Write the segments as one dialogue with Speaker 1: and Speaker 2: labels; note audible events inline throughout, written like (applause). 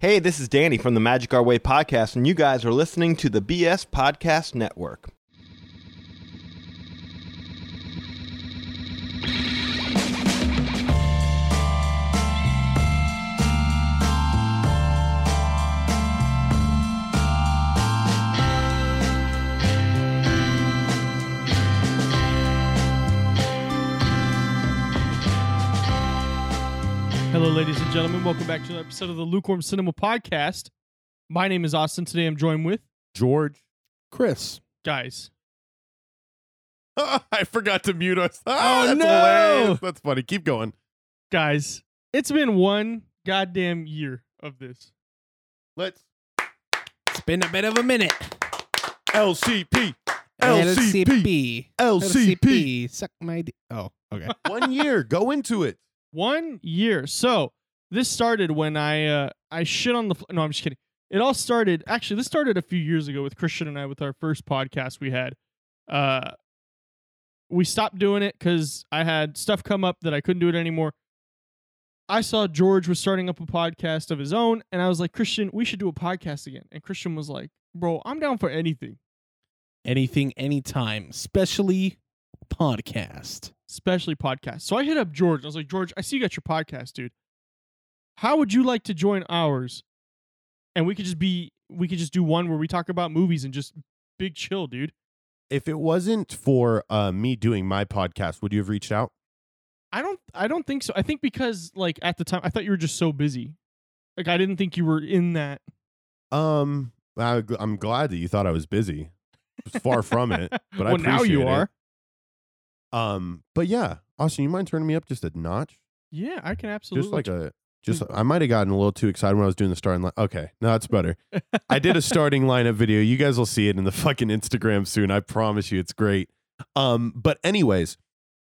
Speaker 1: Hey, this is Danny from the Magic Our Way podcast, and you guys are listening to the BS Podcast Network.
Speaker 2: Hello, ladies and gentlemen. Welcome back to another episode of the Lukewarm Cinema Podcast. My name is Austin. Today I'm joined with
Speaker 3: George.
Speaker 4: Chris.
Speaker 2: guys.
Speaker 3: (laughs) I forgot to mute us. (laughs)
Speaker 2: Oh,
Speaker 3: that's
Speaker 2: no!
Speaker 3: hilarious. That's funny. Keep going.
Speaker 2: Guys, it's been one goddamn year of this.
Speaker 3: Let's
Speaker 4: It's been a bit of a minute.
Speaker 3: LCP. LCP.
Speaker 4: LCP.
Speaker 3: LCP.
Speaker 4: Suck my d- Oh, okay.
Speaker 3: One year. Go into it.
Speaker 2: One year. So this started when I uh, I shit on the. Fl- no, I'm just kidding. It all started actually. This started a few years ago with Christian and I with our first podcast we had. Uh, we stopped doing it because I had stuff come up that I couldn't do it anymore. I saw George was starting up a podcast of his own, and I was like, Christian, we should do a podcast again. And Christian was like, Bro, I'm down for anything,
Speaker 4: Anything, anytime, especially podcast.
Speaker 2: especially podcasts. So I hit up George. I was like, George, I see you got your podcast, dude. How would you like to join ours? And we could just be, we could just do one where we talk about movies and just big chill, dude.
Speaker 3: If it wasn't for uh, me doing my podcast, would you have reached out?
Speaker 2: I don't, I don't think so. I think because like at the time, I thought you were just so busy. Like I didn't think you were in that.
Speaker 3: Um, I, am glad that you thought I was busy. It's far from it,
Speaker 4: (laughs)
Speaker 3: but I
Speaker 2: well, now you
Speaker 3: appreciate it.
Speaker 2: are.
Speaker 3: Um, but yeah, Austin, you mind turning me up just a notch?
Speaker 2: Yeah, I can absolutely.
Speaker 3: Just like a just I might have gotten a little too excited when I was doing the starting line. Okay, no, that's better. I did a starting lineup video. You guys will see it in the fucking Instagram soon. I promise you, it's great. Um, but anyways,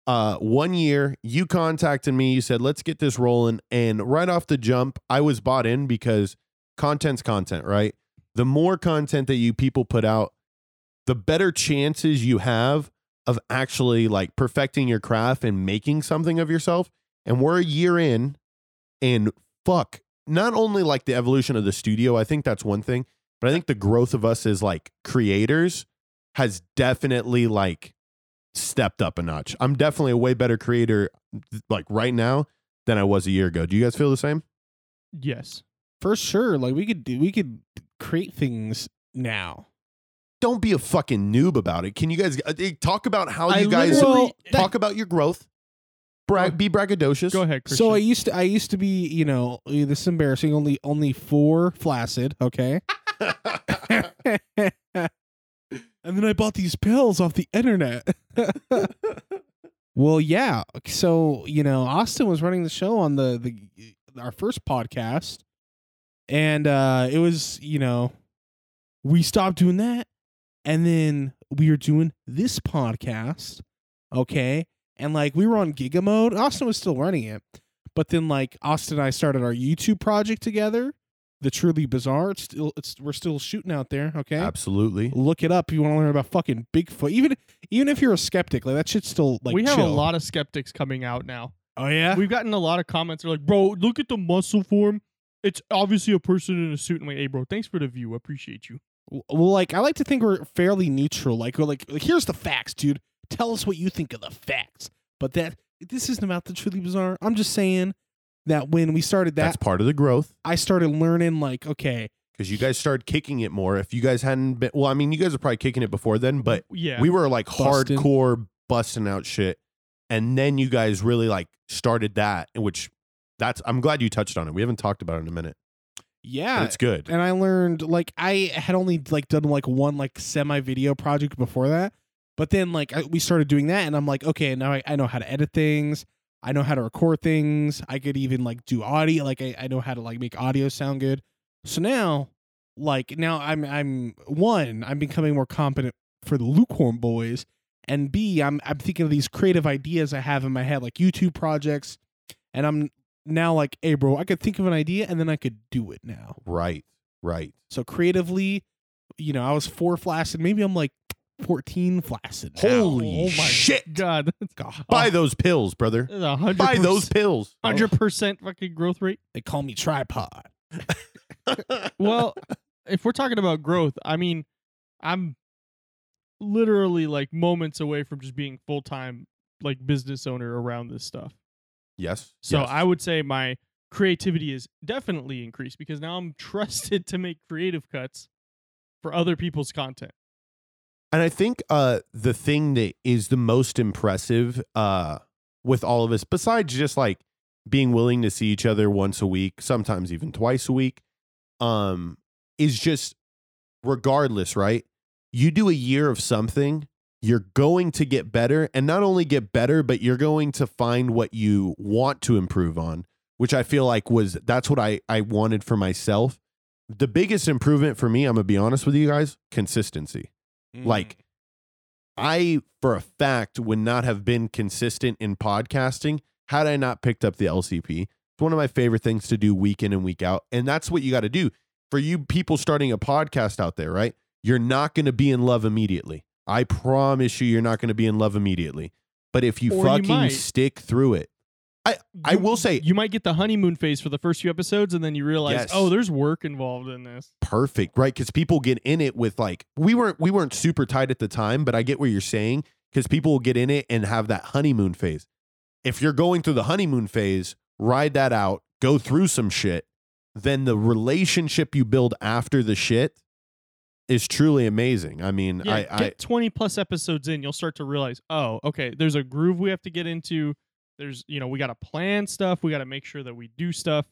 Speaker 3: uh, one year you contacted me. You said let's get this rolling, and right off the jump, I was bought in because content's content, right? The more content that you people put out, the better chances you have of actually like perfecting your craft and making something of yourself. And we're a year in, and fuck, not only like the evolution of the studio, I think that's one thing, but I think the growth of us as like creators has definitely like stepped up a notch. I'm definitely a way better creator like right now than I was a year ago. Do you guys feel the same?
Speaker 2: (laughs) yes.
Speaker 4: For sure. Like we could do we could create things now.
Speaker 3: Don't be a fucking noob about it. Can you guys uh, talk about how
Speaker 2: I
Speaker 3: Oh, you guys
Speaker 2: literally-
Speaker 4: Well, that-
Speaker 3: talk about your growth? Brag, be braggadocious. (laughs)
Speaker 2: Go ahead, Christian.
Speaker 4: So I used to I used to be, you know, eh, this is embarrassing, only only four flaccid,
Speaker 3: (laughs)
Speaker 4: okay? (laughs) and then I bought these pills off the internet. (laughs) well, yeah. So you know, Austin was running the show on the the our first podcast, and uh it was you know we stopped doing that, and then we were doing this podcast, okay, and like we were on Giga mode. Austin was still running it, but then like Austin and I started our YouTube project together. The truly bizarre. It's still it's we're still shooting out there. Okay.
Speaker 3: Absolutely.
Speaker 4: Look it up. if You want to learn about fucking Bigfoot. Even even if you're a skeptic, like that shit's still like
Speaker 2: we have a
Speaker 4: chill.
Speaker 2: lot of skeptics coming out now.
Speaker 4: Oh yeah.
Speaker 2: We've gotten a lot of comments. They're like, "Bro, look at the muscle form. It's obviously a person in a suit." And like, "Hey, bro, thanks for the view. I appreciate you."
Speaker 4: well, like I like to think we're fairly neutral. Like we're like, like here's the facts, dude. Tell us what you think of the facts. But that this isn't about the truly bizarre. I'm just saying that when we started that,
Speaker 3: that's part of the growth.
Speaker 4: I started learning like, okay,
Speaker 3: because you guys started kicking it more. If you guys hadn't been, well, I mean, you guys were probably kicking it before then, but
Speaker 2: Yeah,
Speaker 3: we were like
Speaker 4: Bustin'.
Speaker 3: hardcore busting out shit, and then you guys really like started that, which that's I'm glad you touched on it. We haven't talked about it in a minute. but
Speaker 4: yeah,
Speaker 3: it's good.
Speaker 4: and I learned like I had only like done like one like semi video project before that, but then like I, we started doing that, and I'm like, okay, now I, I know how to edit things, I know how to record things, I could even like do audio, like I, I know how to like make audio sound good. So now, like now I'm I'm one, I'm becoming more competent for the lukewarm boys, and B, I'm I'm thinking of these creative ideas I have in my head, like YouTube projects, and I'm now like, hey bro, I could think of an idea and then I could do it now.
Speaker 3: right, right.
Speaker 4: So creatively, you know, I was four flaccid. Maybe I'm like 14 flaccid. now.
Speaker 3: Holy
Speaker 2: Oh my
Speaker 3: shit! (laughs)
Speaker 2: God, that's
Speaker 4: God.
Speaker 3: Buy those pills, brother.
Speaker 2: (laughs) a hundred.
Speaker 3: Buy those
Speaker 2: perc-
Speaker 3: pills. (laughs)
Speaker 2: hundred percent fucking growth rate.
Speaker 4: They call me tripod.
Speaker 2: well, if we're talking about growth, I mean, I'm literally like moments away from just being full time like business owner around this stuff.
Speaker 3: Yes.
Speaker 2: So
Speaker 3: yes.
Speaker 2: I would say my creativity is definitely increased because now I'm (laughs) trusted to make creative cuts for other people's content.
Speaker 3: And I think uh, the thing that is the most impressive uh, with all of us, besides just like being willing to see each other once a week, sometimes even twice a week, um, is just regardless, right? You do a year of something, you're going to get better. And not only get better, but you're going to find what you want to improve on, which I feel like was that's what I, I wanted for myself. The biggest improvement for me, I'm going to be honest with you guys consistency. Like, I, for a fact, would not have been consistent in podcasting had I not picked up the LCP. It's one of my favorite things to do week in and week out. And that's what you got to do. For you people starting a podcast out there, right? You're not going to be in love immediately. I promise you, you're not going to be in love immediately. But if you
Speaker 2: Or you
Speaker 3: fucking
Speaker 2: might.
Speaker 3: stick through it, I
Speaker 2: You-
Speaker 3: will say-
Speaker 2: you might get the honeymoon phase for the first few episodes, and then you realize,
Speaker 3: Yes.
Speaker 2: oh, there's work involved in this.
Speaker 3: perfect, right? Because people get in it with like we weren't we weren't super tight at the time, but I get what you're saying because people will get in it and have that honeymoon phase. If you're going through the honeymoon phase, ride that out, go through some shit, then the relationship you build after the shit is truly amazing. I mean,
Speaker 2: Yeah,
Speaker 3: I,
Speaker 2: get
Speaker 3: I
Speaker 2: 20 plus episodes in, you'll start to realize, oh, okay, there's a groove we have to get into. There's, you know, we got to plan stuff. We got to make sure that we do stuff.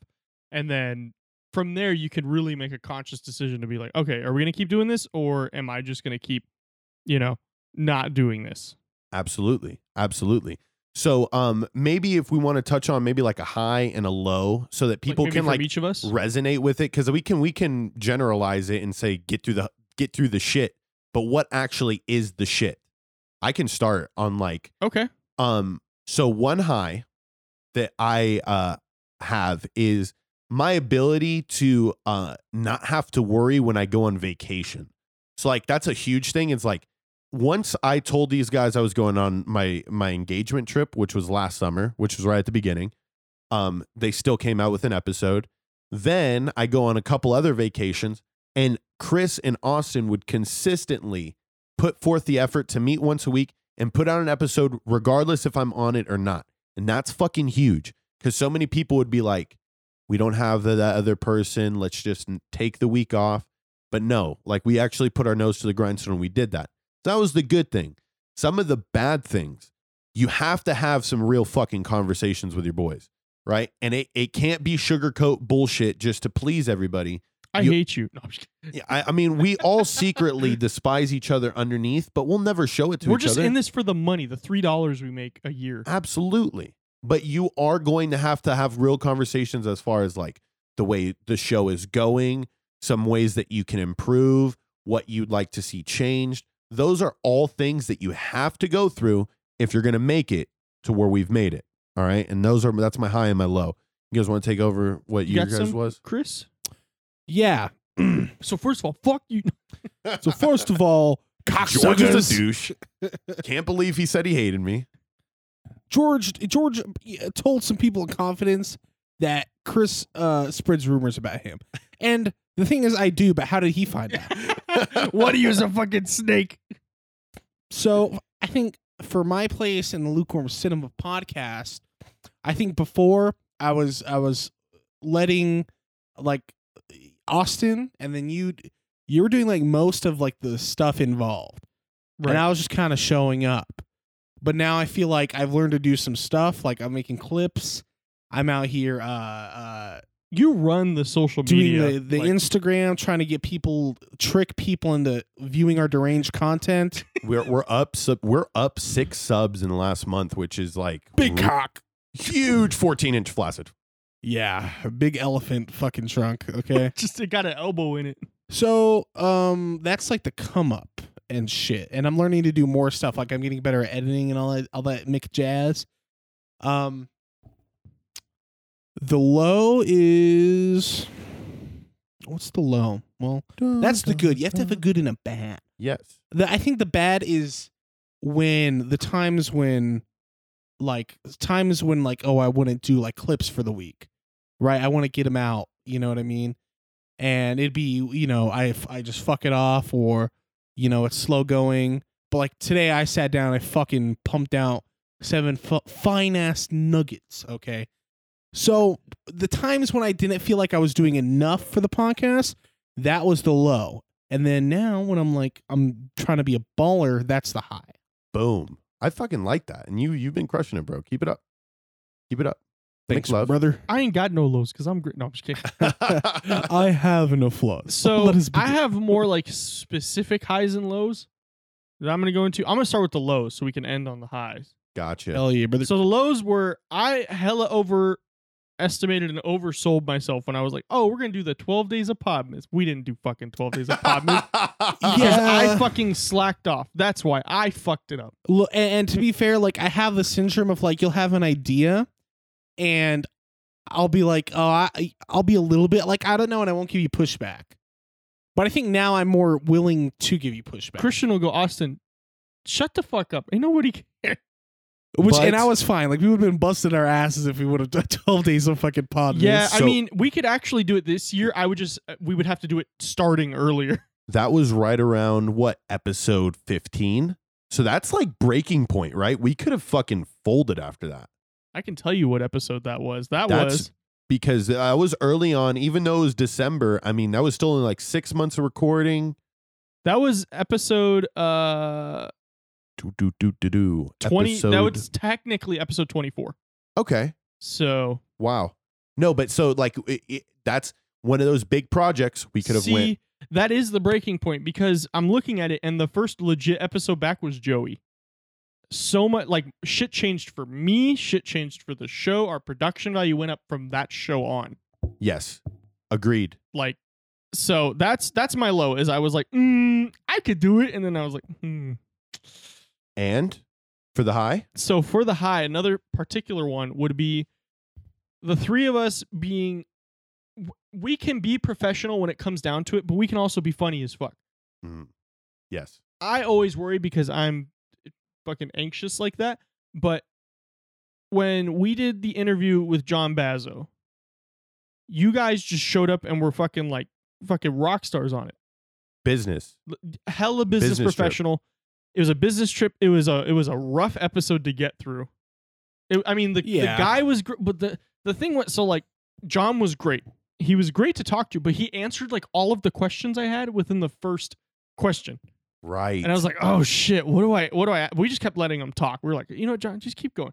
Speaker 2: And then from there, you can really make a conscious decision to be like, okay, are we going to keep doing this or am I just going to keep, you know, not doing this?
Speaker 3: Absolutely. Absolutely. So um maybe if we want to touch on maybe like a high and a low so that people
Speaker 2: maybe
Speaker 3: can
Speaker 2: from
Speaker 3: like
Speaker 2: each of us.
Speaker 3: resonate with it because we can we can generalize it and say get through the get through the shit but what actually is the shit i can start on like
Speaker 2: Okay.
Speaker 3: um so one high that i uh have is my ability to uh not have to worry when i go on vacation so like that's a huge thing it's like once i told these guys i was going on my my engagement trip which was last summer which was right at the beginning um they still came out with an episode then i go on a couple other vacations and chris and austin would consistently put forth the effort to meet once a week and put out an episode regardless if I'm on it or not. And that's fucking huge because so many people would be like, we don't have the, that other person. Let's just n- take the week off. But no, like we actually put our nose to the grindstone and we did that. That was the good thing. Some of the bad things, you have to have some real fucking conversations with your boys, right? And it, it can't be sugarcoat bullshit just to please everybody.
Speaker 2: (laughs) I
Speaker 3: You-
Speaker 2: hate you. No, I'm just kidding.
Speaker 3: Yeah, I, I mean, we all secretly despise each other underneath, but we'll never show it to
Speaker 2: We're
Speaker 3: each
Speaker 2: just
Speaker 3: other.
Speaker 2: in this for the money, the $3 we make a year.
Speaker 3: Absolutely. But you are going to have to have real conversations as far as like the way the show is going, some ways that you can improve, what you'd like to see changed. Those are all things that you have to go through if you're going to make it to where we've made it. All right. And those are, that's my high and my low. You guys want to take over what
Speaker 2: You
Speaker 3: you,
Speaker 2: got
Speaker 3: guys
Speaker 2: some,
Speaker 3: was?
Speaker 2: Chris?
Speaker 4: yeah. (clears throat)
Speaker 2: So, first of all, fuck you. (laughs)
Speaker 4: So first of all,
Speaker 3: George is a
Speaker 4: cocksuckers.
Speaker 3: douche. (laughs) Can't believe he said he hated me.
Speaker 4: George George uh, told some people in confidence that Chris uh, spreads rumors about him, and the thing is, I do. But how did he find out?
Speaker 2: what are you as a fucking snake?
Speaker 4: So I think for my place in the lukewarm cinema podcast, I think before I was I was letting like Austin and then you you were doing like most of like the stuff involved.
Speaker 2: Right.
Speaker 4: And I was just kind of showing up. But now I feel like I've learned to do some stuff. Like I'm making clips. I'm out here uh uh
Speaker 2: You run the social
Speaker 4: doing
Speaker 2: media.
Speaker 4: the, the
Speaker 2: like-
Speaker 4: Instagram, trying to get people trick people into viewing our deranged content.
Speaker 2: (laughs)
Speaker 3: We're, we're up, sub, we're up six subs in the last month, which is like r-
Speaker 4: cock.
Speaker 3: huge 14 inch flaccid.
Speaker 4: Yeah, a big elephant fucking trunk. Okay.
Speaker 2: just it got an elbow in it.
Speaker 4: so, um, that's like the come up and shit. And I'm learning to do more stuff. Like I'm getting better at editing and all that all that Mick jazz. Um the low is what's the low? Well, that's the good. You have to have a good and a bad.
Speaker 3: Yes.
Speaker 4: the I think the bad is when the times when like times when like oh I wouldn't do like clips for the week. Right? I want to get them out, you know what I mean? and it'd be you know I I just fuck it off or you know it's slow going. But like today, I sat down, I fucking pumped out seven fu- fine ass nuggets. Okay, so the times when I didn't feel like I was doing enough for the podcast, that was the low. And then now when I'm like I'm trying to be a baller, that's the high.
Speaker 3: Boom. I fucking like that. And you you've been crushing it, bro. Keep it up. Keep
Speaker 4: (laughs)
Speaker 3: it up. (laughs)
Speaker 4: Thanks,
Speaker 3: love.
Speaker 4: brother.
Speaker 2: I ain't got no lows because I'm great. No, I'm just kidding.
Speaker 4: (laughs) I have no flaws.
Speaker 2: So
Speaker 4: (laughs) Let us
Speaker 2: I
Speaker 4: begin.
Speaker 2: have more like specific highs and lows that I'm gonna go into. I'm gonna start with the lows so we can end on the highs.
Speaker 3: Gotcha.
Speaker 4: Hell yeah, brother.
Speaker 2: So the lows were I hella overestimated and oversold myself when I was like, oh, we're gonna do the 12 days of Podmas. We didn't do fucking 12 days of Podmas.
Speaker 3: (laughs)
Speaker 4: (laughs)
Speaker 2: because I
Speaker 4: Yeah.
Speaker 2: fucking slacked off. That's why I fucked it up.
Speaker 4: Look, and, and to be fair, like I have the syndrome of like you'll have an idea, and I'll be like, oh, I, I'll be a little bit like I don't know, and I won't give you pushback. But I think now I'm more willing to give you pushback,
Speaker 2: Christian will go, Austin, shut the fuck up. Ain't nobody care.
Speaker 4: which
Speaker 3: But-
Speaker 4: and I was fine. Like we would have been busting our asses if we would have done (laughs) twelve days of fucking pod.
Speaker 2: Yeah, I
Speaker 3: so-
Speaker 2: mean, we could actually do it this year. I would just uh, we would have to do it starting earlier. (laughs)
Speaker 3: that was right around what episode 15? So that's like breaking point, right? We could have fucking folded after that.
Speaker 2: I can tell you what episode that was. That
Speaker 3: That's-
Speaker 2: was
Speaker 3: because I was early on, even though it was December. I mean, that was still in like six months of recording.
Speaker 2: that was episode uh
Speaker 3: Do do do do do.
Speaker 2: 20
Speaker 3: Episode-
Speaker 2: that was technically episode 24.
Speaker 3: okay.
Speaker 2: So
Speaker 3: Wow. No, but so like it, it, that's one of those big projects we could have
Speaker 2: see
Speaker 3: went.
Speaker 2: that is the breaking point because I'm looking at it and the first legit episode back was Joey. So much like shit changed for me, shit changed for the show, our production value went up from that show on.
Speaker 3: Yes, agreed.
Speaker 2: like so that's that's my low is i was like mm, i could do it and then i was like hmm.
Speaker 3: And for the high,
Speaker 2: so for the high another particular one would be the three of us being w- we can be professional when it comes down to it but we can also be funny as fuck
Speaker 3: yes,
Speaker 2: i always worry because i'm eh, fucking anxious like that but when we did the interview with john bazzo you guys just showed up and were fucking like fucking rock stars on it
Speaker 3: business.
Speaker 2: hella business,
Speaker 3: Business trip.
Speaker 2: professional. It was a business trip. It was a it was a rough episode to get through. It- I mean, the,
Speaker 4: Yeah.
Speaker 2: the guy was, gr- but the the thing went so like John was great. He was great to talk to, but he answered like all of the questions I had within the first question,
Speaker 3: Right.
Speaker 2: and I was like, oh shit, what do I what do I? We just kept letting him talk. We were like, you know, John, just keep going.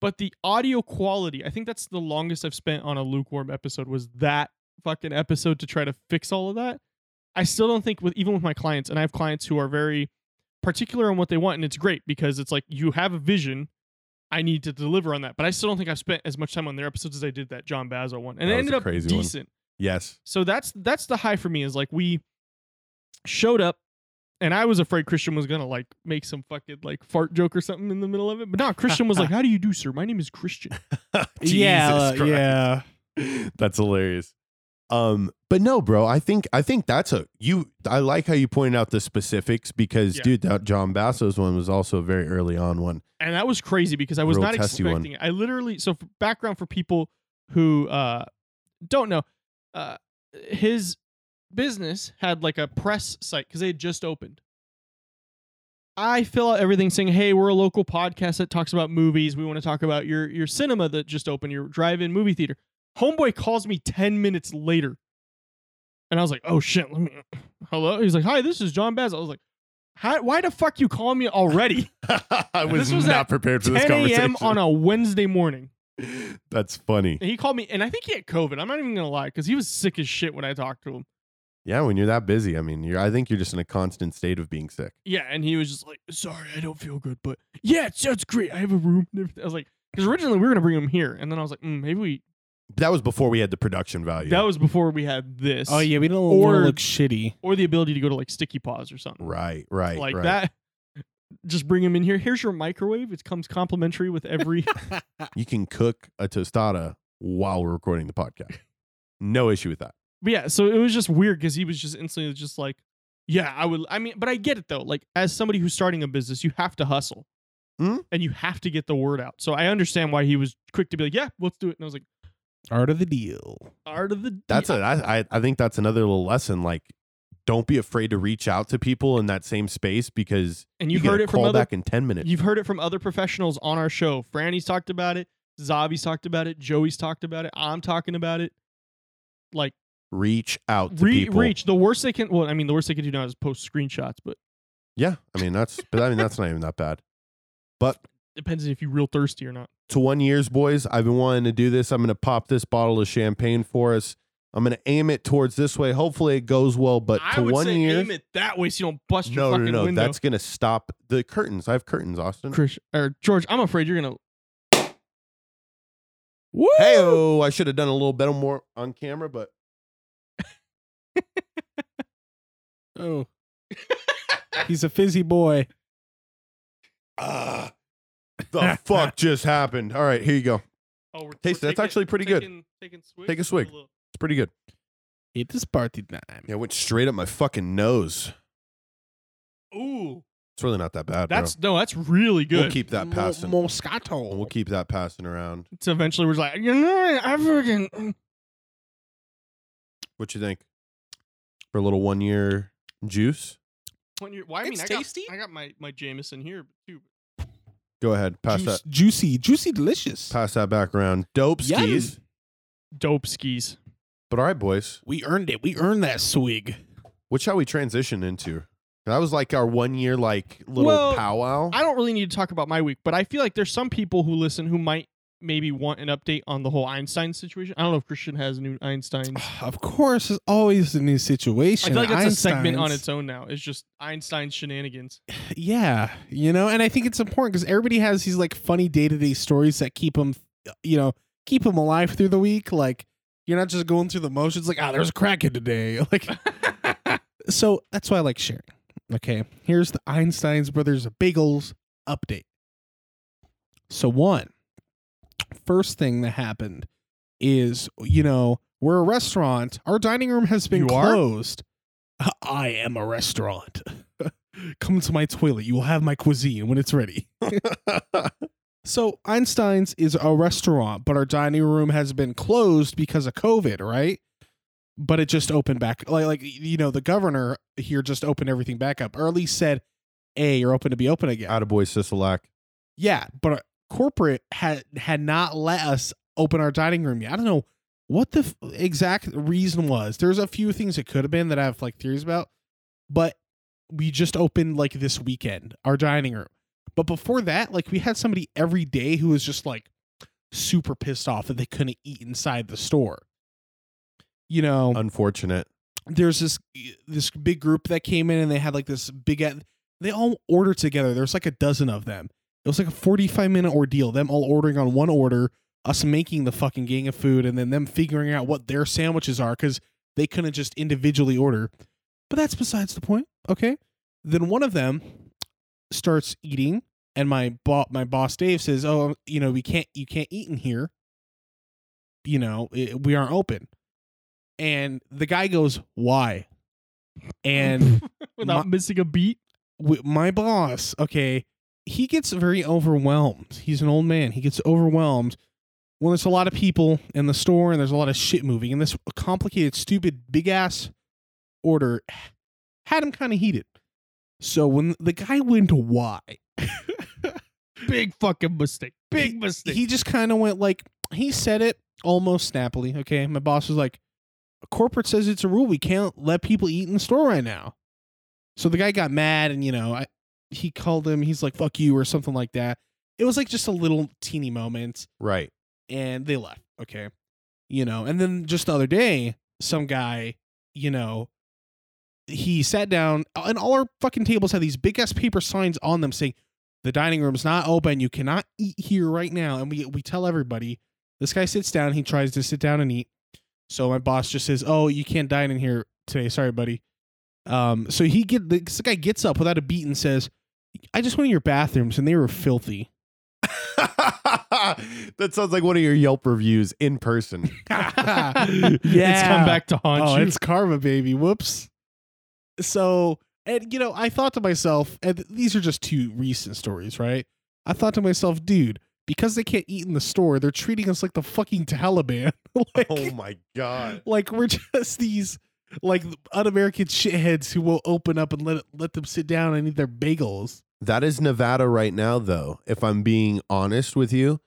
Speaker 2: But the audio quality, I think that's the longest I've spent on a lukewarm episode was that fucking episode to try to fix all of that. I still don't think with even with my clients, and I have clients who are very particular on what they want, and it's great because it's like you have a vision. I need to deliver on that, but I still don't think I've spent as much time on their episodes as I did that John Basil one, and
Speaker 3: That
Speaker 2: it
Speaker 3: was
Speaker 2: ended
Speaker 3: a
Speaker 2: up
Speaker 3: crazy one.
Speaker 2: decent. (laughs)
Speaker 3: yes. (laughs)
Speaker 2: So that's that's the high for me is like we showed up, and I was afraid Christian was gonna like make some fucking like fart joke or something in the middle of it, but no, Christian was like, "How do you do, sir? My name is Christian."
Speaker 4: yeah,
Speaker 3: Jesus
Speaker 4: uh,
Speaker 3: Christ.
Speaker 4: yeah.
Speaker 3: (laughs) that's hilarious um but no bro i think i think that's a you i like how you pointed out the specifics because
Speaker 2: Yeah.
Speaker 3: dude that john basso's one was also a very early on one (laughs)
Speaker 2: and that was crazy because I was
Speaker 3: Real
Speaker 2: not
Speaker 3: testy one.
Speaker 2: expecting it. I literally so for background for people who uh, don't know, uh, his business had like a press site because they had just opened. I fill out everything saying, "Hey, we're a local podcast that talks about movies. We want to talk about your your cinema that just opened, your drive-in movie theater." Homeboy calls me ten minutes later, and I was like, "Oh shit, let me." (clears throat) Hello, he's like, "Hi, this is John Baz." I was like, How, "Why the fuck you call me already?"
Speaker 3: i
Speaker 2: was was not at
Speaker 3: prepared
Speaker 2: 10 a.m. on a Wednesday morning.
Speaker 3: (laughs) that's funny
Speaker 2: And he called me, and I think he had COVID. I'm not even gonna lie, because he was sick as shit when I talked to him.
Speaker 3: yeah when you're that busy i mean you're i think you're just in a constant state of being sick
Speaker 2: Yeah, and he was just like, "Sorry, I don't feel good, but yeah, it's, it's great. I have a room." and everything." I was like, "Because originally we were gonna bring him here, and then I was like, mm, maybe we."
Speaker 3: that was before we had the production value
Speaker 2: That was before we had this.
Speaker 4: Oh yeah, we don't want
Speaker 2: Or-
Speaker 4: to look shitty.
Speaker 2: Or the ability to go to like Sticky Paws or something
Speaker 3: right right
Speaker 2: like
Speaker 3: right.
Speaker 2: that. (laughs) Just bring him in here. Here's your microwave. It comes complimentary with every.
Speaker 3: you can cook a tostada while we're recording the
Speaker 2: (laughs)
Speaker 3: podcast no issue with that
Speaker 2: But yeah, so it was just weird because he was just instantly just like, yeah, I would. I mean, but I get it though. Like, as somebody who's starting a business, you have to hustle,
Speaker 3: Mhm.
Speaker 2: and you have to get the word out. So I understand why he was quick to be like, yeah, let's do it. And I was like,
Speaker 4: Art of the deal.
Speaker 2: Art of the
Speaker 3: That's
Speaker 2: a
Speaker 3: a, I, I I think that's another little lesson. Like, don't be afraid to reach out to people in that same space because
Speaker 2: and
Speaker 3: you
Speaker 2: you've
Speaker 3: get
Speaker 2: heard
Speaker 3: a
Speaker 2: it from
Speaker 3: call
Speaker 2: other
Speaker 3: back in ten minutes.
Speaker 2: You've heard it from other professionals on our show. Franny's talked about it. Zavi's talked about it. Joey's talked about it. I'm talking about it. Like
Speaker 3: reach out to
Speaker 2: re-
Speaker 3: people.
Speaker 2: reach. The worst they can. Well, I mean, the worst they can do now is post screenshots, but
Speaker 3: Yeah, I mean that's, but I mean that's not even that bad. But
Speaker 2: depends if you're real thirsty or not.
Speaker 3: to one years, boys, I've been wanting to do this. I'm gonna pop this bottle of champagne for us. I'm gonna aim it towards this way. Hopefully, it goes well. But to one year,
Speaker 2: aim it that way so you don't bust your
Speaker 3: no, no,
Speaker 2: fucking
Speaker 3: no,
Speaker 2: window.
Speaker 3: that's gonna stop the curtains. I have curtains, Austin.
Speaker 2: Chris or George. I'm afraid you're gonna.
Speaker 4: Woo!
Speaker 3: Hey, oh, I should have done a little bit more on camera, (laughs) but
Speaker 4: Oh. He's a fizzy boy.
Speaker 3: ah, the fuck just happened. All right, here you go. It's
Speaker 2: Oh, we're,
Speaker 3: Taste it. That's actually pretty good.
Speaker 2: Taking
Speaker 3: Take a swig. pretty good.
Speaker 4: It is party time.
Speaker 3: Yeah, it went straight up my fucking nose.
Speaker 2: Ooh,
Speaker 3: It's really not that bad. bro.
Speaker 2: that's no, that's really good.
Speaker 3: We'll keep that passing.
Speaker 4: Mo- Moscato.
Speaker 3: We'll keep that passing around.
Speaker 2: so eventually, we're just like, you know, I freaking.
Speaker 3: What you think for a little one year juice?
Speaker 2: (clears throat) when you're, why, I
Speaker 4: It's
Speaker 2: mean, I got-
Speaker 4: tasty.
Speaker 2: I got my my Jameson here too.
Speaker 3: Go ahead, pass
Speaker 4: Juice-
Speaker 3: that,
Speaker 4: Juicy, juicy, delicious.
Speaker 3: pass that back around. Dope skis.
Speaker 4: Yum.
Speaker 2: Dope skis.
Speaker 3: But all right, boys,
Speaker 4: We earned it. We earned that swig.
Speaker 3: what shall we transition into? That was like our one year like little
Speaker 2: Well,
Speaker 3: powwow.
Speaker 2: I don't really need to talk about my week, but I feel like there's some people who listen who might maybe want an update on the whole Einstein situation. I don't know if Christian has new Einstein.
Speaker 4: Ah, Of course, it's always a new
Speaker 2: I
Speaker 4: situation.
Speaker 2: feel like that's a segment on
Speaker 4: Einstein's-
Speaker 2: its own now. It's just Einstein shenanigans.
Speaker 4: Yeah, you know, and I think it's important because everybody has these like funny day to day stories that keep them, you know, keep them alive through the week. Like you're not just going through the motions. Like, ah, there's a crackhead today. (laughs)
Speaker 2: (laughs)
Speaker 4: Like, so that's why I like sharing. Okay, here's the Einstein's Brothers Bagels update. So one, first thing that happened is you know we're a restaurant. Our dining room has been
Speaker 2: You are?
Speaker 4: closed. (laughs) I am a restaurant. (laughs) Come to my toilet. You will have my cuisine when it's ready. (laughs) So Einstein's is a restaurant, but our dining room has been closed because of COVID, right? But it just opened back. Like, like you know, the governor here just opened everything back up, or at least said, "Hey, you're open to be open again."
Speaker 3: Attaboy Sisalak.
Speaker 4: Yeah, but uh, corporate had had not let us open our dining room yet. I don't know what the f- exact reason was. There's a few things it could have been that I have like theories about, but we just opened like this weekend our dining room. But before that, like we had somebody every day who was just like super pissed off that they couldn't eat inside the store. You know,
Speaker 3: Unfortunate.
Speaker 4: there's this this big group that came in and they had like this big they all ordered together there's like a dozen of them it was like a 45 minute ordeal them all ordering on one order us making the fucking gang of food and then them figuring out what their sandwiches are because they couldn't just individually order but that's besides the point okay then one of them starts eating and my bo- my boss dave says oh you know we can't you can't eat in here you know it, we aren't open and the guy goes why and
Speaker 2: (laughs) without missing a beat.
Speaker 4: with my boss, okay, he gets very overwhelmed. He's an old man. He gets overwhelmed when there's a lot of people in the store and there's a lot of shit moving. And this complicated, stupid, big ass order had him kind of heated. So when the guy went to why,
Speaker 2: Big fucking mistake. Big mistake.
Speaker 4: he just kind of went like he said it almost snappily. Okay, my boss was like, "Corporate says it's a rule. We can't let people eat in the store right now." So the guy got mad, and you know, I, he called him. He's like, "Fuck you" or something like that. It was like just a little teeny moment,
Speaker 3: Right. (laughs)
Speaker 4: and they left. Okay, you know, and then just the other day, some guy, you know. He sat down, and all our fucking tables had these big ass paper signs on them saying, the dining room's not open. You cannot eat here right now. And we we tell everybody. This guy sits down. He tries to sit down and eat. So my boss just says, "Oh, you can't dine in here today. Sorry, buddy." Um, so he get this guy gets up without a beat and says, "I just went in your bathrooms and they were filthy." (laughs)
Speaker 3: that sounds like one of your Yelp reviews
Speaker 2: (laughs)
Speaker 3: in person. (laughs)
Speaker 2: It's come back to haunt
Speaker 4: Oh,
Speaker 2: you.
Speaker 4: it's karma, baby. Whoops. So, and you know, I thought to myself, and these are just two recent stories, right? I thought to myself, dude, because they can't eat in the store, they're treating us like the fucking Taliban. (laughs) like,
Speaker 3: Oh my god.
Speaker 4: like we're just these like un-American shitheads who will open up and let it, let them sit down and eat their bagels.
Speaker 3: That is Nevada right now, though. If I'm being honest with you,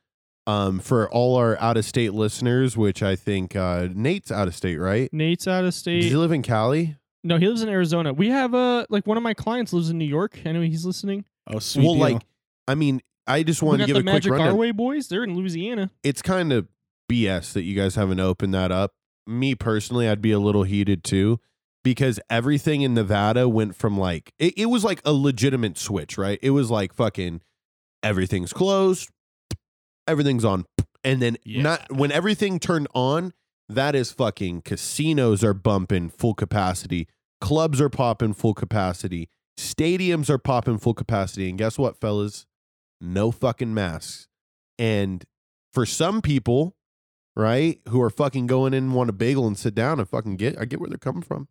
Speaker 3: um, for all our out of state listeners, which I think uh, Nate's out of state, right?
Speaker 2: Nate's out of
Speaker 3: Does
Speaker 2: state.
Speaker 3: he live in Cali?
Speaker 2: no, he lives in Arizona. We have uh, like one of my clients lives in New York. I know he's listening.
Speaker 4: Oh, sweet.
Speaker 3: Well, like, I mean, I just
Speaker 2: We
Speaker 3: wanted
Speaker 2: got
Speaker 3: to give
Speaker 2: the
Speaker 3: a quick
Speaker 2: Magic
Speaker 3: rundown.
Speaker 2: Arway boys. They're in Louisiana.
Speaker 3: It's kind of BS that you guys haven't opened that up. Me personally, I'd be a little heated too, because everything in Nevada went from like it, it was like a legitimate switch, right? It was like fucking everything's closed, everything's on, and then
Speaker 4: Yeah.
Speaker 3: not when everything turned on. That is fucking casinos are bumping full capacity, clubs are popping full capacity, stadiums are popping full capacity, and guess what, fellas? No fucking masks. And for some people, right, who are fucking going in and want a bagel and sit down and fucking get, I get where they're coming from.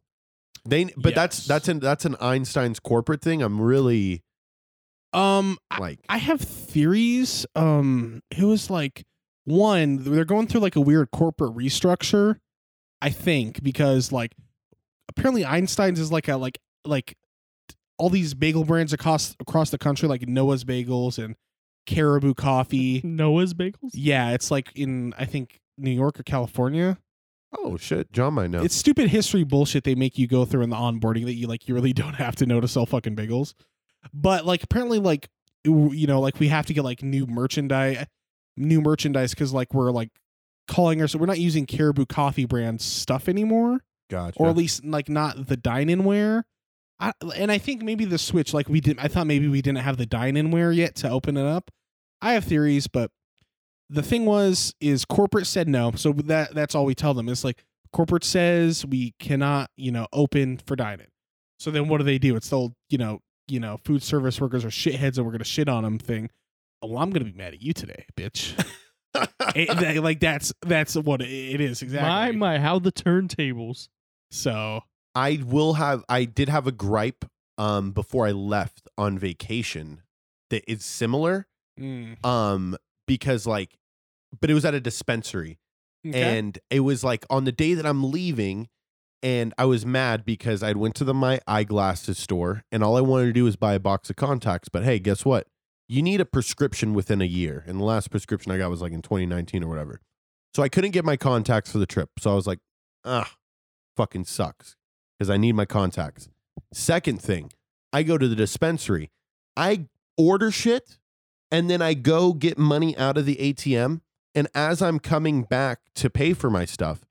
Speaker 3: They, but that's
Speaker 4: Yes.
Speaker 3: that's an that's an Einstein's corporate thing. I'm really
Speaker 4: um, I,
Speaker 3: like,
Speaker 4: I have theories. Um, it was like one they're going through like a weird corporate restructure, I think, because like apparently Einstein's is like a like like all these bagel brands across across the country, like Noah's Bagels and Caribou Coffee.
Speaker 2: (laughs) Noah's Bagels.
Speaker 4: Yeah, it's like in I think New York or California.
Speaker 3: oh shit, John might know.
Speaker 4: It's stupid history bullshit they make you go through in the onboarding that you like you really (laughs) don't have to know to sell fucking bagels. But like apparently like w- you know like we have to get like new merchandise new merchandise cuz like we're like calling ourselves we're not using Caribou Coffee brand stuff anymore
Speaker 3: gotcha.
Speaker 4: or at least like not the dine-in wear. I, and I think maybe the switch, like we did, I thought maybe we didn't have the dine-in wear yet to open it up. I have theories, but the thing was, is corporate said no, so that that's all we tell them. It's like corporate says we cannot, you know, open for dine-in. So then what do they do? It's the old, you know, you know, food service workers are shitheads and we're gonna shit on them thing. Well, I'm gonna be mad at you today, bitch. It- that- like that's that's what it- it is
Speaker 2: My
Speaker 4: exactly.
Speaker 2: my, how the turntables.
Speaker 4: so
Speaker 3: I will have I did have a gripe um before I left on vacation that is similar
Speaker 4: mm,
Speaker 3: um because like but it was at a dispensary
Speaker 4: okay.
Speaker 3: and it was like on the day that I'm leaving and I was mad because I went to the my eyeglasses store and all I wanted to do was buy a box of contacts but hey guess what you need a prescription within a year and the last prescription I got was like in 2019 or whatever so I couldn't get my contacts for the trip so I was like ah fucking sucks because I need my contacts second thing I go to the dispensary I order shit and then I go get money out of the ATM and as I'm coming back to pay for my stuff,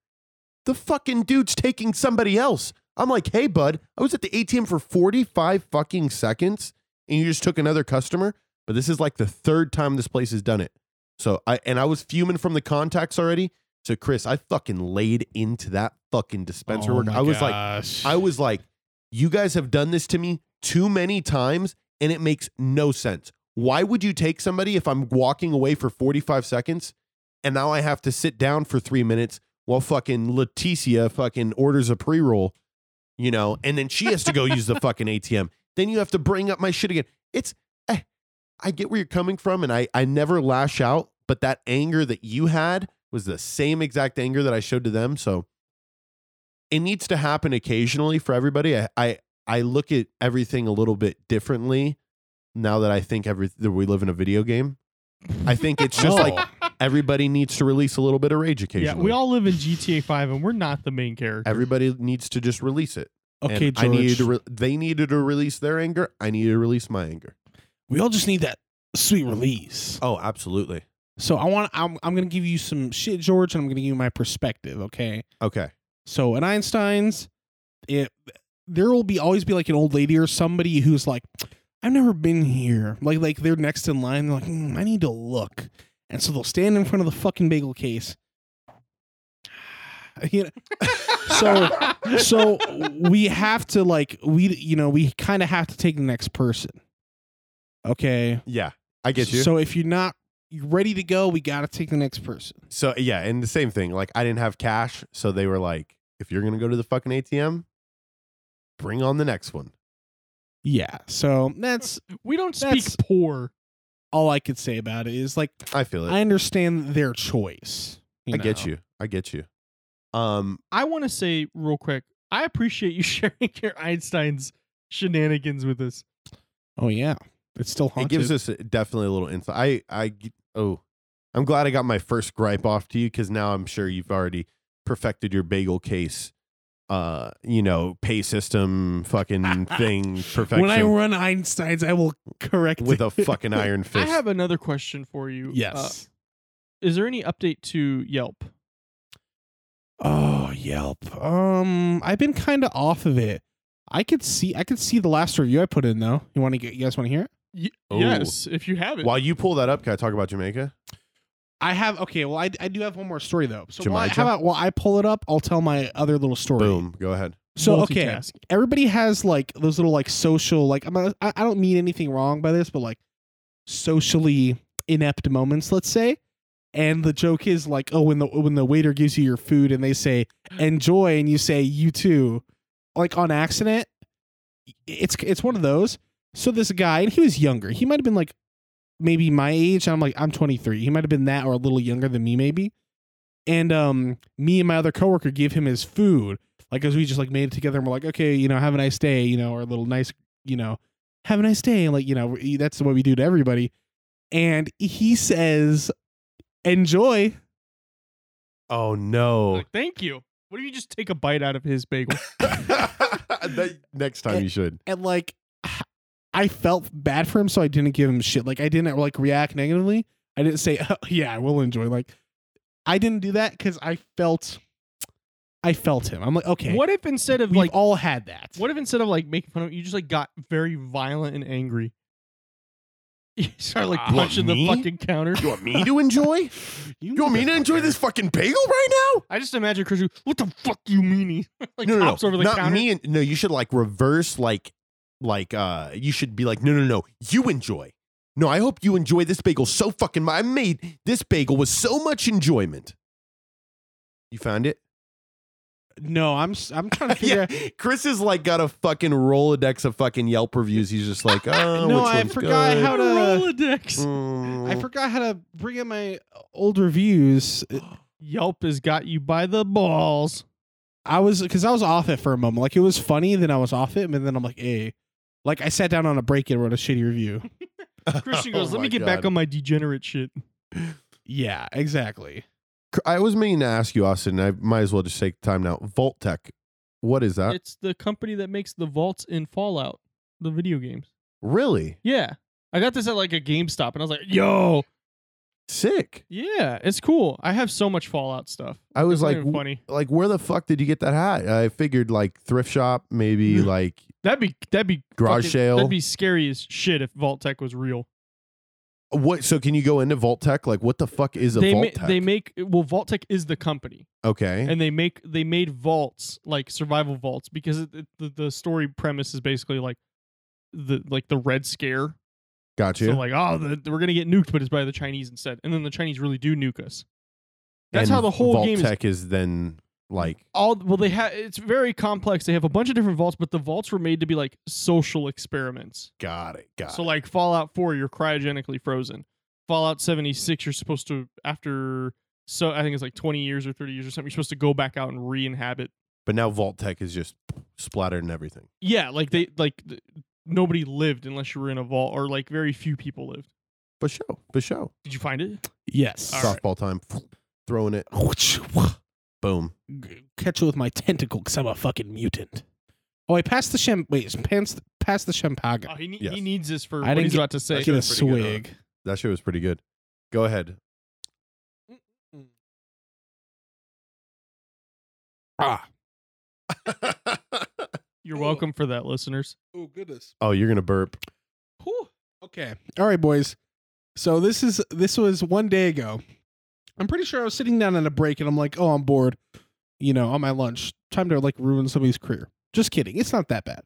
Speaker 3: the fucking dude's taking somebody else. I'm like, hey, bud, I was at the ATM for 45 fucking seconds and you just took another customer. But this is like the third time this place has done it. So I, and I was fuming from the contacts already. So, Chris, I fucking laid into that fucking dispenser
Speaker 4: Oh
Speaker 3: work. I was like, I was like, you guys have done this to me too many times and it makes no sense. Why would you take somebody if I'm walking away for 45 seconds and now I have to sit down for three minutes while fucking Leticia fucking orders a pre roll, you know, and then she has to go use the fucking ATM. Then you have to bring up my shit again. It's, eh, I get where you're coming from and I, I never lash out, but that anger that you had was the same exact anger that I showed to them. So, it needs to happen occasionally for everybody. I I, I look at everything a little bit differently now that I think every that we live in a video game. I think it's just
Speaker 2: (laughs)
Speaker 3: like everybody needs to release a little bit of rage
Speaker 2: Oh. Yeah,
Speaker 3: occasionally.
Speaker 2: we all live in GTA Five, and we're not the main character.
Speaker 3: everybody needs to just release it. And
Speaker 4: okay, George.
Speaker 3: I needed to re- they needed to release their anger. I needed to release my anger.
Speaker 4: we all just need that sweet release.
Speaker 3: Oh, absolutely.
Speaker 4: So I want I'm I'm gonna give you some shit, George, and I'm gonna give you my perspective. Okay.
Speaker 3: Okay.
Speaker 4: So at Einstein's, it there will be always be like an old lady or somebody who's like, I've never been here. Like like they're next in line. They're like, "Hmm, I need to look, and so they'll stand in front of the fucking bagel case. (sighs) You know, (laughs)
Speaker 2: (laughs)
Speaker 3: (laughs)
Speaker 4: so so we have to like we you know we kind of have to take the next person. Okay.
Speaker 3: Yeah, I get you. So,
Speaker 4: So if you're not ready to go, we got to take the next person.
Speaker 3: yeah, and the same thing. Like I didn't have cash, so they were like, "If you're gonna go to the fucking ATM, bring on the next one."
Speaker 4: Yeah. So that's
Speaker 2: we don't speak
Speaker 4: That's-
Speaker 2: poor.
Speaker 4: all I could say about it is like
Speaker 3: I feel it.
Speaker 4: I understand their choice.
Speaker 3: I get
Speaker 4: know?
Speaker 3: you. I get you. Um,
Speaker 2: I want to say real quick, I appreciate you (laughs) sharing your Einstein's shenanigans with us.
Speaker 4: Oh yeah, it's still haunted.
Speaker 3: it gives us a- definitely a little insight. I, I, g- oh, I'm glad I got my first gripe off to you because now I'm sure you've already perfected your bagel case, uh, you know, pay system fucking thing perfection
Speaker 4: when I run Einstein's, I will correct
Speaker 3: with
Speaker 4: (laughs) it.
Speaker 3: a fucking iron fist.
Speaker 2: I have another question for you. Uh,
Speaker 4: yes.
Speaker 2: is there any update to Yelp?
Speaker 4: oh Yelp. Um, I've been kind of off of it. I could see. I could see the last review I put in though. You want to get? You guys want to hear it?
Speaker 2: Y-
Speaker 3: Oh.
Speaker 2: yes, if you have it.
Speaker 3: While you pull that up, can I talk about Jamaica?
Speaker 4: I have. Okay. Well, I, I do have one more story though. So why,
Speaker 3: Jemija?
Speaker 4: how about while I pull it up, I'll tell my other little story.
Speaker 3: Boom. Go ahead.
Speaker 4: So okay,
Speaker 2: Multitask.
Speaker 4: everybody has like those little like social like I'm not, I I don't mean anything wrong by this, but like socially inept moments, let's say. And the joke is like, oh, when the when the waiter gives you your food and they say enjoy, and you say you too, like on accident. It's it's one of those. So this guy, and he was younger. He might have been like maybe my age. I'm like I'm 23. He might have been that or a little younger than me, maybe. And um, me and my other coworker gave him his food like as we just like made it together and we're like okay you know have a nice day you know or a little nice you know have a nice day and like you know we- that's what we do to everybody and he says enjoy
Speaker 3: Oh no.
Speaker 2: Like, thank you. What if you just take a bite out of his bagel?
Speaker 3: That- Next time you should.
Speaker 4: and like i felt bad for him so i didn't give him shit like i didn't like react negatively i didn't say (laughs) oh, yeah i will enjoy like i didn't do that because i felt i felt him i'm like okay
Speaker 2: What if instead of
Speaker 4: we've
Speaker 2: like
Speaker 4: all had that
Speaker 2: What if instead of like making fun of it, you just like got very violent and angry? (laughs) You start like
Speaker 3: Uh, what,
Speaker 2: punching
Speaker 3: me?
Speaker 2: the fucking counter. (laughs)
Speaker 3: You want me to enjoy? You want me to enjoy this fucking bagel right now?
Speaker 2: I just imagine Chris, who- what the fuck you meanie? (laughs) like
Speaker 3: no, no,
Speaker 2: pops
Speaker 3: no.
Speaker 2: over the
Speaker 3: not
Speaker 2: counter.
Speaker 3: me. And, no, you should like reverse, like, like, uh, you should be like, no, no, no, you enjoy. No, I hope you enjoy this bagel so fucking. mu- I made this bagel with so much enjoyment. You found it?
Speaker 4: no i'm s-
Speaker 2: (laughs)
Speaker 4: i'm trying to figure out
Speaker 3: Chris is like got a fucking rolodex of fucking Yelp reviews. He's just like, oh,
Speaker 4: No,
Speaker 3: which
Speaker 4: I
Speaker 3: one's
Speaker 4: forgot
Speaker 3: good?
Speaker 4: how to-
Speaker 2: Rolodex.
Speaker 3: Mm.
Speaker 4: I forgot how to bring in my old reviews.
Speaker 2: Yelp has got you by the
Speaker 3: (laughs)
Speaker 2: balls.
Speaker 4: I was because I was off it for a moment. Like it was funny, then I was off it, and then I'm like, hey, like I sat down on a break and wrote a shitty review.
Speaker 2: Christian
Speaker 3: Oh
Speaker 2: goes, let
Speaker 3: my
Speaker 2: me get
Speaker 3: God.
Speaker 2: back on my degenerate shit.
Speaker 4: yeah, exactly.
Speaker 3: I was meaning to ask you, Austin. I might as well just take the time now. Volt Tech, what is that?
Speaker 2: it's the company that makes the vaults in Fallout, the video games.
Speaker 3: really
Speaker 2: Yeah. I got this at like a GameStop and I was like, yo,
Speaker 3: sick.
Speaker 2: yeah, it's cool. I have so much Fallout stuff.
Speaker 3: I was
Speaker 2: It's not
Speaker 3: like,
Speaker 2: even funny.
Speaker 3: like where the fuck did you get that hat? I figured like thrift shop,
Speaker 2: (laughs)
Speaker 3: maybe
Speaker 2: Mm.
Speaker 3: like
Speaker 2: That'd be that'd be
Speaker 3: Garage
Speaker 2: fucking-
Speaker 3: sale.
Speaker 2: That'd be scary as shit if Vault Tech was real.
Speaker 3: what? So can you go into Vault Tech? Like what the fuck is a
Speaker 2: they
Speaker 3: Vault
Speaker 2: ma-
Speaker 3: Tech?
Speaker 2: they make well Vault Tech is the company,
Speaker 3: okay,
Speaker 2: and they make they made vaults like survival vaults because it, it- the the story premise is basically like the like the Red Scare.
Speaker 3: got you.
Speaker 2: So like oh the, we're gonna get nuked, but it's by the Chinese instead, and then the Chinese really do nuke us. That's
Speaker 3: And
Speaker 2: how the whole
Speaker 3: Vault
Speaker 2: game is
Speaker 3: Tech is then like
Speaker 2: all well they have it's very complex they have a bunch of different vaults but the vaults were made to be like social experiments
Speaker 3: got it, got
Speaker 2: so
Speaker 3: it.
Speaker 2: like fallout 4 you're cryogenically frozen fallout 76 you're supposed to after so i think it's like 20 years or 30 years or something you're supposed to go back out and re-inhabit
Speaker 3: But now Vault Tech is just splattered and everything.
Speaker 2: yeah like they like th- nobody lived unless you were in a vault or like very few people lived
Speaker 3: For show, for show.
Speaker 2: did you find it
Speaker 4: Yes.
Speaker 2: All right.
Speaker 3: Softball time, throwing it, boom.
Speaker 4: Catch it with my tentacle because I'm a fucking mutant. Oh, I passed the sham. Wait, pass passed the
Speaker 2: oh,
Speaker 4: shampaga.
Speaker 2: he, ne-
Speaker 3: Yes.
Speaker 2: he needs this for what
Speaker 4: I didn't
Speaker 2: he's
Speaker 4: get-
Speaker 2: about to say
Speaker 4: Get a
Speaker 3: That's pretty good, huh?
Speaker 4: swig.
Speaker 3: That shit was pretty good. Go ahead.
Speaker 4: Ah.
Speaker 2: you're welcome for that listeners
Speaker 4: Oh goodness.
Speaker 3: Oh, you're gonna (laughs) burp.
Speaker 4: Okay. All right, boys. So this is this was one day ago. I'm pretty sure I was sitting down on a break and I'm like, oh, I'm bored. You know, on my lunch. Time to like ruin somebody's career. Just kidding. It's not that bad.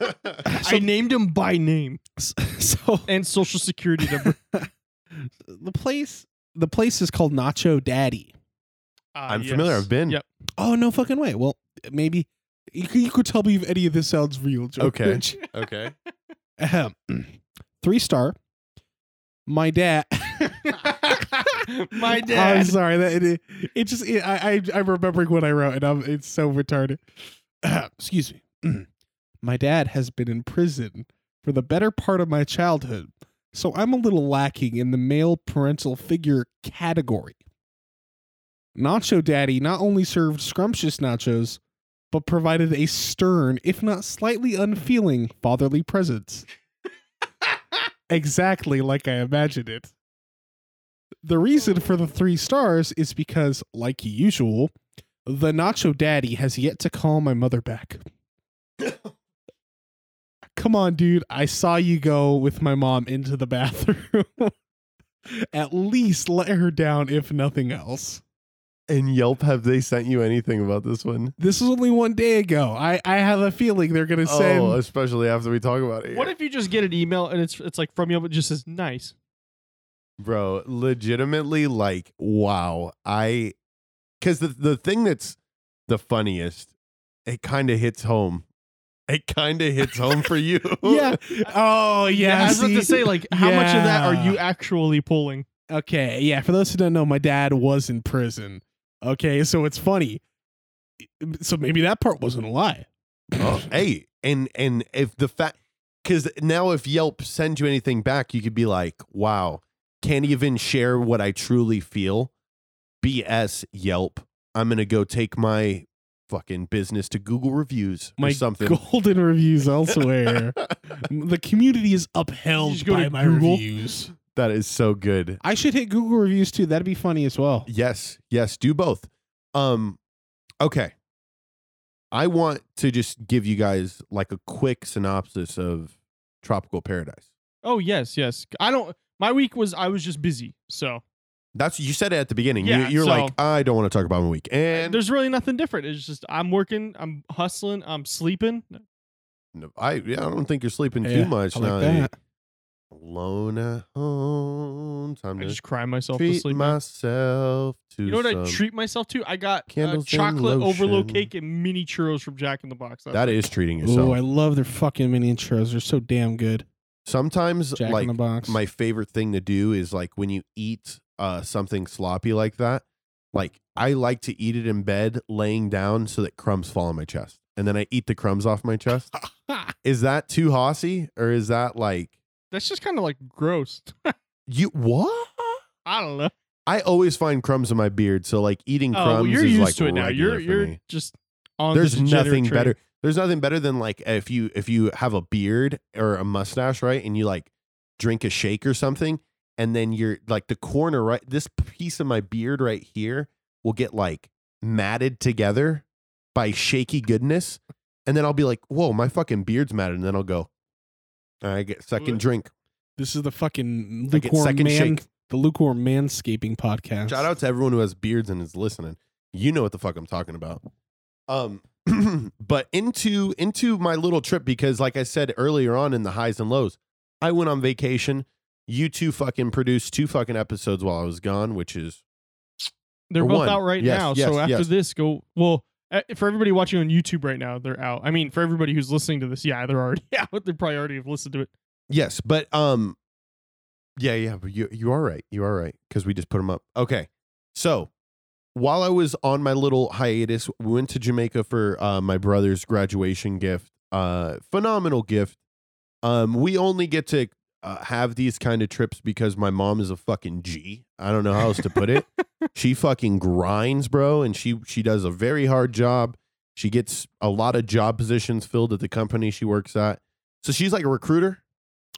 Speaker 4: So-
Speaker 2: i named him by name
Speaker 4: (laughs) so
Speaker 2: and social security number
Speaker 4: the place the place is called Nacho Daddy.
Speaker 2: Uh,
Speaker 3: I'm familiar. I've been.
Speaker 2: Yep.
Speaker 4: Oh no fucking way. Well, maybe you, could- you could tell me if any of this (laughs) sounds real, George.
Speaker 3: Okay. okay.
Speaker 4: (clears throat) Ahem. Three star. my dad.
Speaker 2: (laughs) My
Speaker 4: I'm
Speaker 2: dad.
Speaker 4: sorry that it, it just it, I, I I'm remembering what I wrote and I'm it's so retarded. (clears throat) Excuse me. (clears throat) my dad has been in prison for the better part of my childhood, so I'm a little lacking in the male parental figure category. Nacho Daddy not only served scrumptious nachos, but provided a stern, if not slightly unfeeling, fatherly presence. exactly like I imagined it. The reason for the three stars is because, like usual, the Nacho Daddy has yet to call my mother back. Come on, dude. I saw you go with my mom into the bathroom. (laughs) At least let her down, if nothing else.
Speaker 3: And Yelp, have they sent you anything about this one?
Speaker 4: This was only one day ago. I, I have a feeling they're going to send.
Speaker 3: Oh, especially after we talk about it.
Speaker 2: What
Speaker 3: here.
Speaker 2: if you just get an email and it's it's like from you, but it just says nice.
Speaker 3: bro? Legitimately, like, wow. I, because the the thing that's the funniest, it kind of hits home. It kind of hits home (laughs) for you.
Speaker 4: yeah. Oh, yeah.
Speaker 2: I was about to
Speaker 4: see?
Speaker 2: say like, how much of that are
Speaker 4: Yeah.
Speaker 2: you actually pulling?
Speaker 4: Okay, yeah. For those who don't know, my dad was in prison. Okay, so it's funny. So maybe that part wasn't a lie.
Speaker 3: Oh, hey, and and if the fact, because now if Yelp sends you anything back, you could be like, wow, can't even share what I truly feel. BS Yelp. I'm gonna go take my fucking business to Google reviews
Speaker 4: (laughs) My
Speaker 3: or something.
Speaker 4: golden reviews
Speaker 3: (laughs)
Speaker 4: elsewhere. the community is
Speaker 2: You
Speaker 4: upheld
Speaker 2: just go
Speaker 4: by
Speaker 2: to
Speaker 4: my
Speaker 2: Google.
Speaker 4: reviews.
Speaker 3: that is so good.
Speaker 4: I should hit Google reviews too. That'd be funny as well.
Speaker 3: Yes, yes, do both. Um, okay. I want to just give you guys like a quick synopsis of Tropical Paradise.
Speaker 2: Oh yes, yes. I don't. My week was I was just busy, so
Speaker 3: That's you said it at the beginning.
Speaker 2: Yeah,
Speaker 3: you, you're
Speaker 2: so-
Speaker 3: like, I don't want to talk about my week, and
Speaker 2: there's really nothing different. It's just I'm working, I'm hustling, I'm sleeping.
Speaker 3: I yeah, I don't think you're sleeping
Speaker 4: Yeah,
Speaker 3: too much
Speaker 4: I like
Speaker 3: now.
Speaker 4: that.
Speaker 3: Alone at home, time
Speaker 2: I
Speaker 3: to
Speaker 2: just cry myself to
Speaker 3: treat
Speaker 2: sleep.
Speaker 3: myself to.
Speaker 2: you know what I
Speaker 3: some-
Speaker 2: treat myself to? I got uh,
Speaker 3: Candles and
Speaker 2: chocolate overload
Speaker 3: lotion.
Speaker 2: cake and mini churros from Jack in the Box. That's
Speaker 3: That is treating yourself.
Speaker 4: Oh, I love their fucking mini intros. They're so damn good.
Speaker 3: Sometimes,
Speaker 4: Jack
Speaker 3: like
Speaker 4: in the box.
Speaker 3: my favorite thing to do is like when you eat uh something sloppy like that. Like I like to eat it in bed, laying down, so that crumbs fall on my chest, and then I eat the crumbs off my chest. is that too hossy, or is that like
Speaker 2: (laughs) that's just kind of like gross.
Speaker 3: you what?
Speaker 2: I don't know.
Speaker 3: I always find crumbs in my beard, so like eating
Speaker 2: Oh,
Speaker 3: crumbs.
Speaker 2: well, you're
Speaker 3: is,
Speaker 2: used
Speaker 3: like,
Speaker 2: to it now.
Speaker 3: regular
Speaker 2: You're
Speaker 3: for
Speaker 2: you're
Speaker 3: me.
Speaker 2: just on. the
Speaker 3: There's
Speaker 2: degenerate
Speaker 3: nothing
Speaker 2: train.
Speaker 3: better. There's nothing better than like if you if you have a beard or a mustache, right, and you like drink a shake or something, and then you're like the corner, right, this piece of my beard right here will get like matted together by shaky goodness, and then I'll be like, whoa, my fucking beard's matted, and then I'll go. I get second
Speaker 2: What?
Speaker 3: drink.
Speaker 4: this is the fucking
Speaker 3: I get
Speaker 4: lukewarm
Speaker 3: second
Speaker 4: man,
Speaker 3: shake.
Speaker 4: the lukewarm manscaping podcast.
Speaker 3: Shout out to everyone who has beards and is listening. You know what the fuck I'm talking about. Um, (clears throat) but into into my little trip because, like I said earlier on in the highs and lows, I went on vacation. You two fucking produced two fucking episodes while I was gone, which is
Speaker 2: They're
Speaker 3: Or
Speaker 2: both
Speaker 3: one.
Speaker 2: out right
Speaker 3: Yes,
Speaker 2: now.
Speaker 3: yes,
Speaker 2: so after
Speaker 3: yes.
Speaker 2: this, go well. uh, For everybody watching on YouTube right now, they're out. I mean, for everybody who's listening to this, yeah, they're already (laughs) out. They probably already have listened to it.
Speaker 3: yes. But um, yeah, yeah. But you you are right. You are right because we just put them up. Okay, so while I was on my little hiatus, we went to Jamaica for uh, my brother's graduation gift. Uh, phenomenal gift. Um, we only get to uh, have these kind of trips because my mom is a fucking G. I don't know how else to put it. she fucking grinds, bro, and she she does a very hard job. She gets a lot of job positions filled at the company she works at. So she's like a recruiter,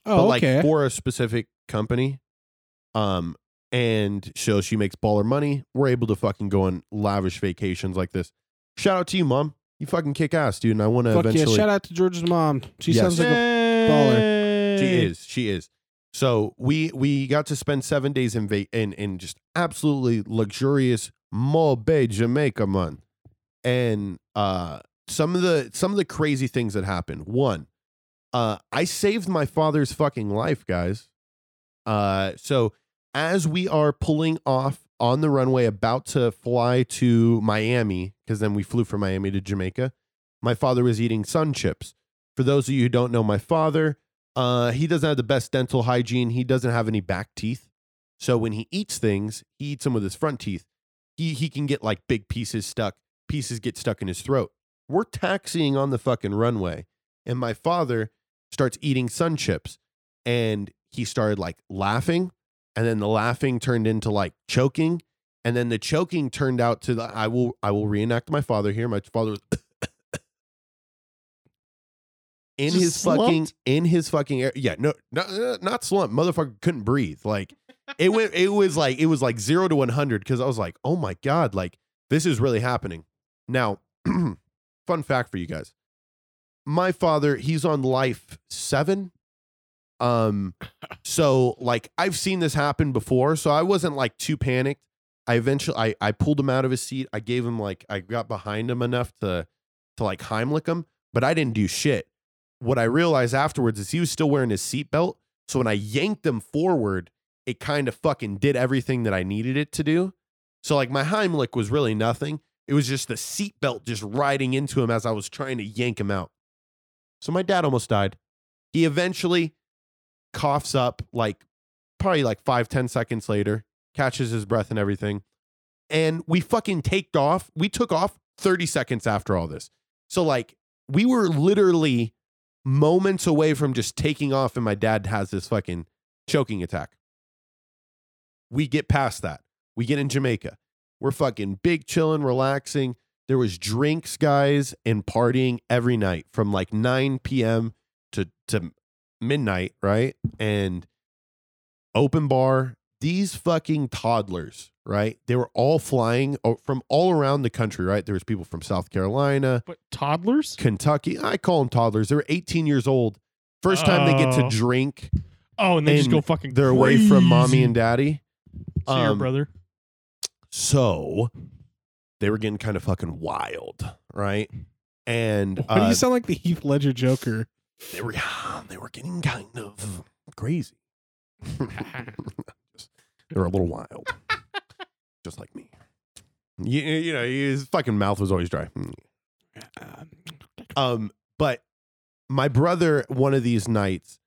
Speaker 4: Oh,
Speaker 3: but
Speaker 4: okay.
Speaker 3: like for a specific company. Um, and so she makes baller money. We're able to fucking go on lavish vacations like this. Shout out to you, mom. You fucking kick ass, dude. And I want to
Speaker 4: Fuck yeah!
Speaker 3: eventually.
Speaker 4: Shout out to George's mom. She
Speaker 3: Yes.
Speaker 4: sounds like a
Speaker 3: She is. She is. So we we got to spend seven days in va- in in just absolutely luxurious Mall Bay, Jamaica, man. And uh, some of the some of the crazy things that happened. One, uh, I saved my father's fucking life, guys. Uh, so as we are pulling off on the runway, about to fly to Miami, because then we flew from Miami to Jamaica. My father was eating sun chips. For those of you who don't know, my father Uh, he doesn't have the best dental hygiene. He doesn't have any back teeth. So when he eats things, he eats them with his front teeth. He he can get like big pieces stuck. Pieces get stuck in his throat. We're taxiing on the fucking runway, and my father starts eating sun chips, and he started like laughing, and then the laughing turned into like choking, and then the choking turned out to the I will I will reenact my father here. My father was (coughs) in
Speaker 2: Just
Speaker 3: his fucking in his fucking air. Yeah, no, not not slump. Motherfucker couldn't breathe. Like it went. It was like it was like zero to one hundred because I was like, oh my god, like this is really happening. Now, (clears throat) fun fact for you guys: my father, he's on life seven. Um, so like I've seen this happen before, so I wasn't like too panicked. I eventually I I pulled him out of his seat. I gave him like I got behind him enough to to like Heimlich him, but I didn't do shit. What I realized afterwards is he was still wearing his seatbelt. So when I yanked him forward, it kind of fucking did everything that I needed it to do. So like my Heimlich was really nothing. It was just the seatbelt just riding into him as I was trying to yank him out. So my dad almost died. He eventually coughs up like probably like five ten seconds later, catches his breath and everything. And we fucking taked off. We took off 30 seconds after all this. So like we were literally moments away from just taking off and my dad has this fucking choking attack. We get past that. We get in Jamaica. We're fucking big chilling, relaxing. There was drinks, guys, and partying every night from like 9 p.m. to to midnight, right? And open bar. These fucking toddlers, right? They were all flying o- from all around the country, right? There was people from South Carolina,
Speaker 2: But toddlers?
Speaker 3: Kentucky. I call them toddlers. They were 18 years old. First time they get
Speaker 2: Oh.
Speaker 3: to drink,
Speaker 2: Oh, and they just
Speaker 3: And
Speaker 2: go fucking.
Speaker 3: they're away from mommy
Speaker 2: crazy.
Speaker 3: and daddy.
Speaker 2: See your
Speaker 3: um,
Speaker 2: brother.
Speaker 3: So they were getting kind of fucking wild, right? And
Speaker 4: Why do
Speaker 3: uh,
Speaker 4: you sound like the Heath Ledger Joker?
Speaker 3: they were they were getting kind of crazy. they were a little wild, just like me. You, you know, his fucking mouth was always dry. Mm.
Speaker 4: Oh,
Speaker 3: Um, but my brother, one of these nights,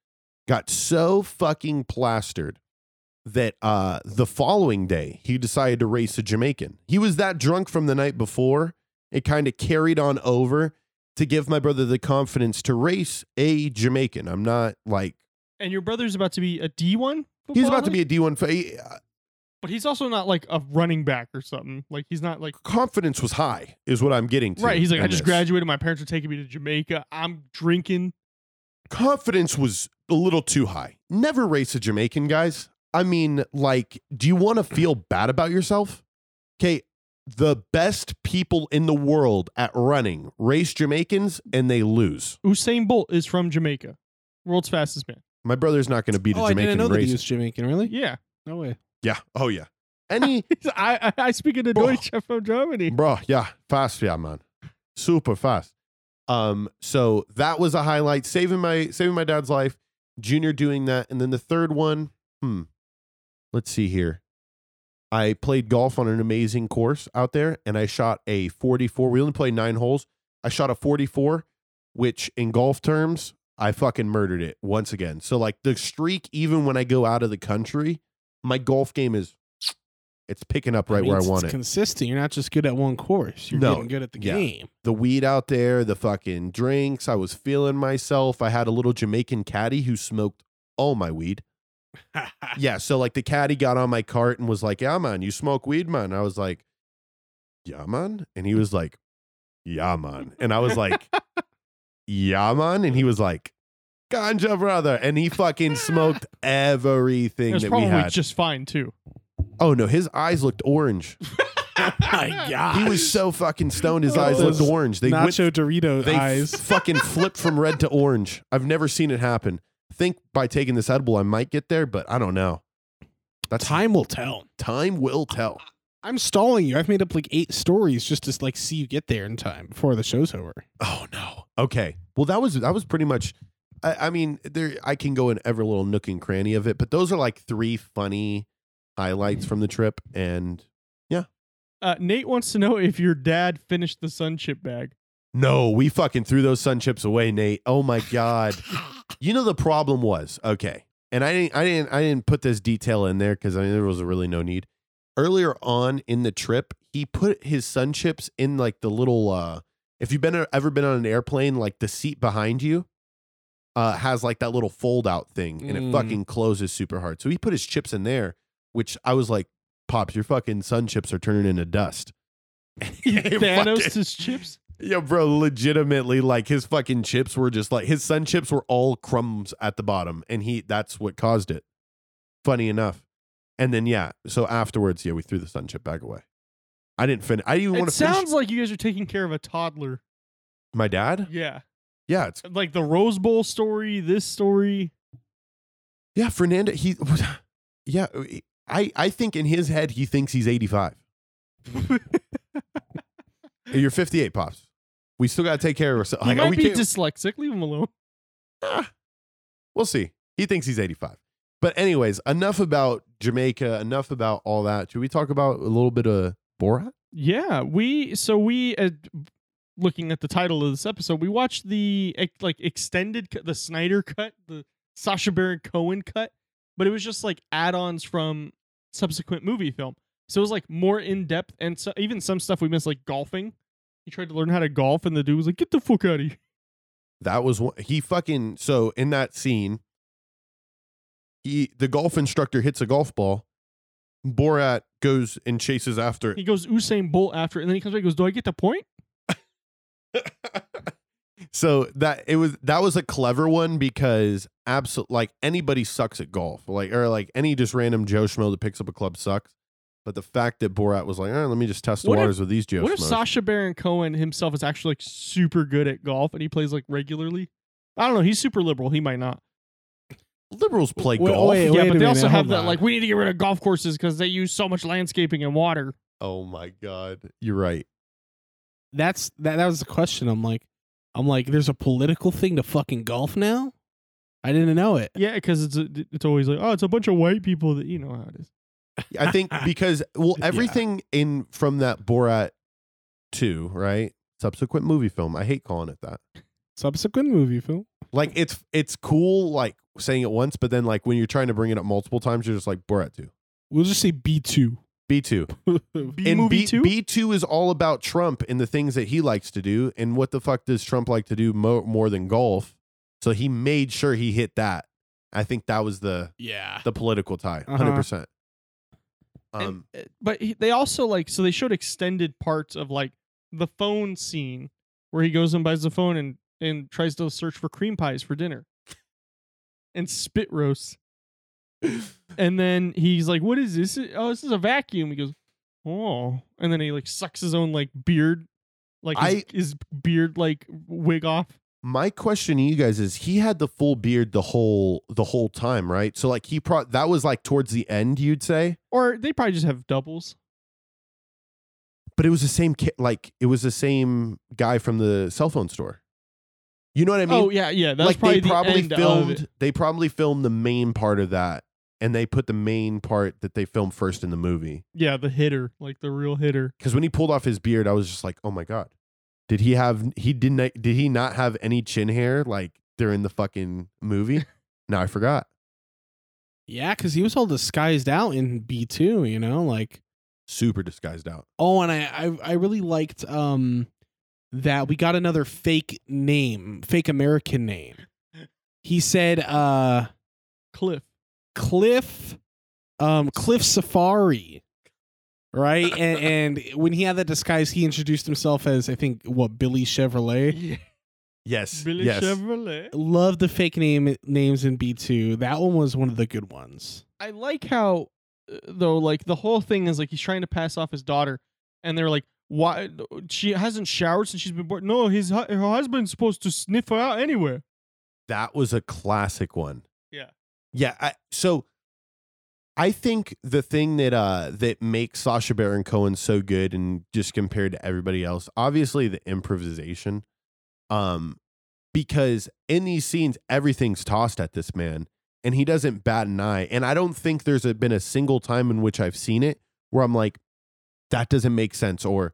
Speaker 3: got so fucking plastered that uh the following day he decided to race a Jamaican. He was that drunk from the night before. It kind of carried on over to give my brother the confidence to race a Jamaican. I'm not like
Speaker 2: And your brother's about to be a D1?
Speaker 3: he's about to
Speaker 2: footballer?
Speaker 3: be a D1 fa-
Speaker 2: But he's also not like a running back or something. Like he's not like
Speaker 3: confidence was high is what I'm getting to.
Speaker 2: right. He's like
Speaker 3: in
Speaker 2: I just
Speaker 3: this.
Speaker 2: graduated. My parents are taking me to Jamaica. I'm drinking.
Speaker 3: confidence was a little too high. Never race a Jamaican, guys. I mean, like, do you want to feel bad about yourself? Okay, the best people in the world at running race Jamaicans and they lose.
Speaker 2: Usain Bolt is from Jamaica, world's fastest man.
Speaker 3: My brother's not going to beat a
Speaker 4: Oh, I
Speaker 3: Jamaican
Speaker 4: didn't know that
Speaker 3: race.
Speaker 4: he was Jamaican. Really?
Speaker 3: (laughs)
Speaker 2: Yeah,
Speaker 4: No way.
Speaker 3: yeah. Oh yeah. Any
Speaker 2: He's- (laughs) I, I I speak in the
Speaker 3: Bro.
Speaker 2: Deutsch I'm from Germany.
Speaker 3: bro, yeah, fast, yeah, man, super fast. Um, so that was a highlight, saving my saving my dad's life. Junior doing that, and then the third one, hmm, let's see here. I played golf on an amazing course out there, and I shot a 44. We only played nine holes. I shot a 44, which in golf terms, I fucking murdered it once again. So like the streak, even when I go out of the country, my golf game is it's picking up right where I
Speaker 4: Means
Speaker 3: want
Speaker 4: it's
Speaker 3: it.
Speaker 4: Consistent. You're not just good at one course. You're
Speaker 3: No.
Speaker 4: getting good at the
Speaker 3: Yeah. (laughs)
Speaker 4: game.
Speaker 3: the weed out there, the fucking drinks. I was feeling myself. I had a little Jamaican caddy who smoked all my weed. Yeah. So like the caddy got on my cart and was like, Yeah, man, you smoke weed, man. I was like, Yeah, man. And he was like, Yeah, man. And I was like, Yeah, man. And he was like, Ganja, brother. And he fucking smoked
Speaker 2: It
Speaker 3: everything
Speaker 2: was
Speaker 3: that we
Speaker 2: probably
Speaker 3: had.
Speaker 2: just fine too.
Speaker 3: oh, no. His eyes looked orange. Oh
Speaker 4: my
Speaker 3: (laughs) He
Speaker 4: God.
Speaker 3: was so fucking stoned. His
Speaker 4: Oh,
Speaker 3: eyes looked
Speaker 4: those
Speaker 3: orange. They went
Speaker 4: Nacho Dorito
Speaker 3: they (laughs)
Speaker 4: eyes.
Speaker 3: f- fucking flip from red to orange. I've never seen it happen. Think by taking this edible, I might get there, but I don't know. That's time.
Speaker 4: Time will tell.
Speaker 3: Time will tell.
Speaker 4: I'm stalling you. I've made up like eight stories just to like see you get there in time before the
Speaker 3: (laughs)
Speaker 4: show's over.
Speaker 3: Oh no. Okay. Well, that was that was pretty much. I, I mean, there I can go in every little nook and cranny of it, but those are like three funny highlights from the trip. And
Speaker 2: Uh, Nate wants to know if your dad finished
Speaker 3: (laughs)
Speaker 2: the sun chip bag.
Speaker 3: no, we fucking threw those sun chips away, Nate. Oh my god. You know the problem was okay, and I didn't, I didn't, I didn't put this detail in there because I mean there was really no need. Earlier on in the trip, he put his sun chips in like the little. uh If you've been ever been on an airplane, like the seat behind you uh has like that little fold out thing, and it
Speaker 4: Mm.
Speaker 3: fucking closes super hard. So he put his chips in there, which I was like, "Pops, your fucking sun chips are turning into dust."
Speaker 2: Thanos'
Speaker 3: (laughs)
Speaker 2: chips.
Speaker 3: Yeah, bro, legitimately, like his fucking chips were just like his sun chips were all crumbs at the bottom, and he that's what caused it. Funny enough. And then yeah, so afterwards, yeah, we threw the sun chip back away. I didn't finish. I didn't even want
Speaker 2: It
Speaker 3: to finish.
Speaker 2: sounds like you guys are taking care of a toddler.
Speaker 3: My dad?
Speaker 2: Yeah,
Speaker 3: Yeah, it's
Speaker 2: like the Rose Bowl story. This story.
Speaker 3: yeah, Fernando. He, (laughs) yeah, uh, I I think in his head he thinks he's eighty
Speaker 2: (laughs)
Speaker 3: five. You're fifty eight, pops. We still gotta take care of ourselves.
Speaker 2: He
Speaker 3: Like,
Speaker 2: might
Speaker 3: we
Speaker 2: be
Speaker 3: can't-
Speaker 2: dyslexic. Leave him alone.
Speaker 3: We'll see. He thinks he's 85. But anyways, enough about Jamaica, enough about all that. Should we talk about a little bit of Borat?
Speaker 2: Yeah, we so we uh, looking at the title of this episode, we watched the ex- like extended cut, the Snyder cut, the Sasha Baron Cohen cut, but it was just like add-ons from subsequent movie film. So it was like more in depth and so, even some stuff we missed, like golfing. He tried to learn how to golf, and the dude was like, "Get the fuck out of here!"
Speaker 3: That was one he fucking so in that scene, he the golf instructor hits a golf ball. Borat goes and chases after
Speaker 2: He (laughs)
Speaker 3: it.
Speaker 2: goes Usain Bolt after, it, and then he comes back. and Goes, "Do I get the point?"
Speaker 3: so that it was that was a clever one because absolute like anybody sucks at golf like or like any just random Joe schmo that picks up a club sucks. But the fact that Borat was like, all right, let me just test the
Speaker 2: What if-
Speaker 3: waters with these Joe
Speaker 2: what if
Speaker 3: Schmoes."
Speaker 2: Sasha Baron Cohen himself is actually like super good at golf and he plays like regularly? I don't know. He's super liberal. He might not.
Speaker 3: liberals play
Speaker 4: Wait,
Speaker 3: golf.
Speaker 4: wait.
Speaker 2: yeah, but
Speaker 4: a
Speaker 2: they also
Speaker 4: minute,
Speaker 2: have
Speaker 4: hold
Speaker 2: that
Speaker 4: on.
Speaker 2: like we need to get rid of golf courses because they use so much landscaping and water.
Speaker 3: Oh my god, you're right.
Speaker 4: That's that. That was the question. I'm like, I'm like, there's a political thing to fucking golf now. I didn't know it.
Speaker 2: Yeah, because it's a, it's always like oh, it's a bunch of white people that you know how it is.
Speaker 3: I (laughs) think because well,
Speaker 4: Yeah.
Speaker 3: everything in from that Borat two right subsequent movie film. I hate calling it that.
Speaker 4: Subsequent movie film.
Speaker 3: Like it's it's cool like saying it once, but then like when you're trying to bring it up multiple times, you're just like Borat two,
Speaker 4: We'll just say B two.
Speaker 3: B two,
Speaker 2: B
Speaker 3: and
Speaker 2: movie
Speaker 3: B
Speaker 2: two.
Speaker 3: B two is all about Trump and the things that he likes to do, and what the fuck does Trump like to do mo- more than golf? So he made sure he hit that. I think that was the
Speaker 4: yeah.
Speaker 3: the political tie,
Speaker 4: Uh-huh.
Speaker 3: 100 percent. Um,
Speaker 2: And, uh, but he, they also like so they showed extended parts of like the phone scene where he goes and buys the phone and and tries to search for cream pies for dinner and spit roasts. and then he's like, "What is this? Oh, this is a vacuum." He goes, "Oh," and then he like sucks his own like beard, like his,
Speaker 3: I-
Speaker 2: his beard like wig off.
Speaker 3: my question to you guys is: He had the full beard the whole the whole time, right? So like he pro that was like towards the end, you'd say,
Speaker 2: Or they probably just have doubles.
Speaker 3: but it was the same kid, like it was the same guy from the cell phone store. You know what I mean?
Speaker 2: oh yeah, yeah. That's
Speaker 3: like
Speaker 2: probably the
Speaker 3: they probably
Speaker 2: end of it.
Speaker 3: filmed they probably filmed the main part of that, and they put the main part that they filmed first in the movie.
Speaker 2: Yeah, the hitter, like the real hitter.
Speaker 3: because when he pulled off his beard, I was just like, oh my god, did he have he didn't did he not have any chin hair like during the fucking movie? now I forgot.
Speaker 4: Yeah, because he was all disguised out in B two. You know, like
Speaker 3: Super disguised out.
Speaker 4: oh, and I, I I really liked um that we got another fake name, fake American name. He said uh
Speaker 3: (laughs)
Speaker 2: Cliff.
Speaker 4: Cliff um Cliff Safari. Right? (laughs) and, and when he had that disguise, he introduced himself as I think what Billy Chevrolet.
Speaker 3: Yes.
Speaker 2: Billy
Speaker 3: yes.
Speaker 2: Chevrolet.
Speaker 4: Love the fake name names in B2. That one was one of the good ones.
Speaker 2: I like how uh, though like the whole thing is like he's trying to pass off his daughter and they're like why she hasn't showered since she's been born. No, his hu- her husband's supposed to sniff her out anywhere.
Speaker 3: that was a classic one.
Speaker 2: Yeah.
Speaker 3: Yeah. I, so I think the thing that uh that makes Sasha Baron Cohen so good and just compared to everybody else, obviously the improvisation. Um because in these scenes everything's tossed at this man and he doesn't bat an eye. And I don't think there's a, been a single time in which I've seen it where I'm like, that doesn't make sense or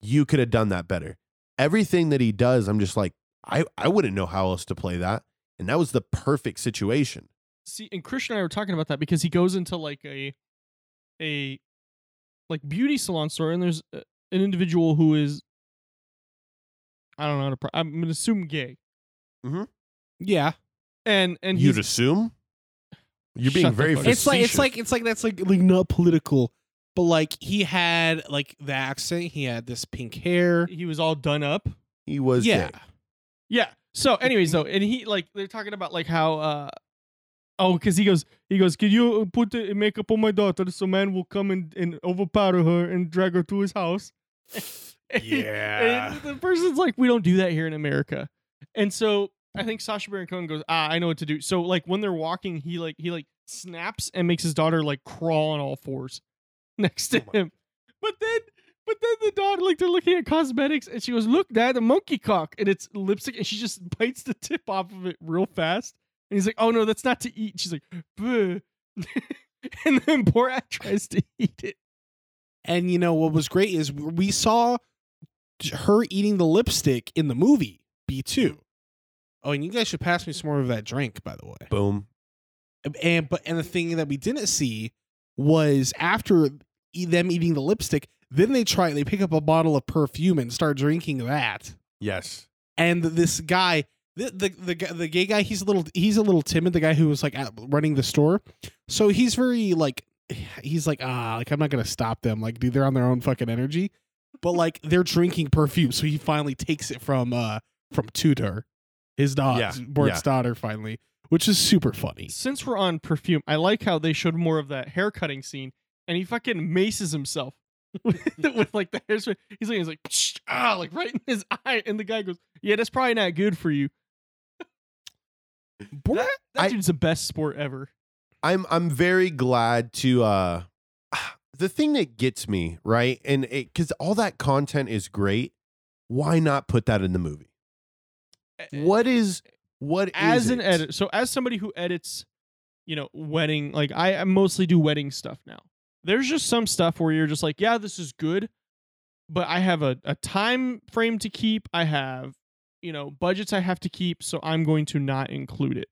Speaker 3: you could have done that better. Everything that he does, I'm just like, I, I wouldn't know how else to play that. And that was the perfect situation.
Speaker 2: see and Christian and I were talking about that because he goes into like a a like beauty salon store and there's uh, an individual who is I don't know how to pro- I'm gonna assume gay
Speaker 4: Yeah,
Speaker 2: and and he's
Speaker 3: You'd assume? You're
Speaker 2: Shut
Speaker 3: being
Speaker 2: the
Speaker 3: very
Speaker 2: fuck up.
Speaker 4: it's like it's
Speaker 3: facetious.
Speaker 4: like it's like that's like like not political, but like he had like the accent. He had this pink hair.
Speaker 2: he was all done up
Speaker 3: he was
Speaker 4: yeah,
Speaker 3: yeah.
Speaker 2: yeah so anyways though and he like they're talking about like how uh oh because he goes he goes can you uh, put the makeup on my daughter so man will come and and overpower her and drag her to his house (laughs)
Speaker 4: (laughs)
Speaker 2: And he-
Speaker 3: Yeah.
Speaker 2: And the person's like, we don't do that here in America. And so I think Sasha Baron Cohen goes, ah, I know what to do. So like when they're walking, he like he like snaps and makes his daughter like crawl on all fours (laughs) next to
Speaker 3: Oh my-
Speaker 2: him. But then but then the daughter like they're looking at cosmetics and she goes, look, dad, a monkey cock, and it's lipstick, and she just (laughs) bites the tip off of it real fast. And he's like, oh no, that's not to eat. She's like, "Bleh." (laughs) and then Borat tries to eat it.
Speaker 4: and you know what was great is we saw her eating the lipstick in the movie B
Speaker 3: Hmm.
Speaker 4: two. Oh, and you guys should pass me some more of that drink, by the way.
Speaker 3: Boom.
Speaker 4: and but and the thing that we didn't see was after e- them eating the lipstick then they try they pick up a bottle of perfume and start drinking that
Speaker 3: Yes.
Speaker 4: and this guy the the the, gu- the gay guy he's a little he's a little timid the guy who was like at, running the store so he's very like he's like ah like i'm not gonna stop them like dude they're on their own fucking energy but like they're drinking perfume so he finally takes it from uh from tudor his daughter
Speaker 3: Yeah,
Speaker 4: Bort's
Speaker 3: yeah.
Speaker 4: daughter finally which is super funny
Speaker 2: since we're on perfume, I like how they showed more of that hair cutting scene, and he fucking maces himself (laughs) with, with like the hairspray. He's like, he's like, "Psh," ah, like right in his (laughs) eye, and the guy goes, "Yeah, that's probably not good for you."
Speaker 4: Borat
Speaker 2: That, that
Speaker 3: I-
Speaker 2: dude's the best sport ever.
Speaker 3: I'm I'm very glad to uh (sighs) the thing that gets me, right? And it cuz all that content is great, why not put that in the movie? What is what
Speaker 2: as
Speaker 3: is
Speaker 2: an
Speaker 3: it?
Speaker 2: editor? So as somebody who edits, you know, wedding, like I, I mostly do wedding stuff now. There's just some stuff where you're just like, yeah, this is good, but I have a, a time frame to keep. I have, you know, budgets I have to keep, so I'm going to not include it.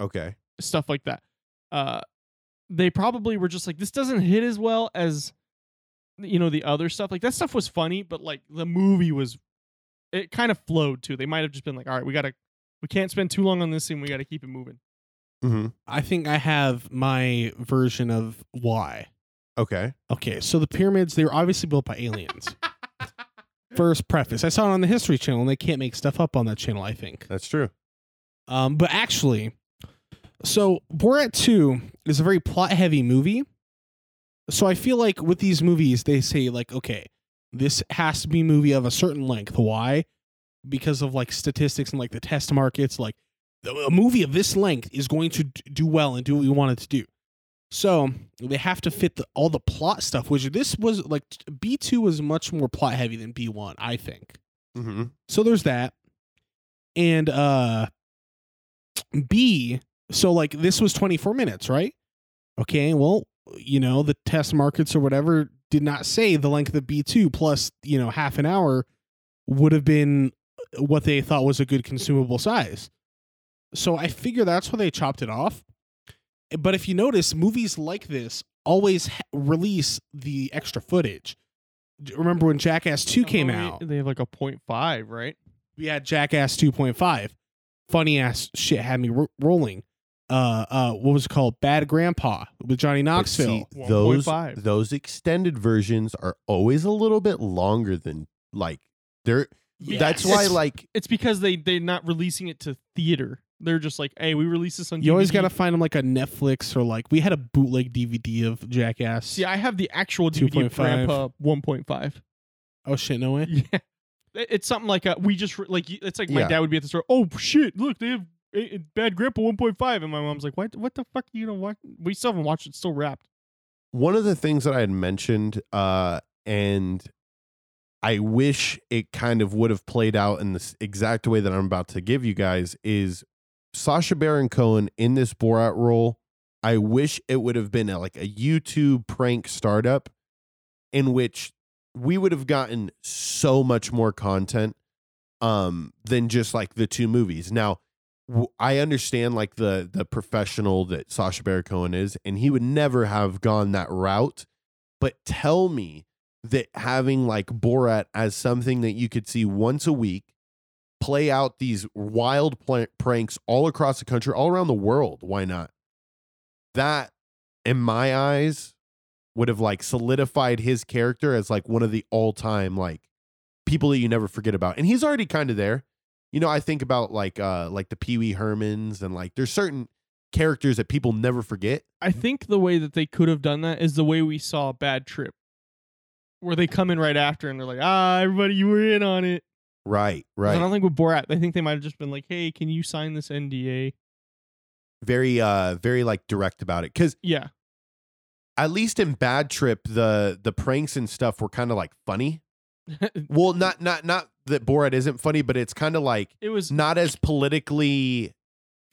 Speaker 3: Okay.
Speaker 2: stuff like that. Uh, they probably were just like, this doesn't hit as well as, you know, the other stuff. Like that stuff was funny, but like the movie was, it kind of flowed too. They might have just been like, all right, we gotta, we can't spend too long on this scene. We gotta keep it moving.
Speaker 3: Mhm.
Speaker 4: I think I have my version of why.
Speaker 3: Okay.
Speaker 4: Okay, so the pyramids, they were obviously built by aliens. First preface. I saw it on the History Channel, and they can't make stuff up on that channel, I think.
Speaker 3: That's true.
Speaker 4: Um, but actually, so Borat 2 is a very plot heavy movie. So I feel like with these movies, they say, like, okay, this has to be a movie of a certain length. Why? Because of like statistics and like the test markets. Like, a movie of this length is going to d- do well and do what we want it to do. So they have to fit the, all the plot stuff, which this was like B2 was much more plot heavy than B1, I think.
Speaker 3: Mhm.
Speaker 4: So there's that. And uh B, so like this was 24 minutes, right? Okay, well, you know, the test markets or whatever did not say the length of B2 plus, you know, half an hour would have been what they thought was a good consumable size. So I figure that's why they chopped it off. But if you notice, movies like this always ha- release the extra footage. Remember when Jackass 2 came out?
Speaker 2: They have like a point five, right?
Speaker 4: we had Jackass 2.5. Funny ass shit had me ro- rolling. Uh, uh, what was it called? Bad Grandpa with Johnny
Speaker 3: But see,
Speaker 4: Knoxville.
Speaker 3: those
Speaker 2: 1.5.
Speaker 3: those extended versions are always a little bit longer than like they're that's
Speaker 2: Yes.
Speaker 3: why
Speaker 2: It's-
Speaker 3: like
Speaker 2: It's because they they're not releasing it to theater. They're just like, hey, we release this on.
Speaker 4: you always
Speaker 2: DVD.
Speaker 4: gotta find them like a Netflix or like we had a bootleg DVD of Jackass.
Speaker 2: see. I have the actual DVD of
Speaker 4: 2.5.
Speaker 2: Grandpa one point five.
Speaker 4: oh shit, no way.
Speaker 2: Yeah, (laughs) It- it's something like a, we just re- like you- it's like my
Speaker 3: Yeah.
Speaker 2: dad would be at the store. Oh shit! Look, they have eh, eh, bad grandpa 1.5, and my mom's like, "What? What the fuck? You know what? We still haven't watched it. It's still wrapped."
Speaker 3: one of the things that I had mentioned, uh, and I wish it kind of would have played out in this exact way that I'm about to give you guys is Sasha Baron Cohen in this Borat role. I wish it would have been a, like a YouTube prank startup in which we would have gotten so much more content um than just like the two movies. Now, w- I understand like the the professional that Sasha Baron Cohen is, and he would never have gone that route. But tell me that having like Borat as something that you could see once a week play out these wild pl- pranks all across the country, all around the world. Why not? That, in my eyes, would have like solidified his character as like one of the all time like people that you never forget about. And he's already kind of there. You know, I think about like uh like the Pee Wee Hermans and like there's certain characters that people never forget.
Speaker 2: I think the way that they could have done that is the way we saw Bad Trip, where they come in right after and they're like, ah, everybody, you were in on it.
Speaker 3: Right,
Speaker 2: 'Cause I
Speaker 3: right.
Speaker 2: don't think with Borat, I think they might have just been like, hey, can you sign this NDA?
Speaker 3: Very uh very like direct about it. Cause
Speaker 2: Yeah. (laughs)
Speaker 3: at least in Bad Trip, the the pranks and stuff were kind of like funny. Well, not not not that Borat isn't funny, but it's kind of like
Speaker 2: it was
Speaker 3: not as politically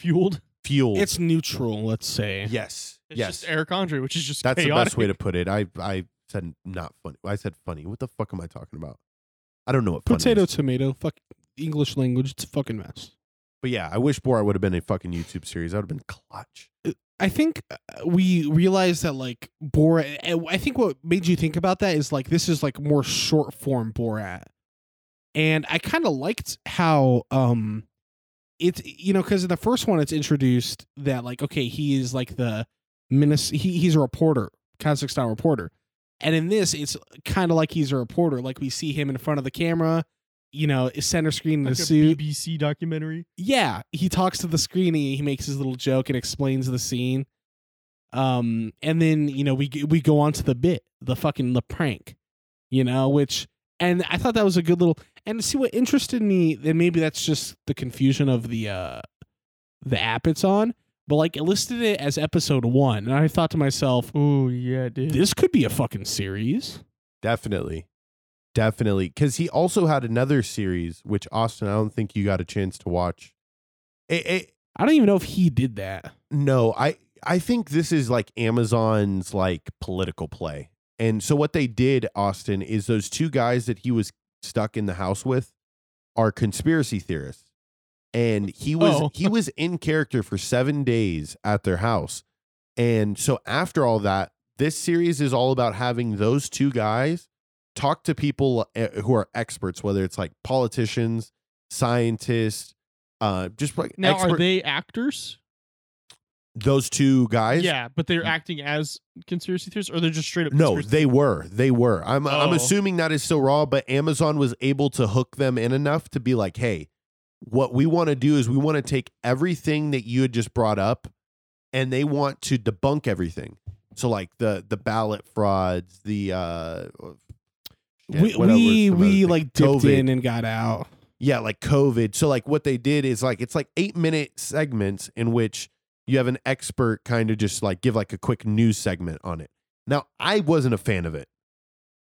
Speaker 2: fueled.
Speaker 3: fueled.
Speaker 4: It's neutral, let's say.
Speaker 3: yes,
Speaker 2: It's
Speaker 3: yes.
Speaker 2: just Eric Andre, which is just
Speaker 3: That's the
Speaker 2: chaotic.
Speaker 3: best way to put it. I I said not funny. I said funny. What the fuck am I talking about? I don't know what funny
Speaker 4: Potato,
Speaker 3: is.
Speaker 4: tomato, fuck English language. It's a fucking mess.
Speaker 3: But yeah, I wish Borat would have been a fucking YouTube series. That would have been clutch.
Speaker 4: I think uh, we realized that like Borat. I think what made you think about that is like this is like more short form Borat, and I kind of liked how um, it's you know because in the first one it's introduced that like okay he is like the Minnes- he he's a reporter Kazakhstan reporter, and in this it's kind of like he's a reporter like we see him in front of the camera, you know center screen in
Speaker 2: Like
Speaker 4: the
Speaker 2: a
Speaker 4: suit.
Speaker 2: BBC documentary.
Speaker 4: Yeah, he talks to the screen. and He makes his little joke and explains the scene. Um, and then you know we g- we go on to the bit, the fucking the prank, you know. Which and I thought that was a good little. And see what interested me, and maybe that's just the confusion of the uh the app it's on. But like it listed it as episode one, and I thought to myself,
Speaker 2: Oh yeah, dude.
Speaker 4: this could be a fucking series.
Speaker 3: Definitely. Definitely. Because he also had another series, which Austin, I don't think you got a chance to watch. It, it,
Speaker 4: I don't even know if he did that.
Speaker 3: no, I I think this is like Amazon's like political play. And so what they did, Austin, is those two guys that he was stuck in the house with are conspiracy theorists. And he was
Speaker 2: Oh.
Speaker 3: he was in character for 7 days at their house. And so after all that, this series is all about having those two guys talk to people uh, who are experts whether it's like politicians, scientists, uh just like
Speaker 2: now
Speaker 3: expert-
Speaker 2: are they actors?
Speaker 3: those two guys
Speaker 2: yeah, but they're acting as conspiracy theorists, or they're just straight up.
Speaker 3: No,
Speaker 2: conspiracy-
Speaker 3: they were. They were. I'm I'm
Speaker 2: Oh.
Speaker 3: assuming that is still raw, but Amazon was able to hook them in enough to be like, "Hey, what we want to do is we want to take everything that you had just brought up and they want to debunk everything." So like the the ballot frauds, the uh shit,
Speaker 4: we
Speaker 3: what other-
Speaker 4: we,
Speaker 3: some
Speaker 4: we
Speaker 3: other
Speaker 4: like dipped
Speaker 3: thing. COVID.
Speaker 4: in and got out.
Speaker 3: Yeah, like COVID. So like what they did is like it's like 8-minute segments in which you have an expert kind of just like give like a quick news segment on it. Now, I wasn't a fan of it.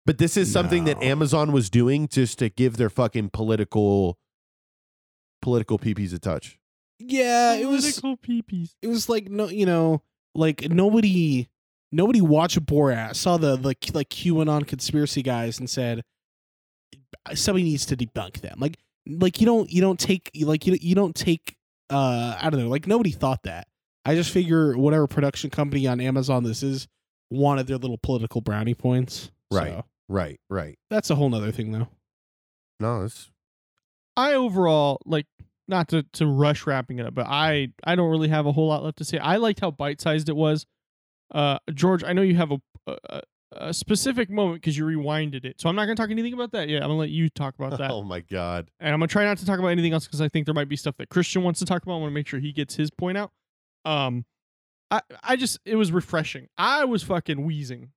Speaker 3: But this is something that
Speaker 4: No.
Speaker 3: Amazon was doing just to give their fucking political political peepees a touch.
Speaker 4: Yeah, it was
Speaker 2: Political peepees.
Speaker 4: it was like no you know like nobody nobody watched borat saw the the like qanon conspiracy guys and said somebody needs to debunk them like like you don't you don't take like you, you don't take uh i don't know like nobody thought that i just figure whatever production company on amazon this is wanted their little political brownie points
Speaker 3: Right.
Speaker 4: So,
Speaker 3: Right, right.
Speaker 4: that's a whole nother thing though
Speaker 3: No, it's (laughs)
Speaker 2: I overall like not to, to rush wrapping it up, but I I don't really have a whole lot left to say. I liked how bite sized it was. Uh, George, I know you have a a, a- a specific moment because you rewinded it, so I'm not gonna talk anything about that yet. I'm gonna let you talk
Speaker 3: (laughs)
Speaker 2: about that,
Speaker 3: Oh my god.
Speaker 2: and I'm gonna try not to talk about anything else because I think there might be stuff that Christian wants to talk about. I want to make sure he gets his point out. Um, I I just it was refreshing. I was fucking wheezing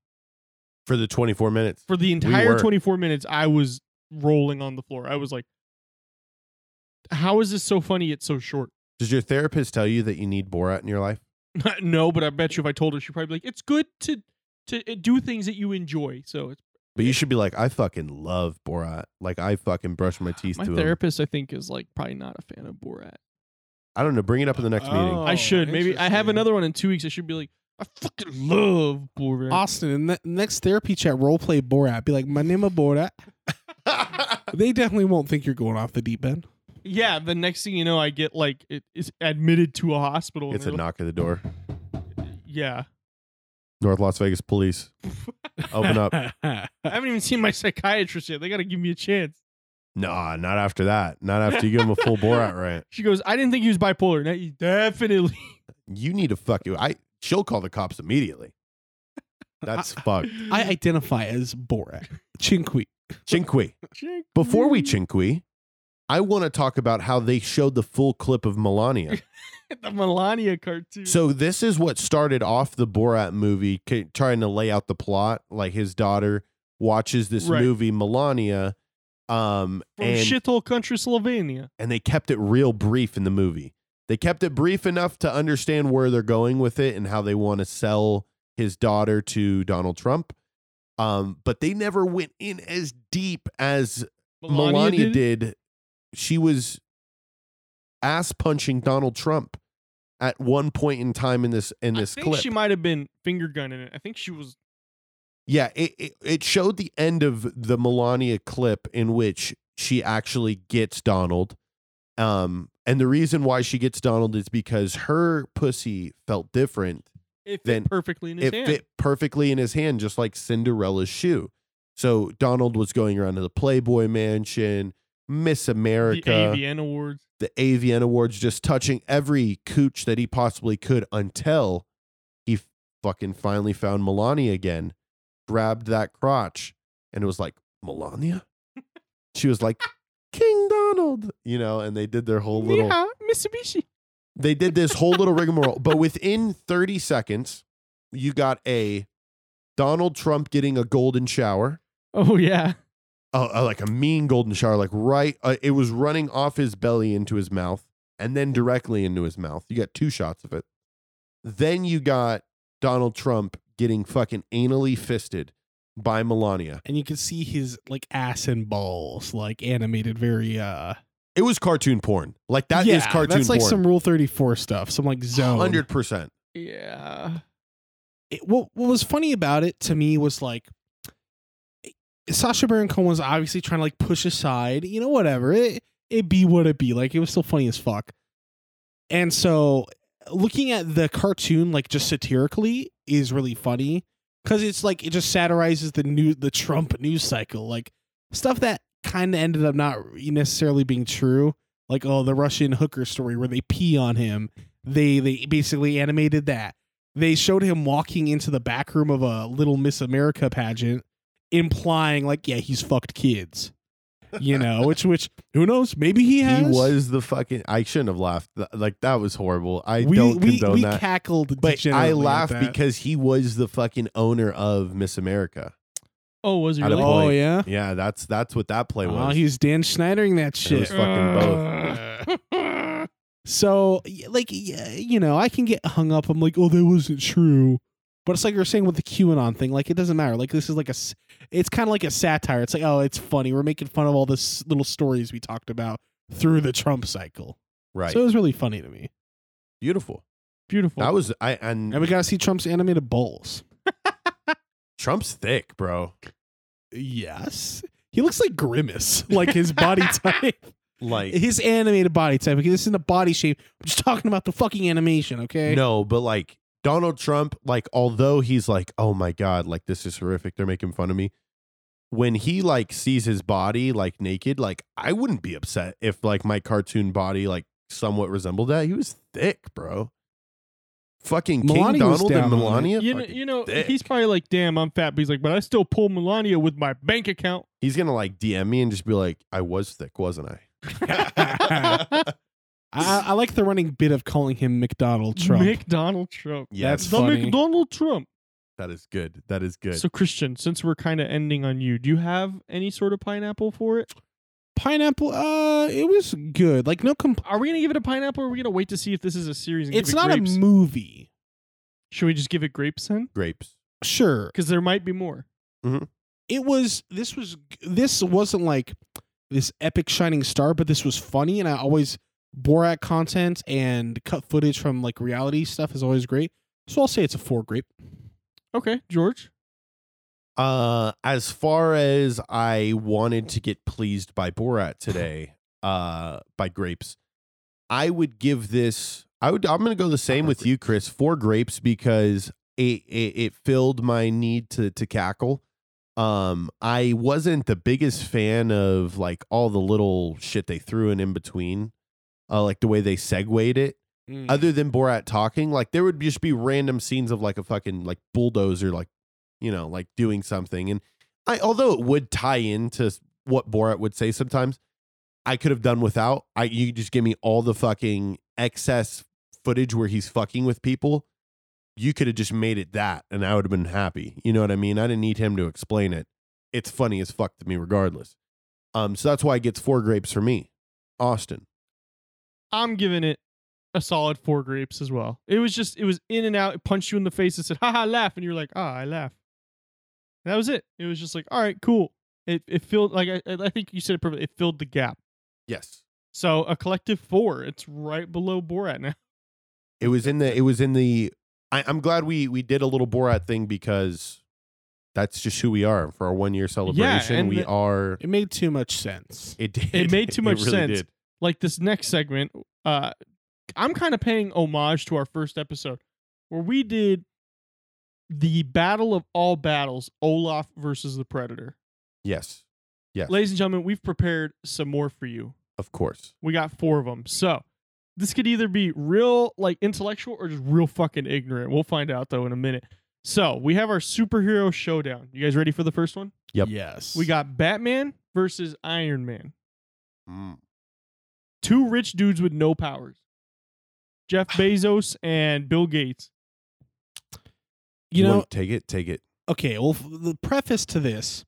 Speaker 3: For the 24 minutes.
Speaker 2: for the entire
Speaker 3: were.
Speaker 2: 24 minutes i was rolling on the floor i was like how is this so funny it's so short (laughs)
Speaker 3: Does your therapist tell you that you need Borat in your life?
Speaker 2: no but i bet you if i told her she'd probably be like it's good to to uh, do things that you enjoy so it's
Speaker 3: But you should be like, I fucking love Borat. Like I fucking
Speaker 2: (sighs)
Speaker 3: brush my teeth
Speaker 2: my
Speaker 3: to him.
Speaker 2: therapist i think is like probably not a fan of borat
Speaker 3: I don't know. Bring it up in the next meeting.
Speaker 2: i
Speaker 4: Oh,
Speaker 2: should maybe i have
Speaker 4: interesting.
Speaker 2: another one in two weeks i should be like i fucking love borat
Speaker 4: austin in the next therapy chat role play borat be like my name is borat they definitely won't think you're going off the deep end
Speaker 2: yeah, the next thing you know, I get like it is admitted to a hospital. and
Speaker 3: It's a
Speaker 2: they're
Speaker 3: knock at the door.
Speaker 2: like- Yeah,
Speaker 3: North Las Vegas police.
Speaker 2: (laughs)
Speaker 3: Open up.
Speaker 2: I haven't even seen my psychiatrist yet. They got to give me a chance.
Speaker 3: Nah, not after that. Not after you give him a full Borat rant.
Speaker 2: She goes, I didn't think he was bipolar. Now you definitely.
Speaker 3: You need to fuck you. I she'll call the cops immediately.
Speaker 2: (laughs)
Speaker 3: That's fucked.
Speaker 4: I identify as Borat. Chinqui.
Speaker 3: Chinqui.
Speaker 2: Check
Speaker 3: Before we
Speaker 2: me.
Speaker 3: chinqui, I want to talk about how they showed the full clip of Melania.
Speaker 2: (laughs) the Melania cartoon. (laughs)
Speaker 3: So this is what started off the Borat movie, ca- trying to lay out the plot. Like his daughter watches this
Speaker 2: Right.
Speaker 3: movie, Melania, um,
Speaker 2: from
Speaker 3: and
Speaker 2: shithole country Slovenia.
Speaker 3: and they kept it real brief in the movie. They kept it brief enough to understand where they're going with it and how they want to sell his daughter to Donald Trump. Um, but they never went in as deep as Melania,
Speaker 2: it?
Speaker 3: did. She was ass punching Donald Trump at one point in time in this in this
Speaker 2: I think
Speaker 3: clip.
Speaker 2: she might have been finger gunning it. I think she was.
Speaker 3: Yeah, it, it it showed the end of the Melania clip in which she actually gets Donald. Um and the reason why she gets Donald is because her pussy felt different.
Speaker 2: It fit
Speaker 3: Then
Speaker 2: perfectly in his
Speaker 3: it
Speaker 2: hand.
Speaker 3: fit perfectly in his hand just like Cinderella's shoe. So Donald was going around to the Playboy Mansion, Miss
Speaker 2: the
Speaker 3: America
Speaker 2: AVN Awards.
Speaker 3: the AVN Awards, just touching every cooch that he possibly could until he fucking finally found Melania again, grabbed that crotch, and it was like, Melania? she was like, King Donald, you know, and they did their whole little,
Speaker 4: Oh,
Speaker 2: Yeehaw, Mitsubishi.
Speaker 3: they did this whole little rigmarole. But within 30 seconds, you got a Donald Trump getting a golden shower.
Speaker 2: Oh yeah.
Speaker 3: Oh, uh, like a mean golden shower, like right. Uh, it was running off his belly into his mouth and then directly into his mouth. You got two shots of it. Then you got Donald Trump getting fucking anally fisted by Melania.
Speaker 4: And you can see his like ass and balls, like animated very uh
Speaker 3: It was cartoon porn. Like that is
Speaker 4: Yeah,
Speaker 3: cartoon
Speaker 4: That's like
Speaker 3: porn.
Speaker 4: some Rule 34 stuff, some like zone.
Speaker 3: 100%.
Speaker 2: Yeah.
Speaker 4: it, what what was funny about it to me was like Sasha Baron Cohen was obviously trying to like push aside, you know, whatever it it be what it be. Like it was still funny as fuck. And so looking at the cartoon like just satirically is really funny because it's like it just satirizes the new the Trump news cycle, like stuff that kind of ended up not necessarily being true. Like oh, the Russian hooker story where they pee on him. They they basically animated that they showed him walking into the back room of a little Miss America pageant, implying like, yeah, he's fucked kids. You know, which which who knows? Maybe he has.
Speaker 3: He was the fucking. I shouldn't have laughed. Th- Like that was horrible. I
Speaker 4: we
Speaker 3: don't
Speaker 4: we,
Speaker 3: condone
Speaker 4: we
Speaker 3: that.
Speaker 4: cackled,
Speaker 3: But I
Speaker 4: degenerately at
Speaker 3: laughed
Speaker 4: that.
Speaker 3: because he was the fucking owner of Miss America.
Speaker 2: Oh, was he
Speaker 3: Out of
Speaker 2: really?
Speaker 3: all-
Speaker 4: oh
Speaker 3: Boy.
Speaker 4: yeah,
Speaker 3: Yeah, that's that's what that play
Speaker 4: oh,
Speaker 3: was.
Speaker 4: he's Dan Schneidering that
Speaker 3: It was
Speaker 4: shit.
Speaker 3: fucking both.
Speaker 2: Uh,
Speaker 4: So y- like y- you know, I can get hung up. I'm like, oh, that wasn't true. But it's like you're saying with the QAnon thing. Like it doesn't matter. Like this is like a, s- it's kind of like a satire. It's like oh, it's funny. We're making fun of all the s- little stories we talked about through the Trump cycle.
Speaker 3: Right.
Speaker 4: So it was really funny to me.
Speaker 3: Beautiful.
Speaker 2: (laughs) Beautiful.
Speaker 3: That was I and
Speaker 4: And we got to see Trump's animated bowls.
Speaker 3: Trump's thick, bro.
Speaker 4: Yes, he looks like grimace. (laughs) Like his body type,
Speaker 3: Like
Speaker 4: his animated body type. Okay, this isn't a body shape. I'm just talking about the fucking animation. Okay.
Speaker 3: no, but like Donald Trump, like although he's like, oh my god, like this is horrific. They're making fun of me. When he like sees his body like naked, like I wouldn't be upset if like my cartoon body like somewhat resembled that. He was thick, bro. Fucking King
Speaker 4: Melania was
Speaker 3: Donald and
Speaker 4: down on it.
Speaker 3: Melania.
Speaker 2: you know,
Speaker 3: fucking-
Speaker 2: you know
Speaker 3: thick.
Speaker 2: he's probably like, damn, I'm fat, but he's like, but I still pull Melania with my bank account.
Speaker 3: he's gonna like DM me and just be like, I was thick, wasn't I?
Speaker 4: (laughs) I, I- I like the running bit of calling him McDonald Trump.
Speaker 2: McDonald Trump.
Speaker 4: That's
Speaker 2: The
Speaker 4: funny.
Speaker 2: McDonald Trump.
Speaker 3: that is good. That is good.
Speaker 2: So Christian, since we're kind of ending on you, do you have any sort of pineapple for it?
Speaker 4: pineapple uh it was good like no comp-
Speaker 2: Are we gonna give it a pineapple? or Are we gonna wait to see if this is a series? And
Speaker 4: it's
Speaker 2: give it
Speaker 4: not
Speaker 2: grapes?
Speaker 4: a movie
Speaker 2: Should we just give it grapes then?
Speaker 3: Grapes.
Speaker 4: sure
Speaker 2: Because there might be more.
Speaker 4: it was this was this wasn't like this epic shining star but this was funny and i always borat content and cut footage from like reality stuff is always great so i'll say it's a four grape
Speaker 2: Okay, George.
Speaker 3: Uh, as far as I wanted to get pleased by Borat today, uh by grapes. I would give this I would I'm gonna go the same with you, Chris, four grapes because it it, it filled my need to to cackle. Um, I wasn't the biggest fan of like all the little shit they threw in in between, uh, like the way they segued it
Speaker 4: Mm.
Speaker 3: other than Borat talking, like there would just be random scenes of like a fucking like bulldozer, like you know, like doing something. And I, although it would tie into s- what Borat would say sometimes, I could have done without. I you just give me all the fucking excess footage where he's fucking with people. You could have just made it that, and I would have been happy. You know what I mean? I didn't need him to explain it. It's funny as fuck to me, regardless. Um, so that's why it gets four grapes for me. Austin,
Speaker 2: I'm giving it a solid four grapes as well. It was just it was in and out. It punched you in the face and said, "Ha ha, laugh," and you're like, "Ah, I laugh." And that was it. It was just like, "All right, cool." It it filled like I I think you said it perfectly. It filled the gap.
Speaker 3: yes.
Speaker 2: So a collective four. It's right below Borat now. (laughs)
Speaker 3: It was in the. It was in the. I, I'm glad we we did a little Borat thing because that's just who we are for our one year celebration.
Speaker 2: and
Speaker 3: we
Speaker 2: the-
Speaker 3: are.
Speaker 4: It made too much sense.
Speaker 3: (laughs) It did.
Speaker 2: It made too much
Speaker 3: really
Speaker 2: sense.
Speaker 3: did.
Speaker 2: Like this next segment, uh, I'm kind of paying homage to our first episode where we did the battle of all battles: Olaf versus the Predator.
Speaker 3: Yes, Yes.
Speaker 2: Ladies and gentlemen, we've prepared some more for you.
Speaker 3: of course.
Speaker 2: We got four of them. So this could either be real, like intellectual, or just real fucking ignorant. We'll find out though in a minute. So we have our superhero showdown. You guys ready for the first one?
Speaker 3: Yep.
Speaker 4: Yes.
Speaker 2: We got Batman versus Iron Man.
Speaker 3: Mm.
Speaker 2: Two rich dudes with no powers. (laughs) Jeff Bezos and Bill Gates.
Speaker 4: you know
Speaker 3: wanna take it, take it.
Speaker 4: okay, well, f- the preface to this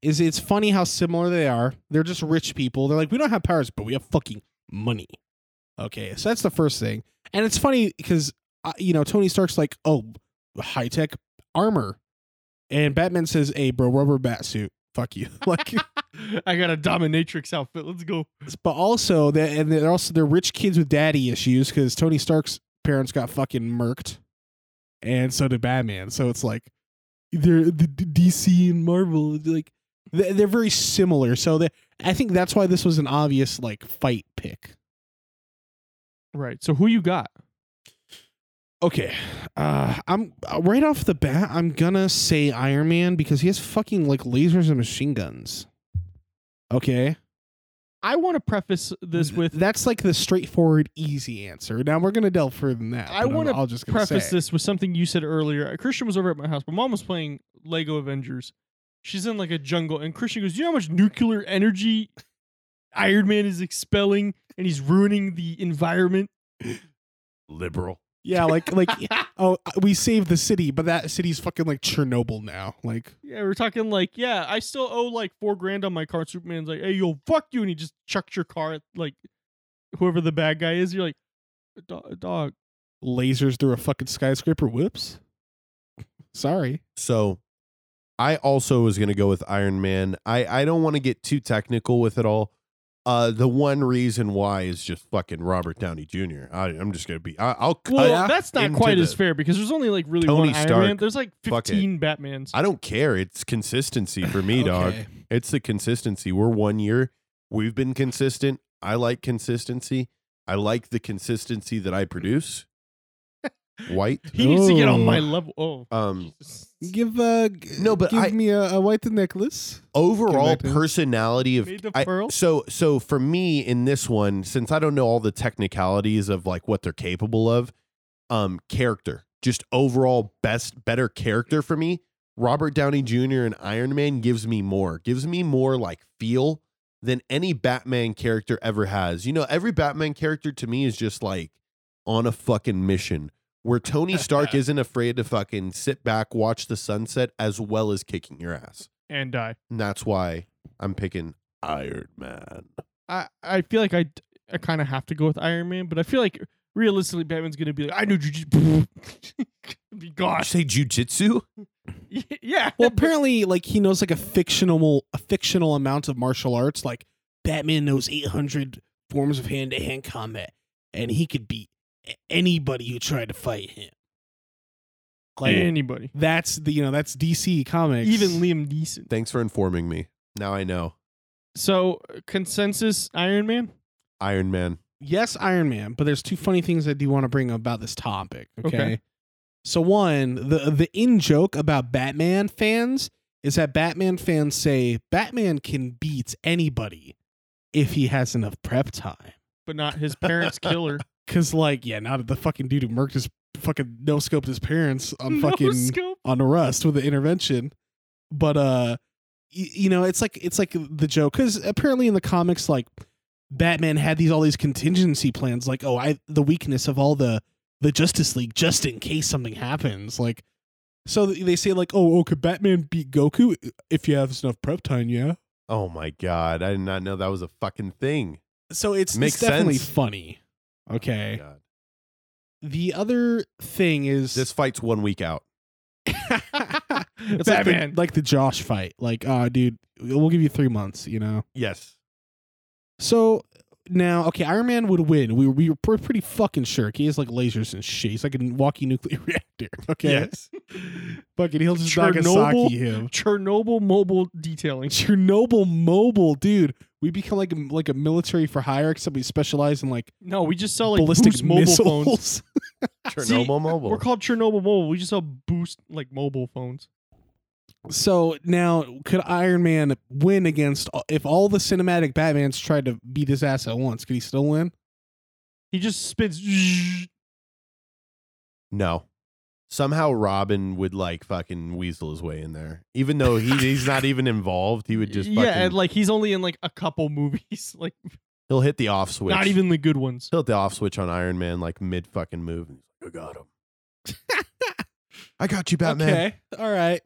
Speaker 4: is it's funny how similar they are. They're just rich people. They're like, we don't have powers, but we have fucking money. Okay, so that's the first thing. And it's funny because, uh, you know, Tony Stark's like, oh, high tech armor. And Batman says, hey, bro, rubber bat suit. Fuck you. (laughs) like,
Speaker 2: I got a dominatrix outfit. Let's go.
Speaker 4: but also, they and they're also, they're rich kids with daddy issues because Tony Stark's parents got fucking murked. And so did Batman. So it's like, they're the D- DC and Marvel like they- they're very similar. So they, I think that's why this was an obvious like fight pick.
Speaker 2: Right. So who you got?
Speaker 4: Okay, uh, I'm uh, right off the bat. I'm gonna say Iron Man because he has fucking like lasers and machine guns. Okay,
Speaker 2: I want to preface (laughs) this
Speaker 4: Th-
Speaker 2: with
Speaker 4: that's like the straightforward, easy answer. Now we're gonna delve further than that.
Speaker 2: I
Speaker 4: but I'm-
Speaker 2: wanna
Speaker 4: I'll just gonna
Speaker 2: preface
Speaker 4: say.
Speaker 2: this with something you said earlier. Christian was over at my house. My mom was playing Lego Avengers. She's in like a jungle, and Christian goes, "You know how much nuclear energy Iron Man is expelling, and he's ruining the environment."
Speaker 3: Liberal.
Speaker 4: Yeah, like
Speaker 2: (laughs)
Speaker 4: like oh, we saved the city, but that city's fucking like Chernobyl now. Like
Speaker 2: Yeah, we're talking like, yeah, I still owe like four grand on my car. Superman's like, "Hey, yo, fuck you," and he just chucks your car at like whoever the bad guy is. You're like, "Uh, "Do- "Dog,
Speaker 4: lasers through a fucking skyscraper. Whoops. Sorry.
Speaker 3: So I also was going to go with Iron Man. I, I don't want to get too technical with it all. Uh, the one reason why is just fucking Robert Downey Jr. I, I'm just going to be, I, I'll cut.
Speaker 2: well, that's not
Speaker 3: Oh, into
Speaker 2: quite as
Speaker 3: the-
Speaker 2: fair because there's only like really
Speaker 3: Tony
Speaker 2: one Iron
Speaker 3: Stark.
Speaker 2: Man. There's like
Speaker 3: Fuck it.
Speaker 2: 15 Batmans.
Speaker 3: I don't care. It's consistency for me, dog.
Speaker 4: (laughs) Okay.
Speaker 3: It's the consistency. We're one year. We've been consistent. I like consistency. I like the consistency that I produce. White.
Speaker 2: He needs to get on
Speaker 4: Ooh.
Speaker 2: my level. Oh.
Speaker 3: Um (laughs)
Speaker 4: Give uh g-
Speaker 3: No, but
Speaker 4: give
Speaker 3: I-
Speaker 4: me a, a white necklace.
Speaker 3: overall
Speaker 4: Get back to-
Speaker 3: personality of
Speaker 2: Made the
Speaker 3: I-
Speaker 2: pearl?
Speaker 3: so so for me in this one, since I don't know all the technicalities of like what they're capable of, um character. Just overall best better character for me. Robert Downey Jr. and Iron Man gives me more. Gives me more like feel than any Batman character ever has. You know, every Batman character to me is just like on a fucking mission where Tony Stark isn't afraid to fucking sit back, watch the sunset as well as kicking your ass.
Speaker 2: and die.
Speaker 3: And that's why I'm picking Iron Man.
Speaker 2: I, I feel like I, d- I kind of have to go with Iron Man, but I feel like realistically, Batman's going to be like, I know jujitsu. (laughs) be
Speaker 4: (laughs)
Speaker 2: gone.
Speaker 3: say jujitsu?
Speaker 2: yeah.
Speaker 4: Well, apparently, like he knows like a fictional a fictional amount of martial arts. Like Batman knows eight hundred forms of hand to hand combat, and he could beat a- anybody who tried to fight him. Like
Speaker 2: Anybody.
Speaker 4: that's the you know that's DC comics.
Speaker 2: Even Liam Neeson.
Speaker 3: Thanks for informing me. Now I know.
Speaker 2: So consensus Iron Man.
Speaker 3: Iron Man.
Speaker 4: yes, Iron Man, but there's two funny things I do want to bring up about this topic. Okay.
Speaker 2: Okay.
Speaker 4: So one, the the in joke about Batman fans is that Batman fans say Batman can beat anybody if he has enough prep time.
Speaker 2: But not his
Speaker 4: (laughs)
Speaker 2: parents' killer.
Speaker 4: Cause like, yeah, not the fucking dude who murked his fucking no scoped his parents
Speaker 2: (laughs)
Speaker 4: on
Speaker 2: No
Speaker 4: fucking
Speaker 2: scope.
Speaker 4: on the rust with the intervention. But uh y- you know, it's like it's like the joke cuz apparently in the comics like Batman had these all these contingency plans like oh, I the weakness of all the the Justice League just in case something happens like so th- they say like oh, oh could Batman beat Goku if you have enough prep time, yeah.
Speaker 3: Oh my god, I did not know that was a fucking thing.
Speaker 4: So it's,
Speaker 3: Makes
Speaker 4: it's definitely
Speaker 3: sense.
Speaker 4: funny. Okay.
Speaker 3: Oh my God.
Speaker 4: the other thing is (laughs)
Speaker 3: This fight's one week out.
Speaker 4: it's like the-
Speaker 2: Batman.
Speaker 4: like the Josh fight. Like, oh, dude, we'll give you 3 months, you know.
Speaker 3: Yes.
Speaker 4: So now, okay, Iron Man would win. We we were pre- pretty fucking sure. He has like lasers and shit. He's like a walking nuclear (laughs) reactor. Okay,
Speaker 3: Yes.
Speaker 4: fucking he'll just
Speaker 2: Chernobyl.
Speaker 4: Nagasaki him.
Speaker 2: Chernobyl mobile detailing. (laughs)
Speaker 4: Chernobyl mobile, dude. We become like a, like a military for hire, except we specialize in like,
Speaker 2: No, we just sell like
Speaker 4: ballistic
Speaker 2: Boost mobile
Speaker 4: (laughs)
Speaker 2: phones.
Speaker 4: missiles.
Speaker 3: Chernobyl
Speaker 2: (laughs) See,
Speaker 3: Mobile.
Speaker 2: We're called Chernobyl Mobile. We just sell Boost like mobile phones.
Speaker 4: so now, could Iron Man win against uh, if all the cinematic Batmans tried to beat his ass at once? Could he still win?
Speaker 2: He just spins. (laughs)
Speaker 3: no. Somehow Robin would like fucking weasel his way in there. Even though he,
Speaker 2: (laughs)
Speaker 3: he's not even involved, he would just fucking
Speaker 2: yeah, and like he's only in like a couple movies, (laughs) like
Speaker 3: he'll hit the off switch.
Speaker 2: not even the good ones.
Speaker 3: he'll hit the off switch on Iron Man like mid fucking move and he's like, I got him.
Speaker 2: (laughs)
Speaker 3: I got you, Batman.
Speaker 4: Okay, all right.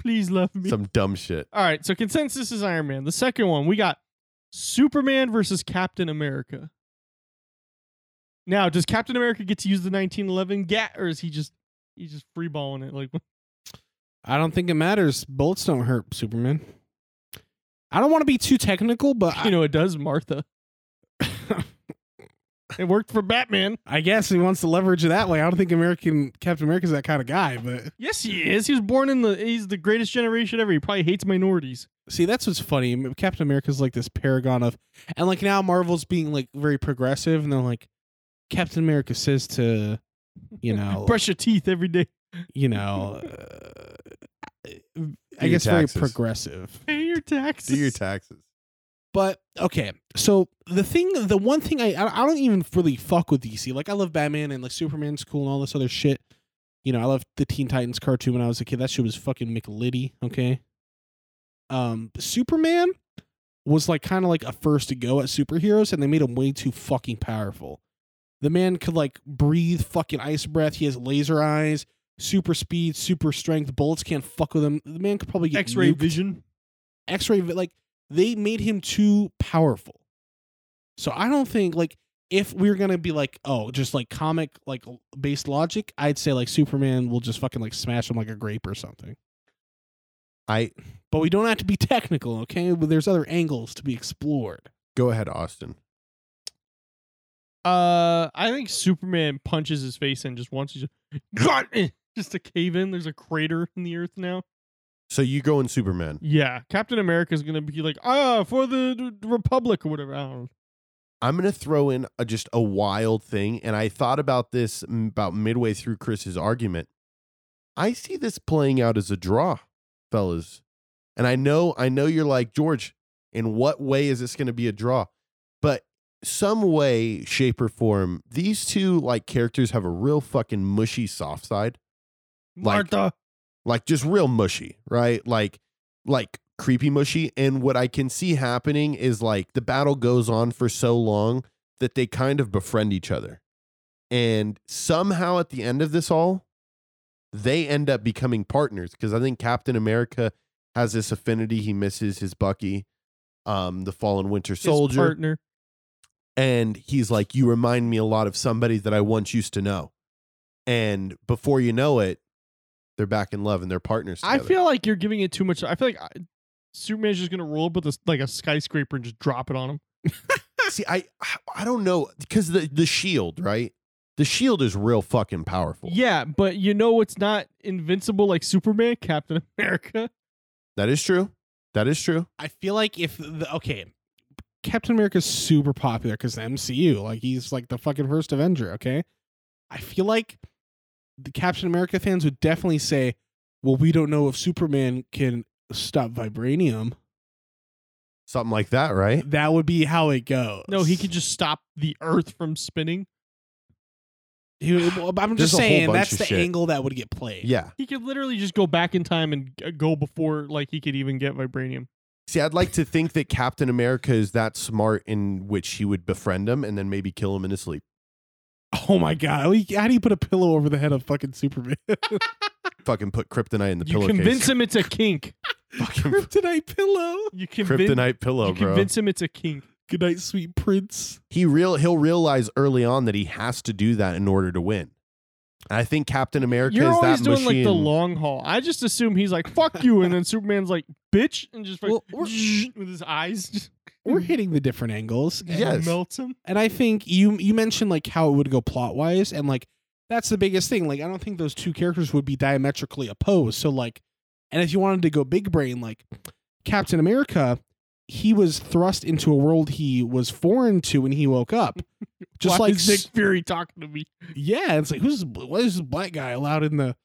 Speaker 2: Please love me.
Speaker 3: Some dumb shit.
Speaker 2: All right, so consensus is Iron Man. The second one we got Superman versus Captain America. Now, does Captain America get to use the 1911 gat, or is he just he's just freeballing it? Like, (laughs)
Speaker 4: I don't think it matters. Bullets don't hurt Superman. I don't want to be too technical, but
Speaker 2: you know, it does Martha.
Speaker 4: I,
Speaker 2: It worked for Batman.
Speaker 4: I guess he wants to leverage it that way. I don't think American Captain America's that kind of guy, but
Speaker 2: Yes, he is. He was born in the. He's the greatest generation ever. He probably hates minorities.
Speaker 4: see, that's what's funny. M- Captain America's like this paragon of, and like now Marvel's being like very progressive, and they're like, Captain America says to,
Speaker 2: (laughs)
Speaker 4: you know,
Speaker 2: Brush your teeth every day.
Speaker 4: you know, uh, I
Speaker 3: your
Speaker 4: guess very
Speaker 3: taxes.
Speaker 4: progressive.
Speaker 2: Pay your taxes. (laughs)
Speaker 3: Do your taxes.
Speaker 4: But okay, so the thing, the one thing I I I don't even really fuck with DC. Like I love Batman and like Superman's cool and all this other shit. You know, I loved the Teen Titans cartoon when I was a kid. That shit was fucking McLiddy. Okay. Um, Superman was like kind of like a first to go at superheroes, and they made him way too fucking powerful. The man could like breathe fucking ice breath. He has laser eyes, super speed, super strength. Bullets can't fuck with him. The man could probably get
Speaker 2: X-ray
Speaker 4: nuked.
Speaker 2: vision.
Speaker 4: X-ray vi- like they made him too powerful. So I don't think like if we are gonna be like oh just like comic like l- based logic, I'd say like Superman will just fucking like smash him like a grape or something.
Speaker 3: I
Speaker 4: But we don't have to be (laughs) technical, okay? But there's other angles to be explored.
Speaker 3: go ahead, Austin.
Speaker 2: Uh, I think Superman punches his face in just once. He's just, God, eh, (laughs) just to cave in. There's a crater in the earth now.
Speaker 3: So you go in Superman.
Speaker 2: Yeah, Captain America's gonna be like, ah, for the d- d- Republic or whatever. I don't know.
Speaker 3: I'm gonna throw in a, just a wild thing, and I thought about this m- about midway through Chris's argument. I see this playing out as a draw, fellas, and I know I know you're like George. In what way is this gonna be a draw? But some way, shape, or form, these two like characters have a real fucking mushy soft side Like-
Speaker 2: Martha.
Speaker 3: like just real mushy, right? Like like creepy mushy and what I can see happening is like the battle goes on for so long that they kind of befriend each other. And somehow at the end of this all they end up becoming partners because I think Captain America has this affinity he misses his Bucky um the fallen winter
Speaker 2: his
Speaker 3: soldier
Speaker 2: partner.
Speaker 3: and he's like you remind me a lot of somebody that i once used to know and before you know it they're back in love and they're partners
Speaker 2: I
Speaker 3: together.
Speaker 2: feel like you're giving it too much. I feel like I, Superman's just gonna roll up with a, s- like a skyscraper and just drop it on him.
Speaker 3: see i i don't know because the the shield right the shield is real fucking powerful
Speaker 2: Yeah, but you know it's not invincible like Superman, Captain (laughs) America.
Speaker 3: that is true That is true.
Speaker 4: I feel like if the, okay, Captain America's super popular because the MCU, like he's like the fucking first Avenger. Okay, I feel like the Captain America fans would definitely say, "Well, we don't know if Superman can stop vibranium."
Speaker 3: Something like that, right?
Speaker 4: That would be how it goes.
Speaker 2: No, he could just stop the Earth from spinning.
Speaker 4: He would- well, I'm
Speaker 3: There's
Speaker 4: just
Speaker 3: a whole
Speaker 4: saying
Speaker 3: bunch
Speaker 4: that's
Speaker 3: of
Speaker 4: the
Speaker 3: shit.
Speaker 4: angle that would get played.
Speaker 3: Yeah.
Speaker 2: He could literally just go back in time and g- go before like he could even get vibranium.
Speaker 3: See, I'd like to think that Captain America is that smart in which he would befriend him and then maybe kill him in his sleep.
Speaker 4: Oh my god! How do you- How do you put a pillow over the head of fucking
Speaker 3: (laughs)
Speaker 4: Superman? (laughs)
Speaker 3: Fucking put kryptonite in the
Speaker 2: You
Speaker 3: pillowcase.
Speaker 2: convince him it's a kink.
Speaker 3: (laughs)
Speaker 2: (laughs)
Speaker 3: Fucking
Speaker 4: Kryptonite pillow.
Speaker 2: You convince
Speaker 3: kryptonite pillow,
Speaker 2: you
Speaker 3: bro.
Speaker 2: convince him it's a kink.
Speaker 4: Good night, sweet prince.
Speaker 3: he real he'll realize early on that he has to do that in order to win. And I think Captain America
Speaker 2: You're
Speaker 3: is
Speaker 2: always
Speaker 3: that
Speaker 2: doing like
Speaker 3: machine.
Speaker 2: the long haul. I just assume he's like fuck you, and then Superman's like bitch, and just like,
Speaker 4: Well, we're-
Speaker 2: (laughs) with his eyes just
Speaker 3: Mm.
Speaker 4: We're hitting the different
Speaker 2: (laughs)
Speaker 4: angles.
Speaker 2: and
Speaker 3: Yes.
Speaker 2: melts him.
Speaker 4: And I think you you mentioned like how it would go plot wise, and like that's the biggest thing. Like I don't think those two characters would be diametrically opposed. So like, and if you wanted to go big brain, like Captain America, he was thrust into a world he was foreign to when he woke up. Just
Speaker 2: Why
Speaker 4: like
Speaker 2: is Nick Fury talking to me.
Speaker 4: yeah, it's like who's what is this black guy allowed in the?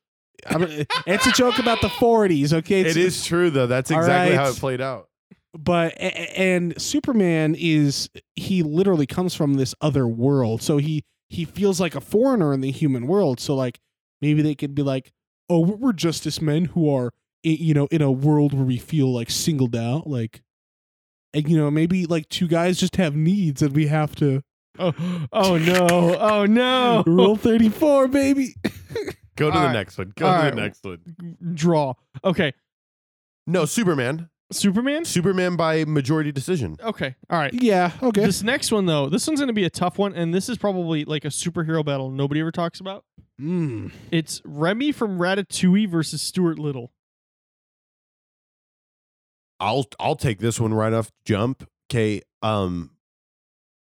Speaker 4: I mean, it's a joke about the forties. Okay,
Speaker 3: it is true though. That's
Speaker 4: All
Speaker 3: exactly how
Speaker 4: right.
Speaker 3: it played out.
Speaker 4: but a- a- and Superman is he literally comes from this other world, so he he feels like a foreigner in the human world. So like maybe they could be like, oh, we're we're just as men who are i- you know in a world where we feel like singled out, like and you know maybe like two guys just have needs and we have to
Speaker 2: Oh, oh no! Oh
Speaker 3: (laughs)
Speaker 2: no!
Speaker 4: rule thirty four, baby.
Speaker 3: Go to
Speaker 2: All
Speaker 3: the
Speaker 2: right.
Speaker 3: next one. Go
Speaker 2: All
Speaker 3: to
Speaker 2: right.
Speaker 3: the next one.
Speaker 2: Draw. Okay,
Speaker 3: No, Superman.
Speaker 2: Superman.
Speaker 3: Superman by majority decision.
Speaker 2: Okay, all right.
Speaker 4: yeah, okay.
Speaker 2: This next one though, this one's gonna be a tough one, and this is probably like a superhero battle nobody ever talks about.
Speaker 4: Mm.
Speaker 2: It's Remy from Ratatouille versus Stuart Little.
Speaker 3: I'll I'll take this one right off jump. Okay. Um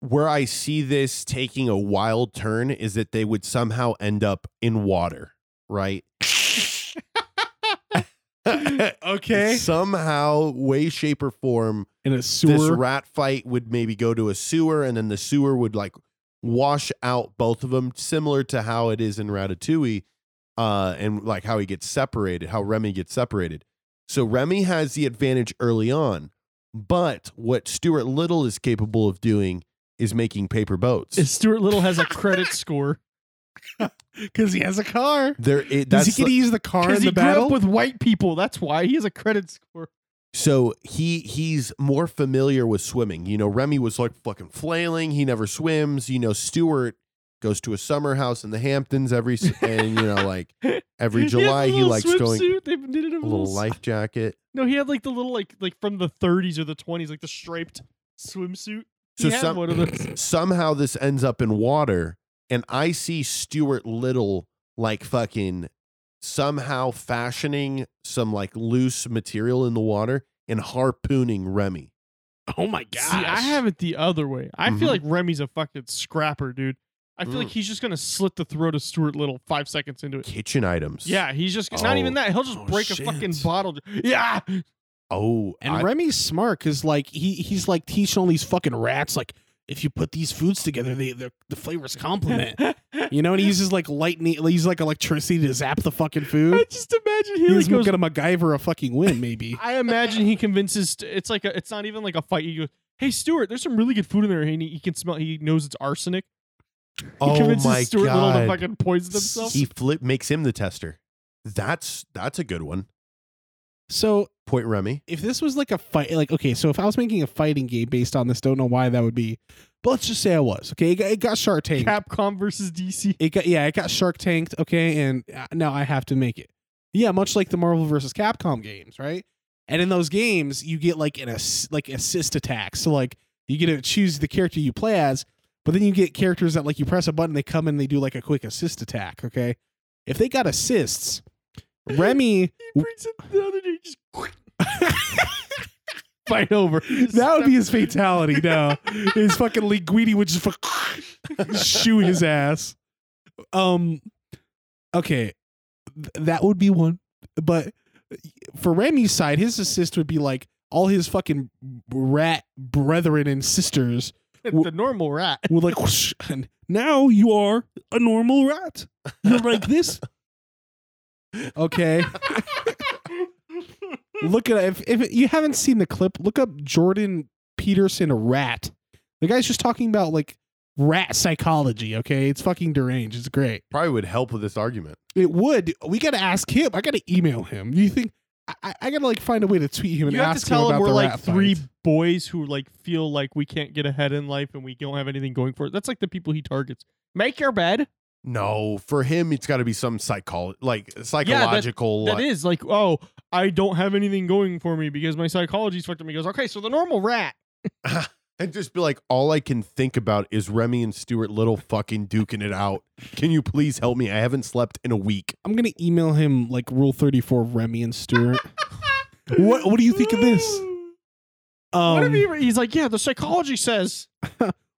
Speaker 3: where I see this taking a wild turn is that they would somehow end up in water, right?
Speaker 2: (laughs)
Speaker 4: Okay,
Speaker 3: Somehow, way, shape, or form,
Speaker 4: in a
Speaker 3: this
Speaker 4: sewer.
Speaker 3: rat fight would maybe go to a sewer, and then the sewer would like wash out both of them, similar to how it is in Ratatouille, uh, and like how he gets separated, how Remy gets separated. So Remy has the advantage early on, but what Stuart Little is capable of doing is making paper boats.
Speaker 2: Is Stuart Little has a (laughs) credit score
Speaker 4: Because he has a car.
Speaker 3: there, it,
Speaker 4: Does
Speaker 3: that's
Speaker 4: he get to use the car in
Speaker 2: because
Speaker 4: the
Speaker 2: he grew
Speaker 4: battle?
Speaker 2: up with white people. That's why he has a credit score.
Speaker 3: So he he's more familiar with swimming. You know, Remy was like fucking flailing. He never swims. You know, Stewart goes to a summer house in the Hamptons every s- and you know like
Speaker 2: (laughs)
Speaker 3: every
Speaker 2: He has a
Speaker 3: July he
Speaker 2: little
Speaker 3: likes going
Speaker 2: swimsuit. They did it in
Speaker 3: a little life jacket.
Speaker 2: No, he had like the little like like from the 30s or the 20s, like the striped swimsuit. He
Speaker 3: So
Speaker 2: had
Speaker 3: some-
Speaker 2: one of those.
Speaker 3: (laughs) Somehow this ends up in water, and I see Stewart Little like fucking somehow fashioning some like loose material in the water and harpooning Remy.
Speaker 4: (laughs) oh my
Speaker 2: See, I have it the other way. I feel
Speaker 3: Mhm.
Speaker 2: like Remy's a fucking scrapper, dude. I feel
Speaker 3: Mm.
Speaker 2: like he's just gonna slit the throat of Stuart Little five seconds into it.
Speaker 3: Kitchen items.
Speaker 2: Yeah, he's just not even
Speaker 3: Oh.
Speaker 2: that. He'll just
Speaker 4: Oh,
Speaker 2: break a
Speaker 4: shit.
Speaker 2: fucking bottle. Yeah,
Speaker 3: Oh,
Speaker 4: And
Speaker 3: I-
Speaker 4: Remy's smart because like he he's like teaching all these fucking rats like if you put these foods together they they're- the
Speaker 2: (laughs)
Speaker 4: flavors complement. you know, and he uses like lightning, he uses like electricity to zap the fucking
Speaker 2: I
Speaker 4: food.
Speaker 2: just imagine he,
Speaker 4: He's
Speaker 2: like, goes.
Speaker 4: gonna MacGyver a fucking win, maybe.
Speaker 2: (laughs) I imagine he convinces. St- It's like a, it's not even like a fight. He goes, "Hey, Stuart, there's some really good food in there, and he, he can smell. He knows it's arsenic. He
Speaker 3: oh
Speaker 2: convinces
Speaker 3: my
Speaker 2: Stuart
Speaker 3: God.
Speaker 2: Little to fucking poison himself.
Speaker 3: He flip makes him the tester. That's that's a good one.
Speaker 4: so
Speaker 3: Point Remy.
Speaker 4: if this was like a fight, like okay, so if I was making a fighting game based on this, don't know why that would be, but let's just say I was. Okay, it got, it got Shark Tank.
Speaker 2: Capcom versus DC.
Speaker 4: It got yeah, it got Shark Tanked. Okay, and uh, now I have to make it. Yeah, much like the Marvel versus Capcom games, right? And in those games, you get like an ass- like assist attack. So like you get to choose the character you play as, but then you get characters that like you press a button, they come and they do like a quick assist attack. Okay, if they got assists, Remy,
Speaker 2: He brings it the other dude. Just
Speaker 4: (laughs)
Speaker 2: (laughs) fight over.
Speaker 4: that would be his fatality. Now his fucking Linguini would just fuck (laughs) shoo his ass. Um, okay, th- that would be one. But for Remy's side, his assist would be like, all his fucking rat brethren and sisters
Speaker 2: the normal rat.
Speaker 4: were like, whoosh, and now you are a normal rat. You're
Speaker 2: (laughs)
Speaker 4: like this. Okay. look at if if you haven't seen the clip, look up Jordan Peterson rat. The guy's just talking about like rat psychology. Okay, it's fucking deranged. It's great.
Speaker 3: Probably would help with this argument.
Speaker 4: It would. We got to ask him. I got to email him. You think I- I, I got to like find a way to tweet him and
Speaker 2: you have
Speaker 4: ask
Speaker 2: to tell
Speaker 4: him
Speaker 2: him,
Speaker 4: about
Speaker 2: we're
Speaker 4: the
Speaker 2: like
Speaker 4: rat
Speaker 2: three
Speaker 4: fight.
Speaker 2: boys who like feel like we can't get ahead in life and we don't have anything going for it. That's like the people he targets. Make your bed.
Speaker 3: No, for him, it's got to be some psycholo- like psychological.
Speaker 2: That is like, oh, I don't have anything going for me because my psychology's fucked up. He goes, okay, so the normal rat.
Speaker 3: and just be like, all I can think about is Remy and Stuart Little fucking duking it out. Can you please help me? I haven't slept in a week. (laughs)
Speaker 4: I'm gonna email him like Rule Thirty Four Remy and (laughs) Stewart. what What do you think of this? Um,
Speaker 2: (laughs) what if he, he's like, yeah, the psychology says.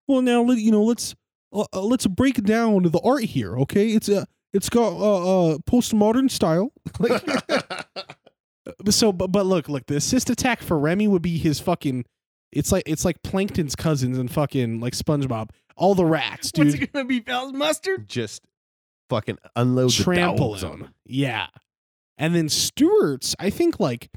Speaker 4: well now let you know let's uh, uh, let's break down the art here okay it's a it's got uh, uh postmodern style Uh, so but, but look look the assist attack for remy would be his fucking it's like it's like plankton's cousins and fucking like spongebob all the rats
Speaker 2: What's
Speaker 4: dude
Speaker 2: it gonna be, Val's mustard?
Speaker 3: just fucking unload the
Speaker 4: trample
Speaker 3: dowels on
Speaker 4: him yeah and then stewart's i think like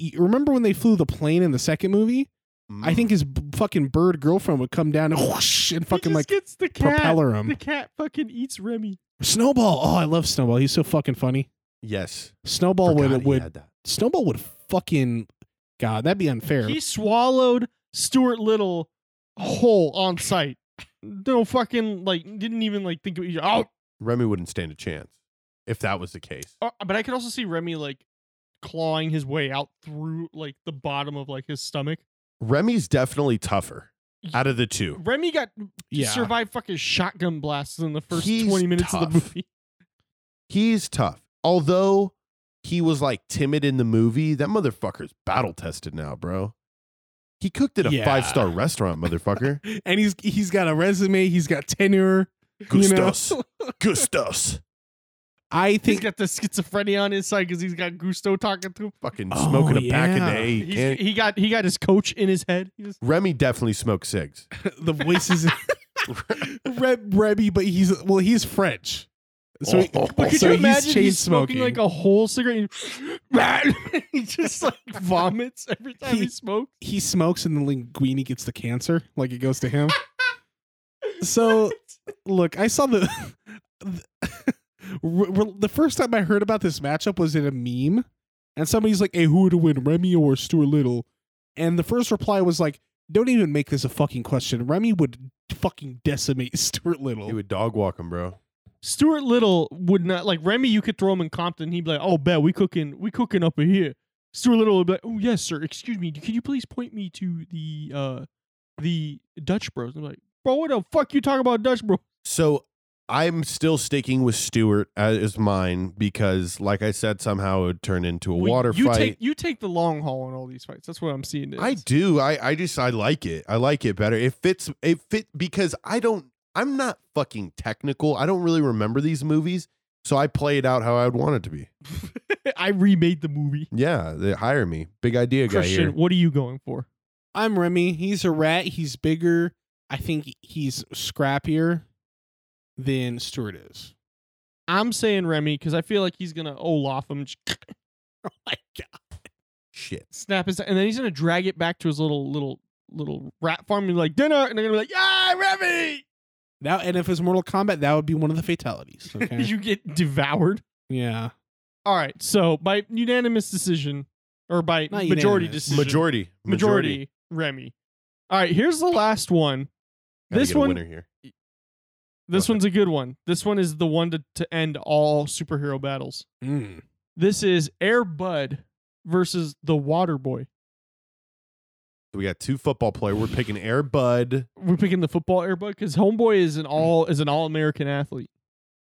Speaker 4: y- remember when they flew the plane in the second movie
Speaker 3: him.
Speaker 4: i think his b- fucking bird girlfriend would come down and whoosh and fucking
Speaker 2: he just
Speaker 4: like
Speaker 2: gets the cat.
Speaker 4: propeller him
Speaker 2: The cat fucking eats Remy.
Speaker 4: Snowball. Oh, I love Snowball. He's so fucking funny.
Speaker 3: yes.
Speaker 4: Snowball
Speaker 3: Forgot
Speaker 4: would
Speaker 3: he
Speaker 4: would
Speaker 3: had that.
Speaker 4: Snowball would fucking God, that'd be unfair.
Speaker 2: He swallowed Stuart Little whole on sight. No fucking like didn't even like think. Of, oh,
Speaker 3: Remy wouldn't stand a chance if that was the case.
Speaker 2: Uh, but I could also see Remy like clawing his way out through like the bottom of like his stomach.
Speaker 3: Remy's definitely tougher out of the two.
Speaker 2: Remy got
Speaker 4: yeah.
Speaker 2: survived fucking shotgun blasts in the first
Speaker 3: He's
Speaker 2: twenty minutes of the
Speaker 3: tough.
Speaker 2: movie. (laughs)
Speaker 3: He's tough. Although he was like timid in the movie, that motherfucker's battle tested now, bro. He cooked at a
Speaker 4: Yeah.
Speaker 3: five star restaurant, motherfucker.
Speaker 2: (laughs)
Speaker 4: And he's he's got a resume, he's got tenure.
Speaker 3: Gustos.
Speaker 2: (laughs)
Speaker 3: Gustos.
Speaker 4: I
Speaker 2: He's
Speaker 4: think
Speaker 2: got the schizophrenia on his side because he's got Gusto talking to him.
Speaker 3: Fucking
Speaker 4: Oh,
Speaker 3: smoking a pack
Speaker 4: yeah.
Speaker 3: a day. He
Speaker 2: He's,
Speaker 3: can't-
Speaker 2: he got he got his coach in his head. He just-
Speaker 3: Remy definitely smokes cigs.
Speaker 2: (laughs)
Speaker 4: the voices Reb Rebby, but he's well, he's French. So, he-
Speaker 2: But Oh. could
Speaker 4: so
Speaker 2: you
Speaker 4: Oh, he's
Speaker 2: imagine
Speaker 4: chain
Speaker 2: he's smoking,
Speaker 4: smoking.
Speaker 2: like a whole cigarette? and (laughs) He, he just like vomits every time he,
Speaker 4: He-
Speaker 2: smokes.
Speaker 4: he smokes and the linguini gets the cancer, like it goes to him. so look, I saw the (laughs) the, re- re- the first time I heard about this matchup was in a meme, and somebody's like, "Hey, who would win, Remy or Stuart Little?" And the first reply was like, "Don't even make this a fucking question. Remy would fucking decimate (laughs) Stuart Little."
Speaker 3: He would dog walk him, bro.
Speaker 2: Stuart Little would not like Remy. You could throw him in Compton. He'd be like, "Oh, bet we cooking, we cooking up in here." Stuart Little would be like, "Oh yes, sir. Excuse me. Can you please point me to the uh the Dutch Bros?" I'm like, "Bro, what the fuck you talking about Dutch Bro?"
Speaker 3: So I'm still sticking with Stewart as mine because, like I said, somehow it would turn into a
Speaker 2: Well,
Speaker 3: water
Speaker 2: you
Speaker 3: fight.
Speaker 2: Take, you take the long haul in all these fights. That's what I'm seeing. it
Speaker 3: I
Speaker 2: as.
Speaker 3: do. I I just I like it. I like it better. It fits. It fit because I don't. I'm not fucking technical. I don't really remember these movies, so I play it out how I would want it to be.
Speaker 2: (laughs) I remade the movie.
Speaker 3: Yeah, they hire me. Big idea guy
Speaker 2: Christian,
Speaker 3: here.
Speaker 2: what are you going for?
Speaker 4: I'm Remy. He's a rat. He's bigger. I think he's scrappier than Stuart is.
Speaker 2: I'm saying Remy because I feel like he's gonna Olaf him, just (laughs)
Speaker 4: Oh my god!
Speaker 3: Shit.
Speaker 2: snap his, and then he's gonna drag it back to his little little little rat farm and be like dinner, and they're gonna be like, "Yeah, Remy,
Speaker 4: Now, and if it's Mortal Kombat, that would be one of the fatalities. Okay.
Speaker 2: you get devoured."
Speaker 4: yeah.
Speaker 2: All right, so by unanimous decision or by
Speaker 4: Not
Speaker 2: majority
Speaker 4: unanimous.
Speaker 2: decision,
Speaker 3: Majority.
Speaker 2: majority, Remy. All right, here's the last one.
Speaker 3: Gotta
Speaker 2: this
Speaker 3: get a
Speaker 2: one-
Speaker 3: winner here.
Speaker 2: This
Speaker 3: Okay.
Speaker 2: one's a good one. This one is the one to, to end all superhero battles.
Speaker 4: Mm.
Speaker 2: This is Air Bud versus the Water Boy.
Speaker 3: We got two football player. We're picking Air Bud.
Speaker 2: We're picking the football Air Bud because Homeboy is an all is an all American athlete.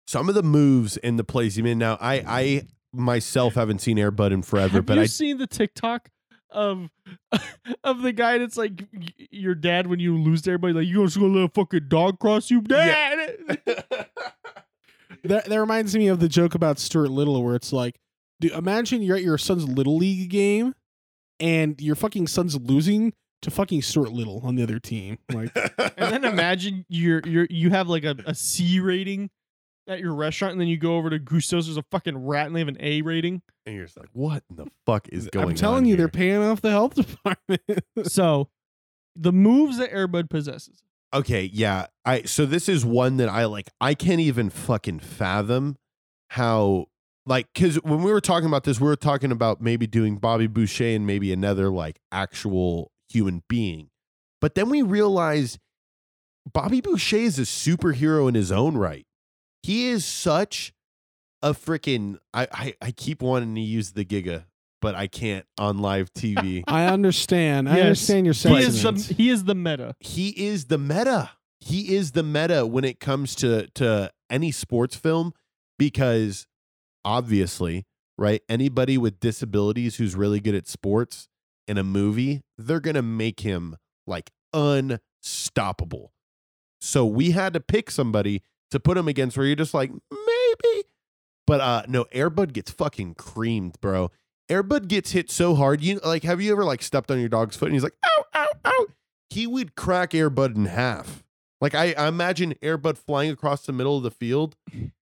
Speaker 3: Some of the moves and the plays he made. Now I I myself haven't seen Air Bud in forever,
Speaker 2: Have
Speaker 3: but
Speaker 2: you
Speaker 3: I
Speaker 2: seen the TikTok of (laughs) of the guy that's like y- your dad when you lose to everybody? Like you just gonna let a fucking dog cross you, dad?
Speaker 3: (laughs)
Speaker 4: That that reminds me of the joke about Stuart Little, where it's like, dude, imagine you're at your son's little league game, and your fucking son's losing to fucking Stuart Little on the other team. Like,
Speaker 2: And
Speaker 3: (laughs)
Speaker 2: then imagine you're you're you have like a, a C rating at your restaurant, and then you go over to Gusto's. There's a fucking rat, and they have an A
Speaker 3: (laughs)
Speaker 2: rating.
Speaker 3: and you're just like, what in the fuck is going on?
Speaker 4: I'm telling you,
Speaker 3: here?
Speaker 4: they're paying off the health (laughs) department.
Speaker 2: So, the moves that Airbud possesses.
Speaker 3: okay yeah i so this is one that i like i can't even fucking fathom how like because when we were talking about this we were talking about maybe doing bobby boucher and maybe another like actual human being but then we realized bobby boucher is a superhero in his own right he is such a freaking I, I i keep wanting to use the giga but i can't on live tv
Speaker 4: I understand. I
Speaker 2: Yes.
Speaker 4: understand your
Speaker 2: He is the
Speaker 4: sentiments.
Speaker 2: he is the meta.
Speaker 3: he is the meta. He is the meta when it comes to to any sports film because obviously, right? Anybody with disabilities who's really good at sports in a movie, they're going to make him like unstoppable. So we had to pick somebody to put him against where you're just like, maybe. But uh no, Airbud gets fucking creamed, bro. Airbud gets hit so hard. You like have you ever like stepped on your dog's foot and he's like, ow, ow, ow he would crack Airbud in half. Like I, I imagine Airbud flying across the middle of the field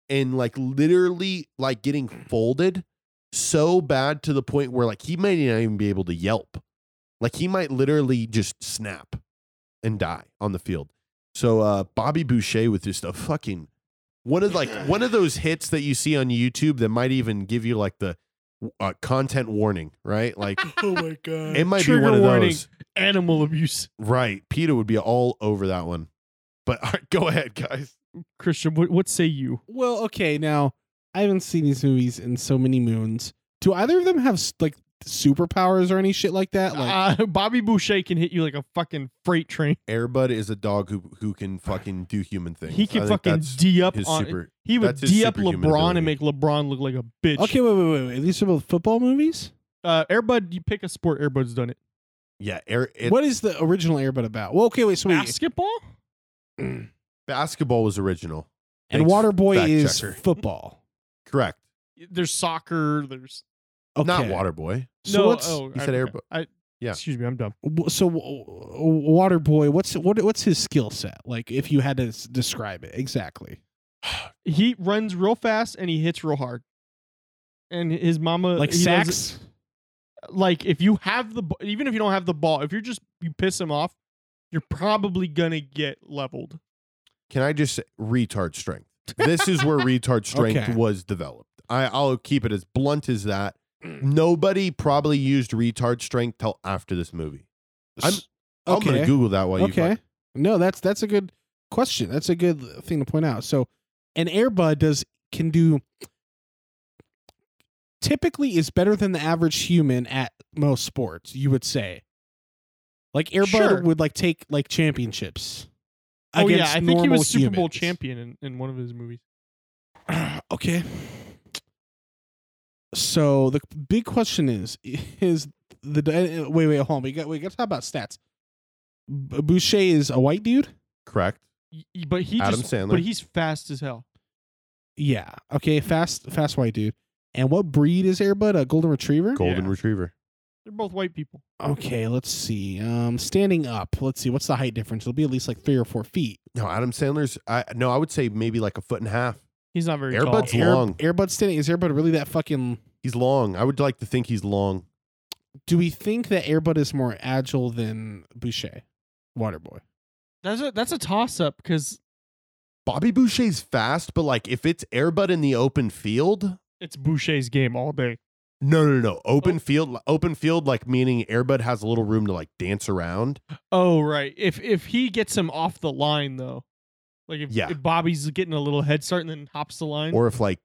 Speaker 3: and like literally like getting folded so bad to the point where like he might not even be able to yelp. Like he might literally just snap and die on the field. So uh Bobby Boucher with just a fucking one of like one of those hits that you see on YouTube that might even give you like the uh, content warning, right? Like
Speaker 4: (laughs) oh my god!
Speaker 3: it might
Speaker 2: Trigger
Speaker 3: be one of
Speaker 2: warning.
Speaker 3: those.
Speaker 2: Animal abuse.
Speaker 3: Right. PETA would be all over that one. But all right, (laughs) go ahead, guys.
Speaker 2: Christian, what, what say you?
Speaker 4: well, okay. Now I haven't seen these movies in so many moons. Do either of them have s- like superpowers or any shit like that? Like,
Speaker 2: uh, (laughs) Bobby Boucher can hit you like a fucking freight train.
Speaker 3: Airbud is a dog who who can fucking do human things.
Speaker 2: He
Speaker 3: I
Speaker 2: can
Speaker 3: think
Speaker 2: fucking
Speaker 3: that's
Speaker 2: D up
Speaker 3: his
Speaker 2: on.
Speaker 3: super.
Speaker 2: he would
Speaker 3: that's his
Speaker 2: D up
Speaker 3: superhuman
Speaker 2: LeBron and
Speaker 3: ability.
Speaker 2: make LeBron look like a bitch.
Speaker 4: okay, wait, wait, wait, wait. These are both football movies.
Speaker 2: Uh, Airbud, you pick a sport. Airbud's done it.
Speaker 3: Yeah, air, it,
Speaker 4: what is the original Airbud about? Well, okay, wait. So wait.
Speaker 2: Basketball?
Speaker 3: basketball was original.
Speaker 4: and
Speaker 3: Thanks,
Speaker 4: Waterboy
Speaker 3: fact
Speaker 4: is
Speaker 3: checker.
Speaker 4: football.
Speaker 3: correct.
Speaker 2: There's soccer. There's
Speaker 4: Okay.
Speaker 3: Not Waterboy.
Speaker 4: So
Speaker 2: no.
Speaker 4: what's
Speaker 2: oh,
Speaker 3: you
Speaker 2: I-
Speaker 3: said
Speaker 2: okay.
Speaker 3: Airbud.
Speaker 2: I,
Speaker 3: Yeah.
Speaker 2: Excuse me, I'm dumb.
Speaker 4: w- so w- w- Waterboy? What's what? What's his skill set? Like, if you had to s- describe it exactly,
Speaker 2: He runs real fast and he hits real hard. And his
Speaker 3: Uh,
Speaker 2: mama
Speaker 4: like
Speaker 2: he does-
Speaker 4: sacks.
Speaker 2: like if you have the b- even if you don't have the ball, if you're just you piss him off, you're probably gonna get leveled.
Speaker 3: Can I just say retard strength? This is
Speaker 2: (laughs)
Speaker 3: where retard strength
Speaker 4: Okay.
Speaker 3: was developed. I, I'll keep it as blunt as that. Nobody probably used retard strength till after this movie. I'm-
Speaker 4: S-
Speaker 3: I'm gonna Google that while you.
Speaker 4: okay. No, that's that's a good question. That's a good thing to point out. So, an Airbud does can do typically is better than the average human at most sports. You would say, like Airbud
Speaker 2: Sure.
Speaker 4: would like take like championships.
Speaker 2: Oh yeah,
Speaker 4: against
Speaker 2: I think he
Speaker 4: normal
Speaker 2: was Super Bowl
Speaker 4: humans.
Speaker 2: champion in, in one of his movies.
Speaker 4: (clears throat) okay. So the big question is: Is the uh, wait wait hold on we got we got to talk about stats. B- Boucher is a white dude.
Speaker 3: Correct.
Speaker 2: Y- y- But he
Speaker 3: Adam
Speaker 2: just,
Speaker 3: Sandler.
Speaker 2: but he's fast as hell.
Speaker 4: Yeah. Okay. Fast, fast white dude. And what breed is Airbud? A golden retriever.
Speaker 3: Golden
Speaker 2: Yeah.
Speaker 3: retriever.
Speaker 2: They're both white people.
Speaker 4: Okay. Let's see. Um, standing up. Let's see. What's the height difference? It'll be at least like three or four feet.
Speaker 3: No, Adam Sandler's. I no, I would say maybe like a foot and a half.
Speaker 2: He's not very tall.
Speaker 3: Airbud's long.
Speaker 4: Airbud standing. Is Airbud really that fucking?
Speaker 3: He's long. I would like to think he's long.
Speaker 4: Do we think that Airbud is more agile than Boucher, Waterboy?
Speaker 2: That's a that's a toss up because
Speaker 3: Bobby Boucher's fast, but like if it's airbud in the open field,
Speaker 2: it's Boucher's game all day.
Speaker 3: no, no, no, open
Speaker 2: Oh.
Speaker 3: field, open field, like meaning airbud has a little room to like dance around.
Speaker 2: Oh right. If if he gets him off the line though, like if,
Speaker 3: Yeah.
Speaker 2: if Bobby's getting a little head start and then hops the line.
Speaker 3: Or if like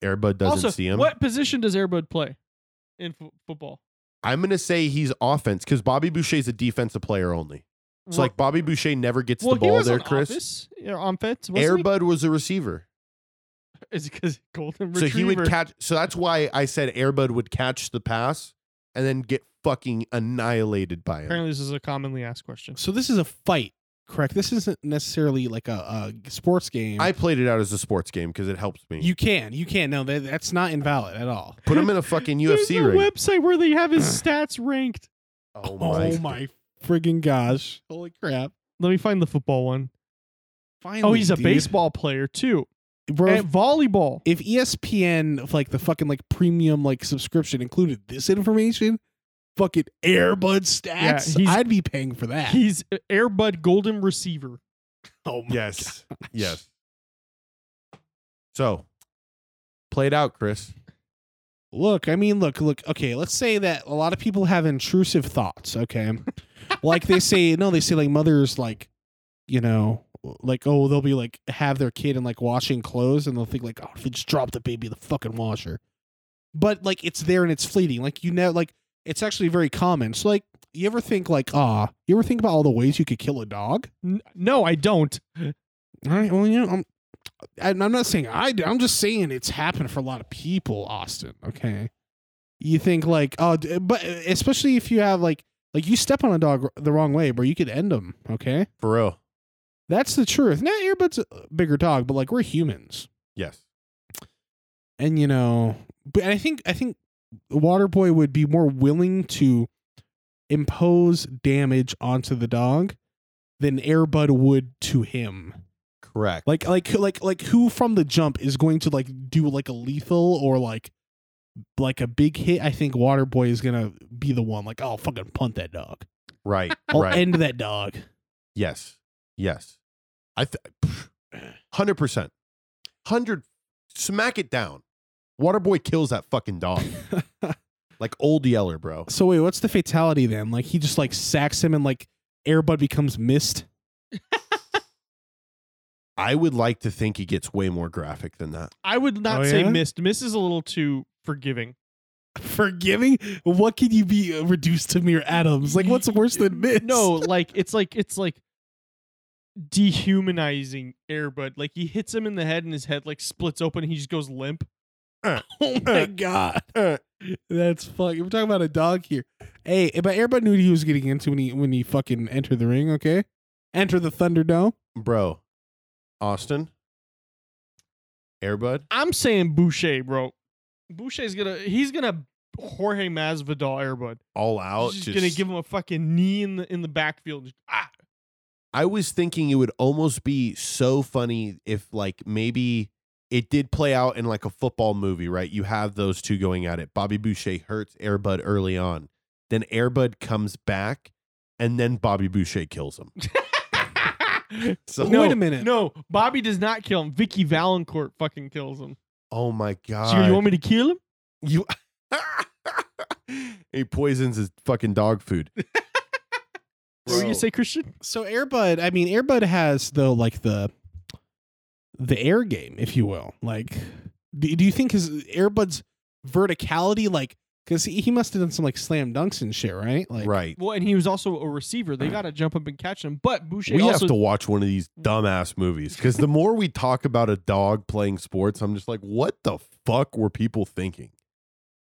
Speaker 3: airbud doesn't
Speaker 2: also,
Speaker 3: see him,
Speaker 2: what position does Airbud play in fo- football?
Speaker 3: I'm gonna say he's offense because Bobby Boucher's a defensive player only. So
Speaker 2: Ru-
Speaker 3: like Bobby Boucher never gets
Speaker 2: well,
Speaker 3: the
Speaker 2: he
Speaker 3: ball
Speaker 2: was
Speaker 3: there,
Speaker 2: on
Speaker 3: Chris.
Speaker 2: Office, yeah, on fence, wasn't
Speaker 3: Airbud was a receiver.
Speaker 2: he? Is because golden
Speaker 3: So
Speaker 2: retriever.
Speaker 3: he would catch. So that's why I said Airbud would catch the pass and then get fucking annihilated by him.
Speaker 2: Apparently, this is a commonly asked question.
Speaker 4: So this is a fight correct. This isn't necessarily like a, a sports game.
Speaker 3: I played it out as a sports game because it helps me.
Speaker 4: you can, you can. No, that, that's not invalid at all.
Speaker 3: put
Speaker 4: (laughs)
Speaker 3: him in a fucking
Speaker 2: There's
Speaker 3: UFC
Speaker 2: a
Speaker 3: ring.
Speaker 2: website where they
Speaker 3: (sighs)
Speaker 2: have his stats ranked.
Speaker 3: Oh
Speaker 4: Oh my friggin' gosh! Holy crap!
Speaker 2: Let me find the football one.
Speaker 4: Finally,
Speaker 2: Oh, he's a
Speaker 4: dude.
Speaker 2: baseball player too.
Speaker 4: Bro,
Speaker 2: And volleyball.
Speaker 4: if E ESPN if, like the fucking like premium like subscription included this information, fucking Airbud stats,
Speaker 2: he's-
Speaker 4: I'd be paying for that.
Speaker 2: He's a Airbud Golden Receiver.
Speaker 4: oh
Speaker 3: (laughs)
Speaker 4: my
Speaker 3: Yes. Yes. So, played out, Chris.
Speaker 4: Look, I mean, look, look. Okay, let's say that a lot of people have intrusive thoughts. Okay, like they say, no, they say like mothers, like you know, like oh, they'll be like have their kid in like washing clothes, and they'll think like, oh, if we just drop the baby in the fucking washer. But like it's there and it's fleeting. Like you know, like it's actually very common. So like, you ever think like, ah, you ever think about all the ways you could kill a dog?
Speaker 2: N- no, I don't.
Speaker 4: All right, well, you know, I'm, and I'm not saying I do. I'm just saying it's happened for a lot of people, Austin. Okay, you think like, oh, d- but especially if you have like, like you step on a dog r- the wrong way, bro, you could end them. Okay,
Speaker 3: For real.
Speaker 4: that's the truth. Now, Airbud's a bigger dog, but like we're humans,
Speaker 3: Yes.
Speaker 4: and you know, but I think I think Waterboy would be more willing to impose damage onto the dog than Airbud would to him.
Speaker 3: Correct.
Speaker 4: Like like like like who from the jump is going to like do like a lethal or like like a big hit? I think Waterboy is gonna be the one like I'll fucking punt that dog.
Speaker 3: Right.
Speaker 4: I'll
Speaker 3: right.
Speaker 4: end that dog.
Speaker 3: yes. Yes. I th-
Speaker 2: Eh.
Speaker 3: 100%. 100 smack it down. Waterboy kills that
Speaker 2: (laughs)
Speaker 3: fucking dog. like old yeller, bro.
Speaker 4: So wait, what's the fatality then? Like he just like sacks him and like Airbud becomes mist.
Speaker 3: I would like to think he gets way more graphic than that.
Speaker 2: I would not
Speaker 4: Oh,
Speaker 2: say
Speaker 4: yeah?
Speaker 2: missed. Miss is a little too forgiving.
Speaker 4: Forgiving? What can you be uh, reduced to mere atoms? Like what's worse than
Speaker 2: (laughs)
Speaker 4: mist?
Speaker 2: No,
Speaker 4: (laughs)
Speaker 2: like it's like it's like dehumanizing Airbud. Like he hits him in the head and his head like splits open and he just goes limp.
Speaker 4: (laughs) Oh my god. That's fuck. We're talking about a dog here. Hey, but Airbud knew what he was getting into when he when he fucking entered the ring, okay? Enter the Thunderdome.
Speaker 3: Bro. Austin. Airbud.
Speaker 2: I'm saying Boucher, bro. Boucher's gonna he's gonna Jorge Masvidal Airbud.
Speaker 3: All out.
Speaker 2: he's just
Speaker 3: just-
Speaker 2: gonna give him a fucking knee in the in the backfield. Just, ah. (laughs)
Speaker 3: I was thinking it would almost be so funny if like maybe it did play out in like a football movie, right? You have those two going at it. Bobby Boucher hurts Airbud early on. Then Airbud comes back and then Bobby Boucher
Speaker 2: (laughs)
Speaker 3: kills him. So
Speaker 4: No. Wait a minute.
Speaker 2: No, Bobby does not kill him. Vicky Valancourt fucking kills him.
Speaker 3: oh my god.
Speaker 2: So you want me to kill him?
Speaker 3: You (laughs) He poisons his fucking
Speaker 2: (laughs)
Speaker 3: dog food.
Speaker 2: What were you
Speaker 3: Bro.
Speaker 2: gonna say, Christian?
Speaker 4: So Airbud, I mean Airbud has though like the the air game, if you will. Like do, do you think his Airbud's verticality like cuz he, he must have done some like slam dunks and shit, right? Like
Speaker 3: right.
Speaker 2: Well, and he was also a receiver. They gotta jump up and catch him. But Boucher
Speaker 3: We
Speaker 2: also Mm.
Speaker 3: have to watch one of these dumbass movies because the more we talk about a dog playing sports, I'm just like, what the fuck were people thinking?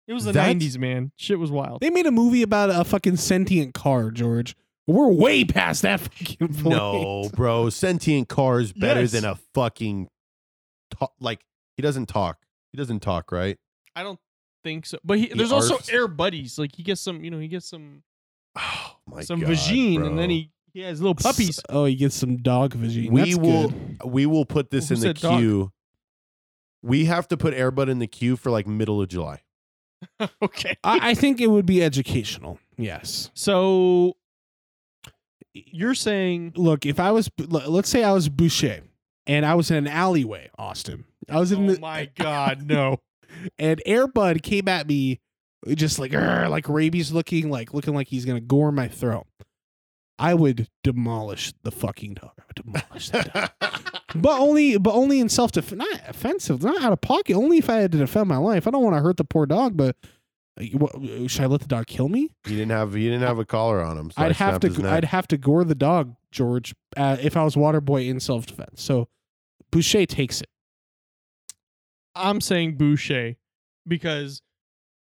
Speaker 2: it was the
Speaker 3: That's-
Speaker 2: nineties, man. Shit was wild.
Speaker 4: They made a movie about a fucking sentient car, George. We're way past that fucking point.
Speaker 3: No, bro. Sentient car is better
Speaker 2: Yes.
Speaker 3: than a fucking ta- like he doesn't talk. He doesn't talk, right?
Speaker 2: I don't think so. But he,
Speaker 3: The
Speaker 2: there's also
Speaker 3: arse.
Speaker 2: air buddies. Like he gets some, you know, he gets some
Speaker 3: Oh my
Speaker 2: some
Speaker 3: God,
Speaker 2: vagine, and then
Speaker 3: bro.
Speaker 2: he he has little
Speaker 3: (laughs)
Speaker 2: puppies.
Speaker 4: S- Oh, you get some dog vagine.
Speaker 3: We
Speaker 4: That's
Speaker 3: will
Speaker 4: good.
Speaker 3: we will put this
Speaker 2: Who
Speaker 3: in the
Speaker 2: said dog?
Speaker 3: queue. We have to put Airbud in the queue for like middle of July.
Speaker 2: okay.
Speaker 4: I, I think it would be educational. Yes.
Speaker 2: So you're saying
Speaker 4: Look, if I was, l- let's say I was Boucher, and I was in an alleyway, Austin. I was
Speaker 2: Oh
Speaker 4: in, the- (laughs)
Speaker 2: my god, no.
Speaker 4: and Airbud came at me, uh, just like, "Arr," like rabies looking, like looking like he's gonna gore my throat. I would demolish the fucking dog. I would demolish that dog.
Speaker 2: (laughs)
Speaker 4: But only, but only in self defense, not offensive, not out of pocket. Only if I had to defend my life. I don't want to hurt the poor dog, but uh, what, should I let the dog kill me?
Speaker 3: He didn't have he didn't have a collar on him. So I
Speaker 4: I'd have
Speaker 3: snapped
Speaker 4: to,
Speaker 3: his
Speaker 4: g-
Speaker 3: neck.
Speaker 4: I'd have to gore the dog, George, uh, if I was Waterboy in self defense. So
Speaker 3: (laughs)
Speaker 4: Boucher takes it.
Speaker 2: I'm saying Boucher because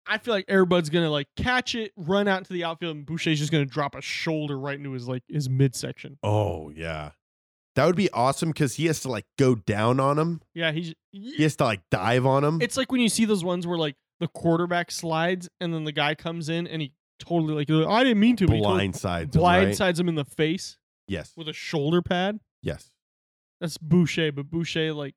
Speaker 2: I feel like Airbud's gonna like catch it, run out into the outfield, and Boucher's just gonna drop a shoulder right into his like his midsection.
Speaker 3: Oh yeah, that would be awesome because he has to like go down on him.
Speaker 2: Yeah, he's
Speaker 3: He has to like dive on him.
Speaker 2: it's like when you see those ones where like the quarterback slides and then the guy comes in and he totally like "Oh, I didn't mean to but he totally
Speaker 3: blindsides. him, right?
Speaker 2: blindsides him in the face
Speaker 3: Yes.
Speaker 2: with a shoulder pad.
Speaker 3: Yes.
Speaker 2: That's Boucher, but Boucher like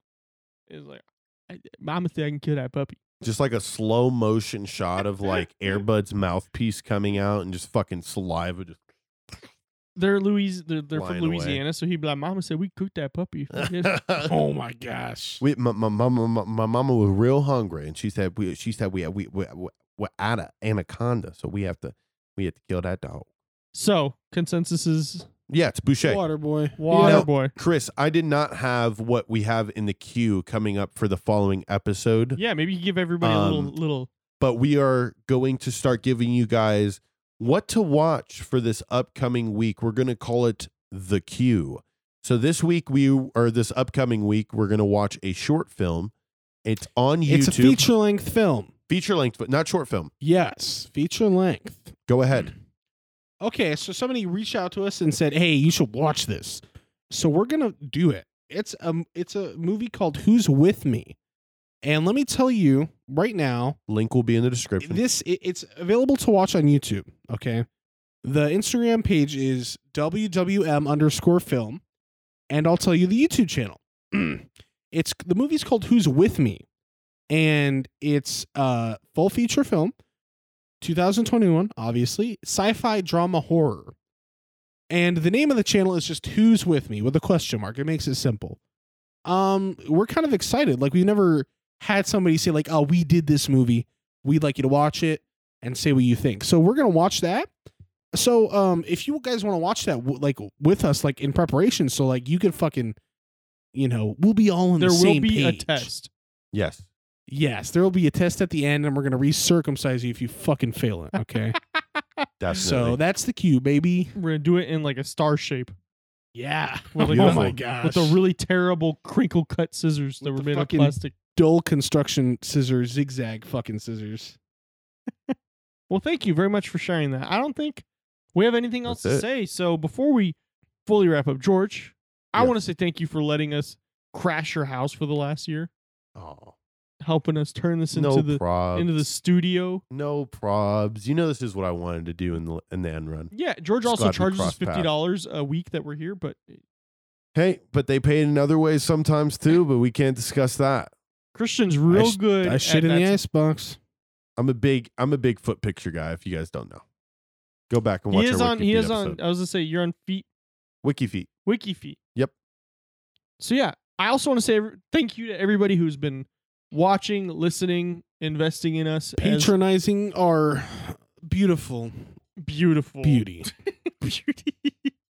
Speaker 2: is like I, I'm a thing I can kill that puppy.
Speaker 3: Just like a slow motion shot of like Airbud's mouthpiece coming out and just fucking saliva. Just
Speaker 2: They're Louis they're, they're from
Speaker 3: Flying away.
Speaker 2: Louisiana, so he'd be like, Mama said we cooked that puppy.
Speaker 4: (laughs) Oh my gosh.
Speaker 3: (laughs) we, my, my, my, my, my mama was real hungry and she said we she said we we we we're out of anaconda, so we have to we have to kill that dog.
Speaker 2: so consensus is
Speaker 3: Yeah, it's Boucher.
Speaker 4: Water boy.
Speaker 2: water
Speaker 3: No.
Speaker 2: boy.
Speaker 3: Chris, I did not have what we have in the queue coming up for the following episode.
Speaker 2: Yeah, maybe you give everybody a little
Speaker 3: Um,
Speaker 2: little
Speaker 3: but we are going to start giving you guys what to watch for this upcoming week. We're going to call it The Queue. So this week we or this upcoming week we're going to watch a short film. It's on YouTube.
Speaker 4: It's a feature length film.
Speaker 3: feature length, but not short film.
Speaker 4: Yes, feature length.
Speaker 3: Go
Speaker 4: Mm.
Speaker 3: ahead.
Speaker 4: Okay, so somebody reached out to us and said, "Hey, you should watch this." So we're gonna do it. It's a it's a movie called Who's with Me, and let me tell you right now,
Speaker 3: Link will be in the description.
Speaker 4: this it, it's available to watch on YouTube. Okay, the Instagram page is wwm underscore film, and I'll tell you the YouTube channel. (clears throat) it's the movie's called Who's with Me, and it's a full feature film, 2021, obviously sci-fi drama horror, and the name of the channel is just Who's with Me with a question mark. It makes it simple. Um, we're kind of excited. Like we've never had somebody say like, "Oh, we did this movie." we'd like you to watch it and say what you think. So we're gonna watch that. So um, if you guys want to watch that w- like with us, like in preparation, so like you could fucking, you know, we'll be all on
Speaker 2: there
Speaker 4: the
Speaker 2: will
Speaker 4: same
Speaker 2: be
Speaker 4: page.
Speaker 2: a test.
Speaker 3: yes.
Speaker 4: Yes, there will be a test at the end, and we're gonna recircumcise you if you fucking fail it. Okay,
Speaker 3: Definitely.
Speaker 4: so that's the cue, baby.
Speaker 2: We're gonna do it in like a star shape.
Speaker 4: Yeah.
Speaker 2: With like
Speaker 4: oh
Speaker 3: Beautiful.
Speaker 4: my gosh.
Speaker 2: with the really terrible crinkle cut scissors that
Speaker 4: With
Speaker 2: were
Speaker 4: the
Speaker 2: made of
Speaker 4: fucking-
Speaker 2: plastic.
Speaker 4: dull construction scissors, zigzag fucking scissors.
Speaker 2: Well, thank you very much for sharing that. I don't think we have anything else
Speaker 3: That's
Speaker 2: to say. So before we fully wrap up, George, I
Speaker 3: Yeah.
Speaker 2: want to say thank you for letting us crash your house for the last year,
Speaker 3: Aw.
Speaker 2: helping us turn this into
Speaker 3: no
Speaker 2: the
Speaker 3: probs.
Speaker 2: into the studio.
Speaker 3: no probs. You know this is what I wanted to do in the in the end run.
Speaker 2: Yeah, George
Speaker 3: Just
Speaker 2: also
Speaker 3: glad we
Speaker 2: charges us
Speaker 3: crossed paths.
Speaker 2: fifty dollars a week that we're here, but
Speaker 3: Hey, but they paid in other ways sometimes too, but we can't discuss that.
Speaker 2: Christian's real
Speaker 4: sh-
Speaker 2: good.
Speaker 4: I shit
Speaker 2: at
Speaker 4: in the
Speaker 2: that-
Speaker 4: ice box.
Speaker 3: I'm a big I'm a big foot picture guy. If you guys don't know, go back and watch.
Speaker 2: He is
Speaker 3: our
Speaker 2: on.
Speaker 3: Wiki
Speaker 2: He
Speaker 3: Feet
Speaker 2: is on.
Speaker 3: episode.
Speaker 2: I was gonna say you're on feet
Speaker 3: Wiki feet.
Speaker 2: Wiki feet.
Speaker 3: Yep.
Speaker 2: So yeah, I also want to say every- thank you to everybody who's been watching, listening, investing in us. as
Speaker 4: Patronizing our beautiful
Speaker 2: beautiful
Speaker 4: beauty.
Speaker 2: (laughs) Beauty.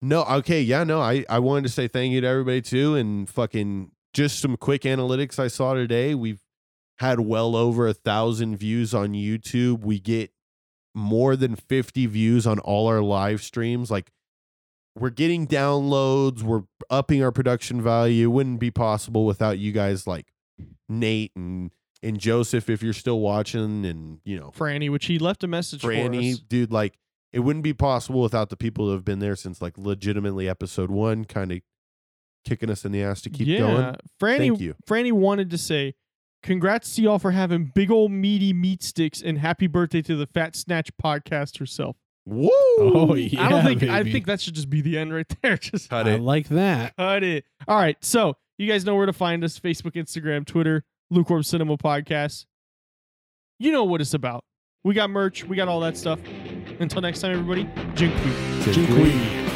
Speaker 3: No, okay, yeah, no. I I wanted to say thank you to everybody too, and fucking just some quick analytics I saw today. We've had well over a thousand views on YouTube. We get more than 50 views on all our live streams. Like we're getting downloads, we're upping our production value. It wouldn't be possible without you guys like Nate and and Joseph if you're still watching and you know
Speaker 2: Franny, which he left a message for
Speaker 3: Franny,
Speaker 2: us.
Speaker 3: dude, like it wouldn't be possible without the people that have been there since like legitimately episode one, kind of kicking us in the ass to keep
Speaker 2: yeah,
Speaker 3: going.
Speaker 2: Franny.
Speaker 3: Thank you.
Speaker 2: Franny wanted to say, "Congrats to y'all for having big old meaty meat sticks, and happy birthday to the Fat Snatch podcast herself."
Speaker 3: Woo!
Speaker 4: Oh, yeah.
Speaker 2: I don't think. I
Speaker 4: baby.
Speaker 2: think that should just be the end right there. (laughs) Just
Speaker 3: Cut
Speaker 4: I
Speaker 3: it.
Speaker 4: like that.
Speaker 2: (laughs) Cut it. All right. So you guys know where to find us Facebook, Instagram, Twitter, Lukewarm Cinema Podcast. You know what it's about. We got merch, we got all that stuff. Until next time, everybody, Jink Poop.
Speaker 3: Jink Weed.
Speaker 4: Jinqueen.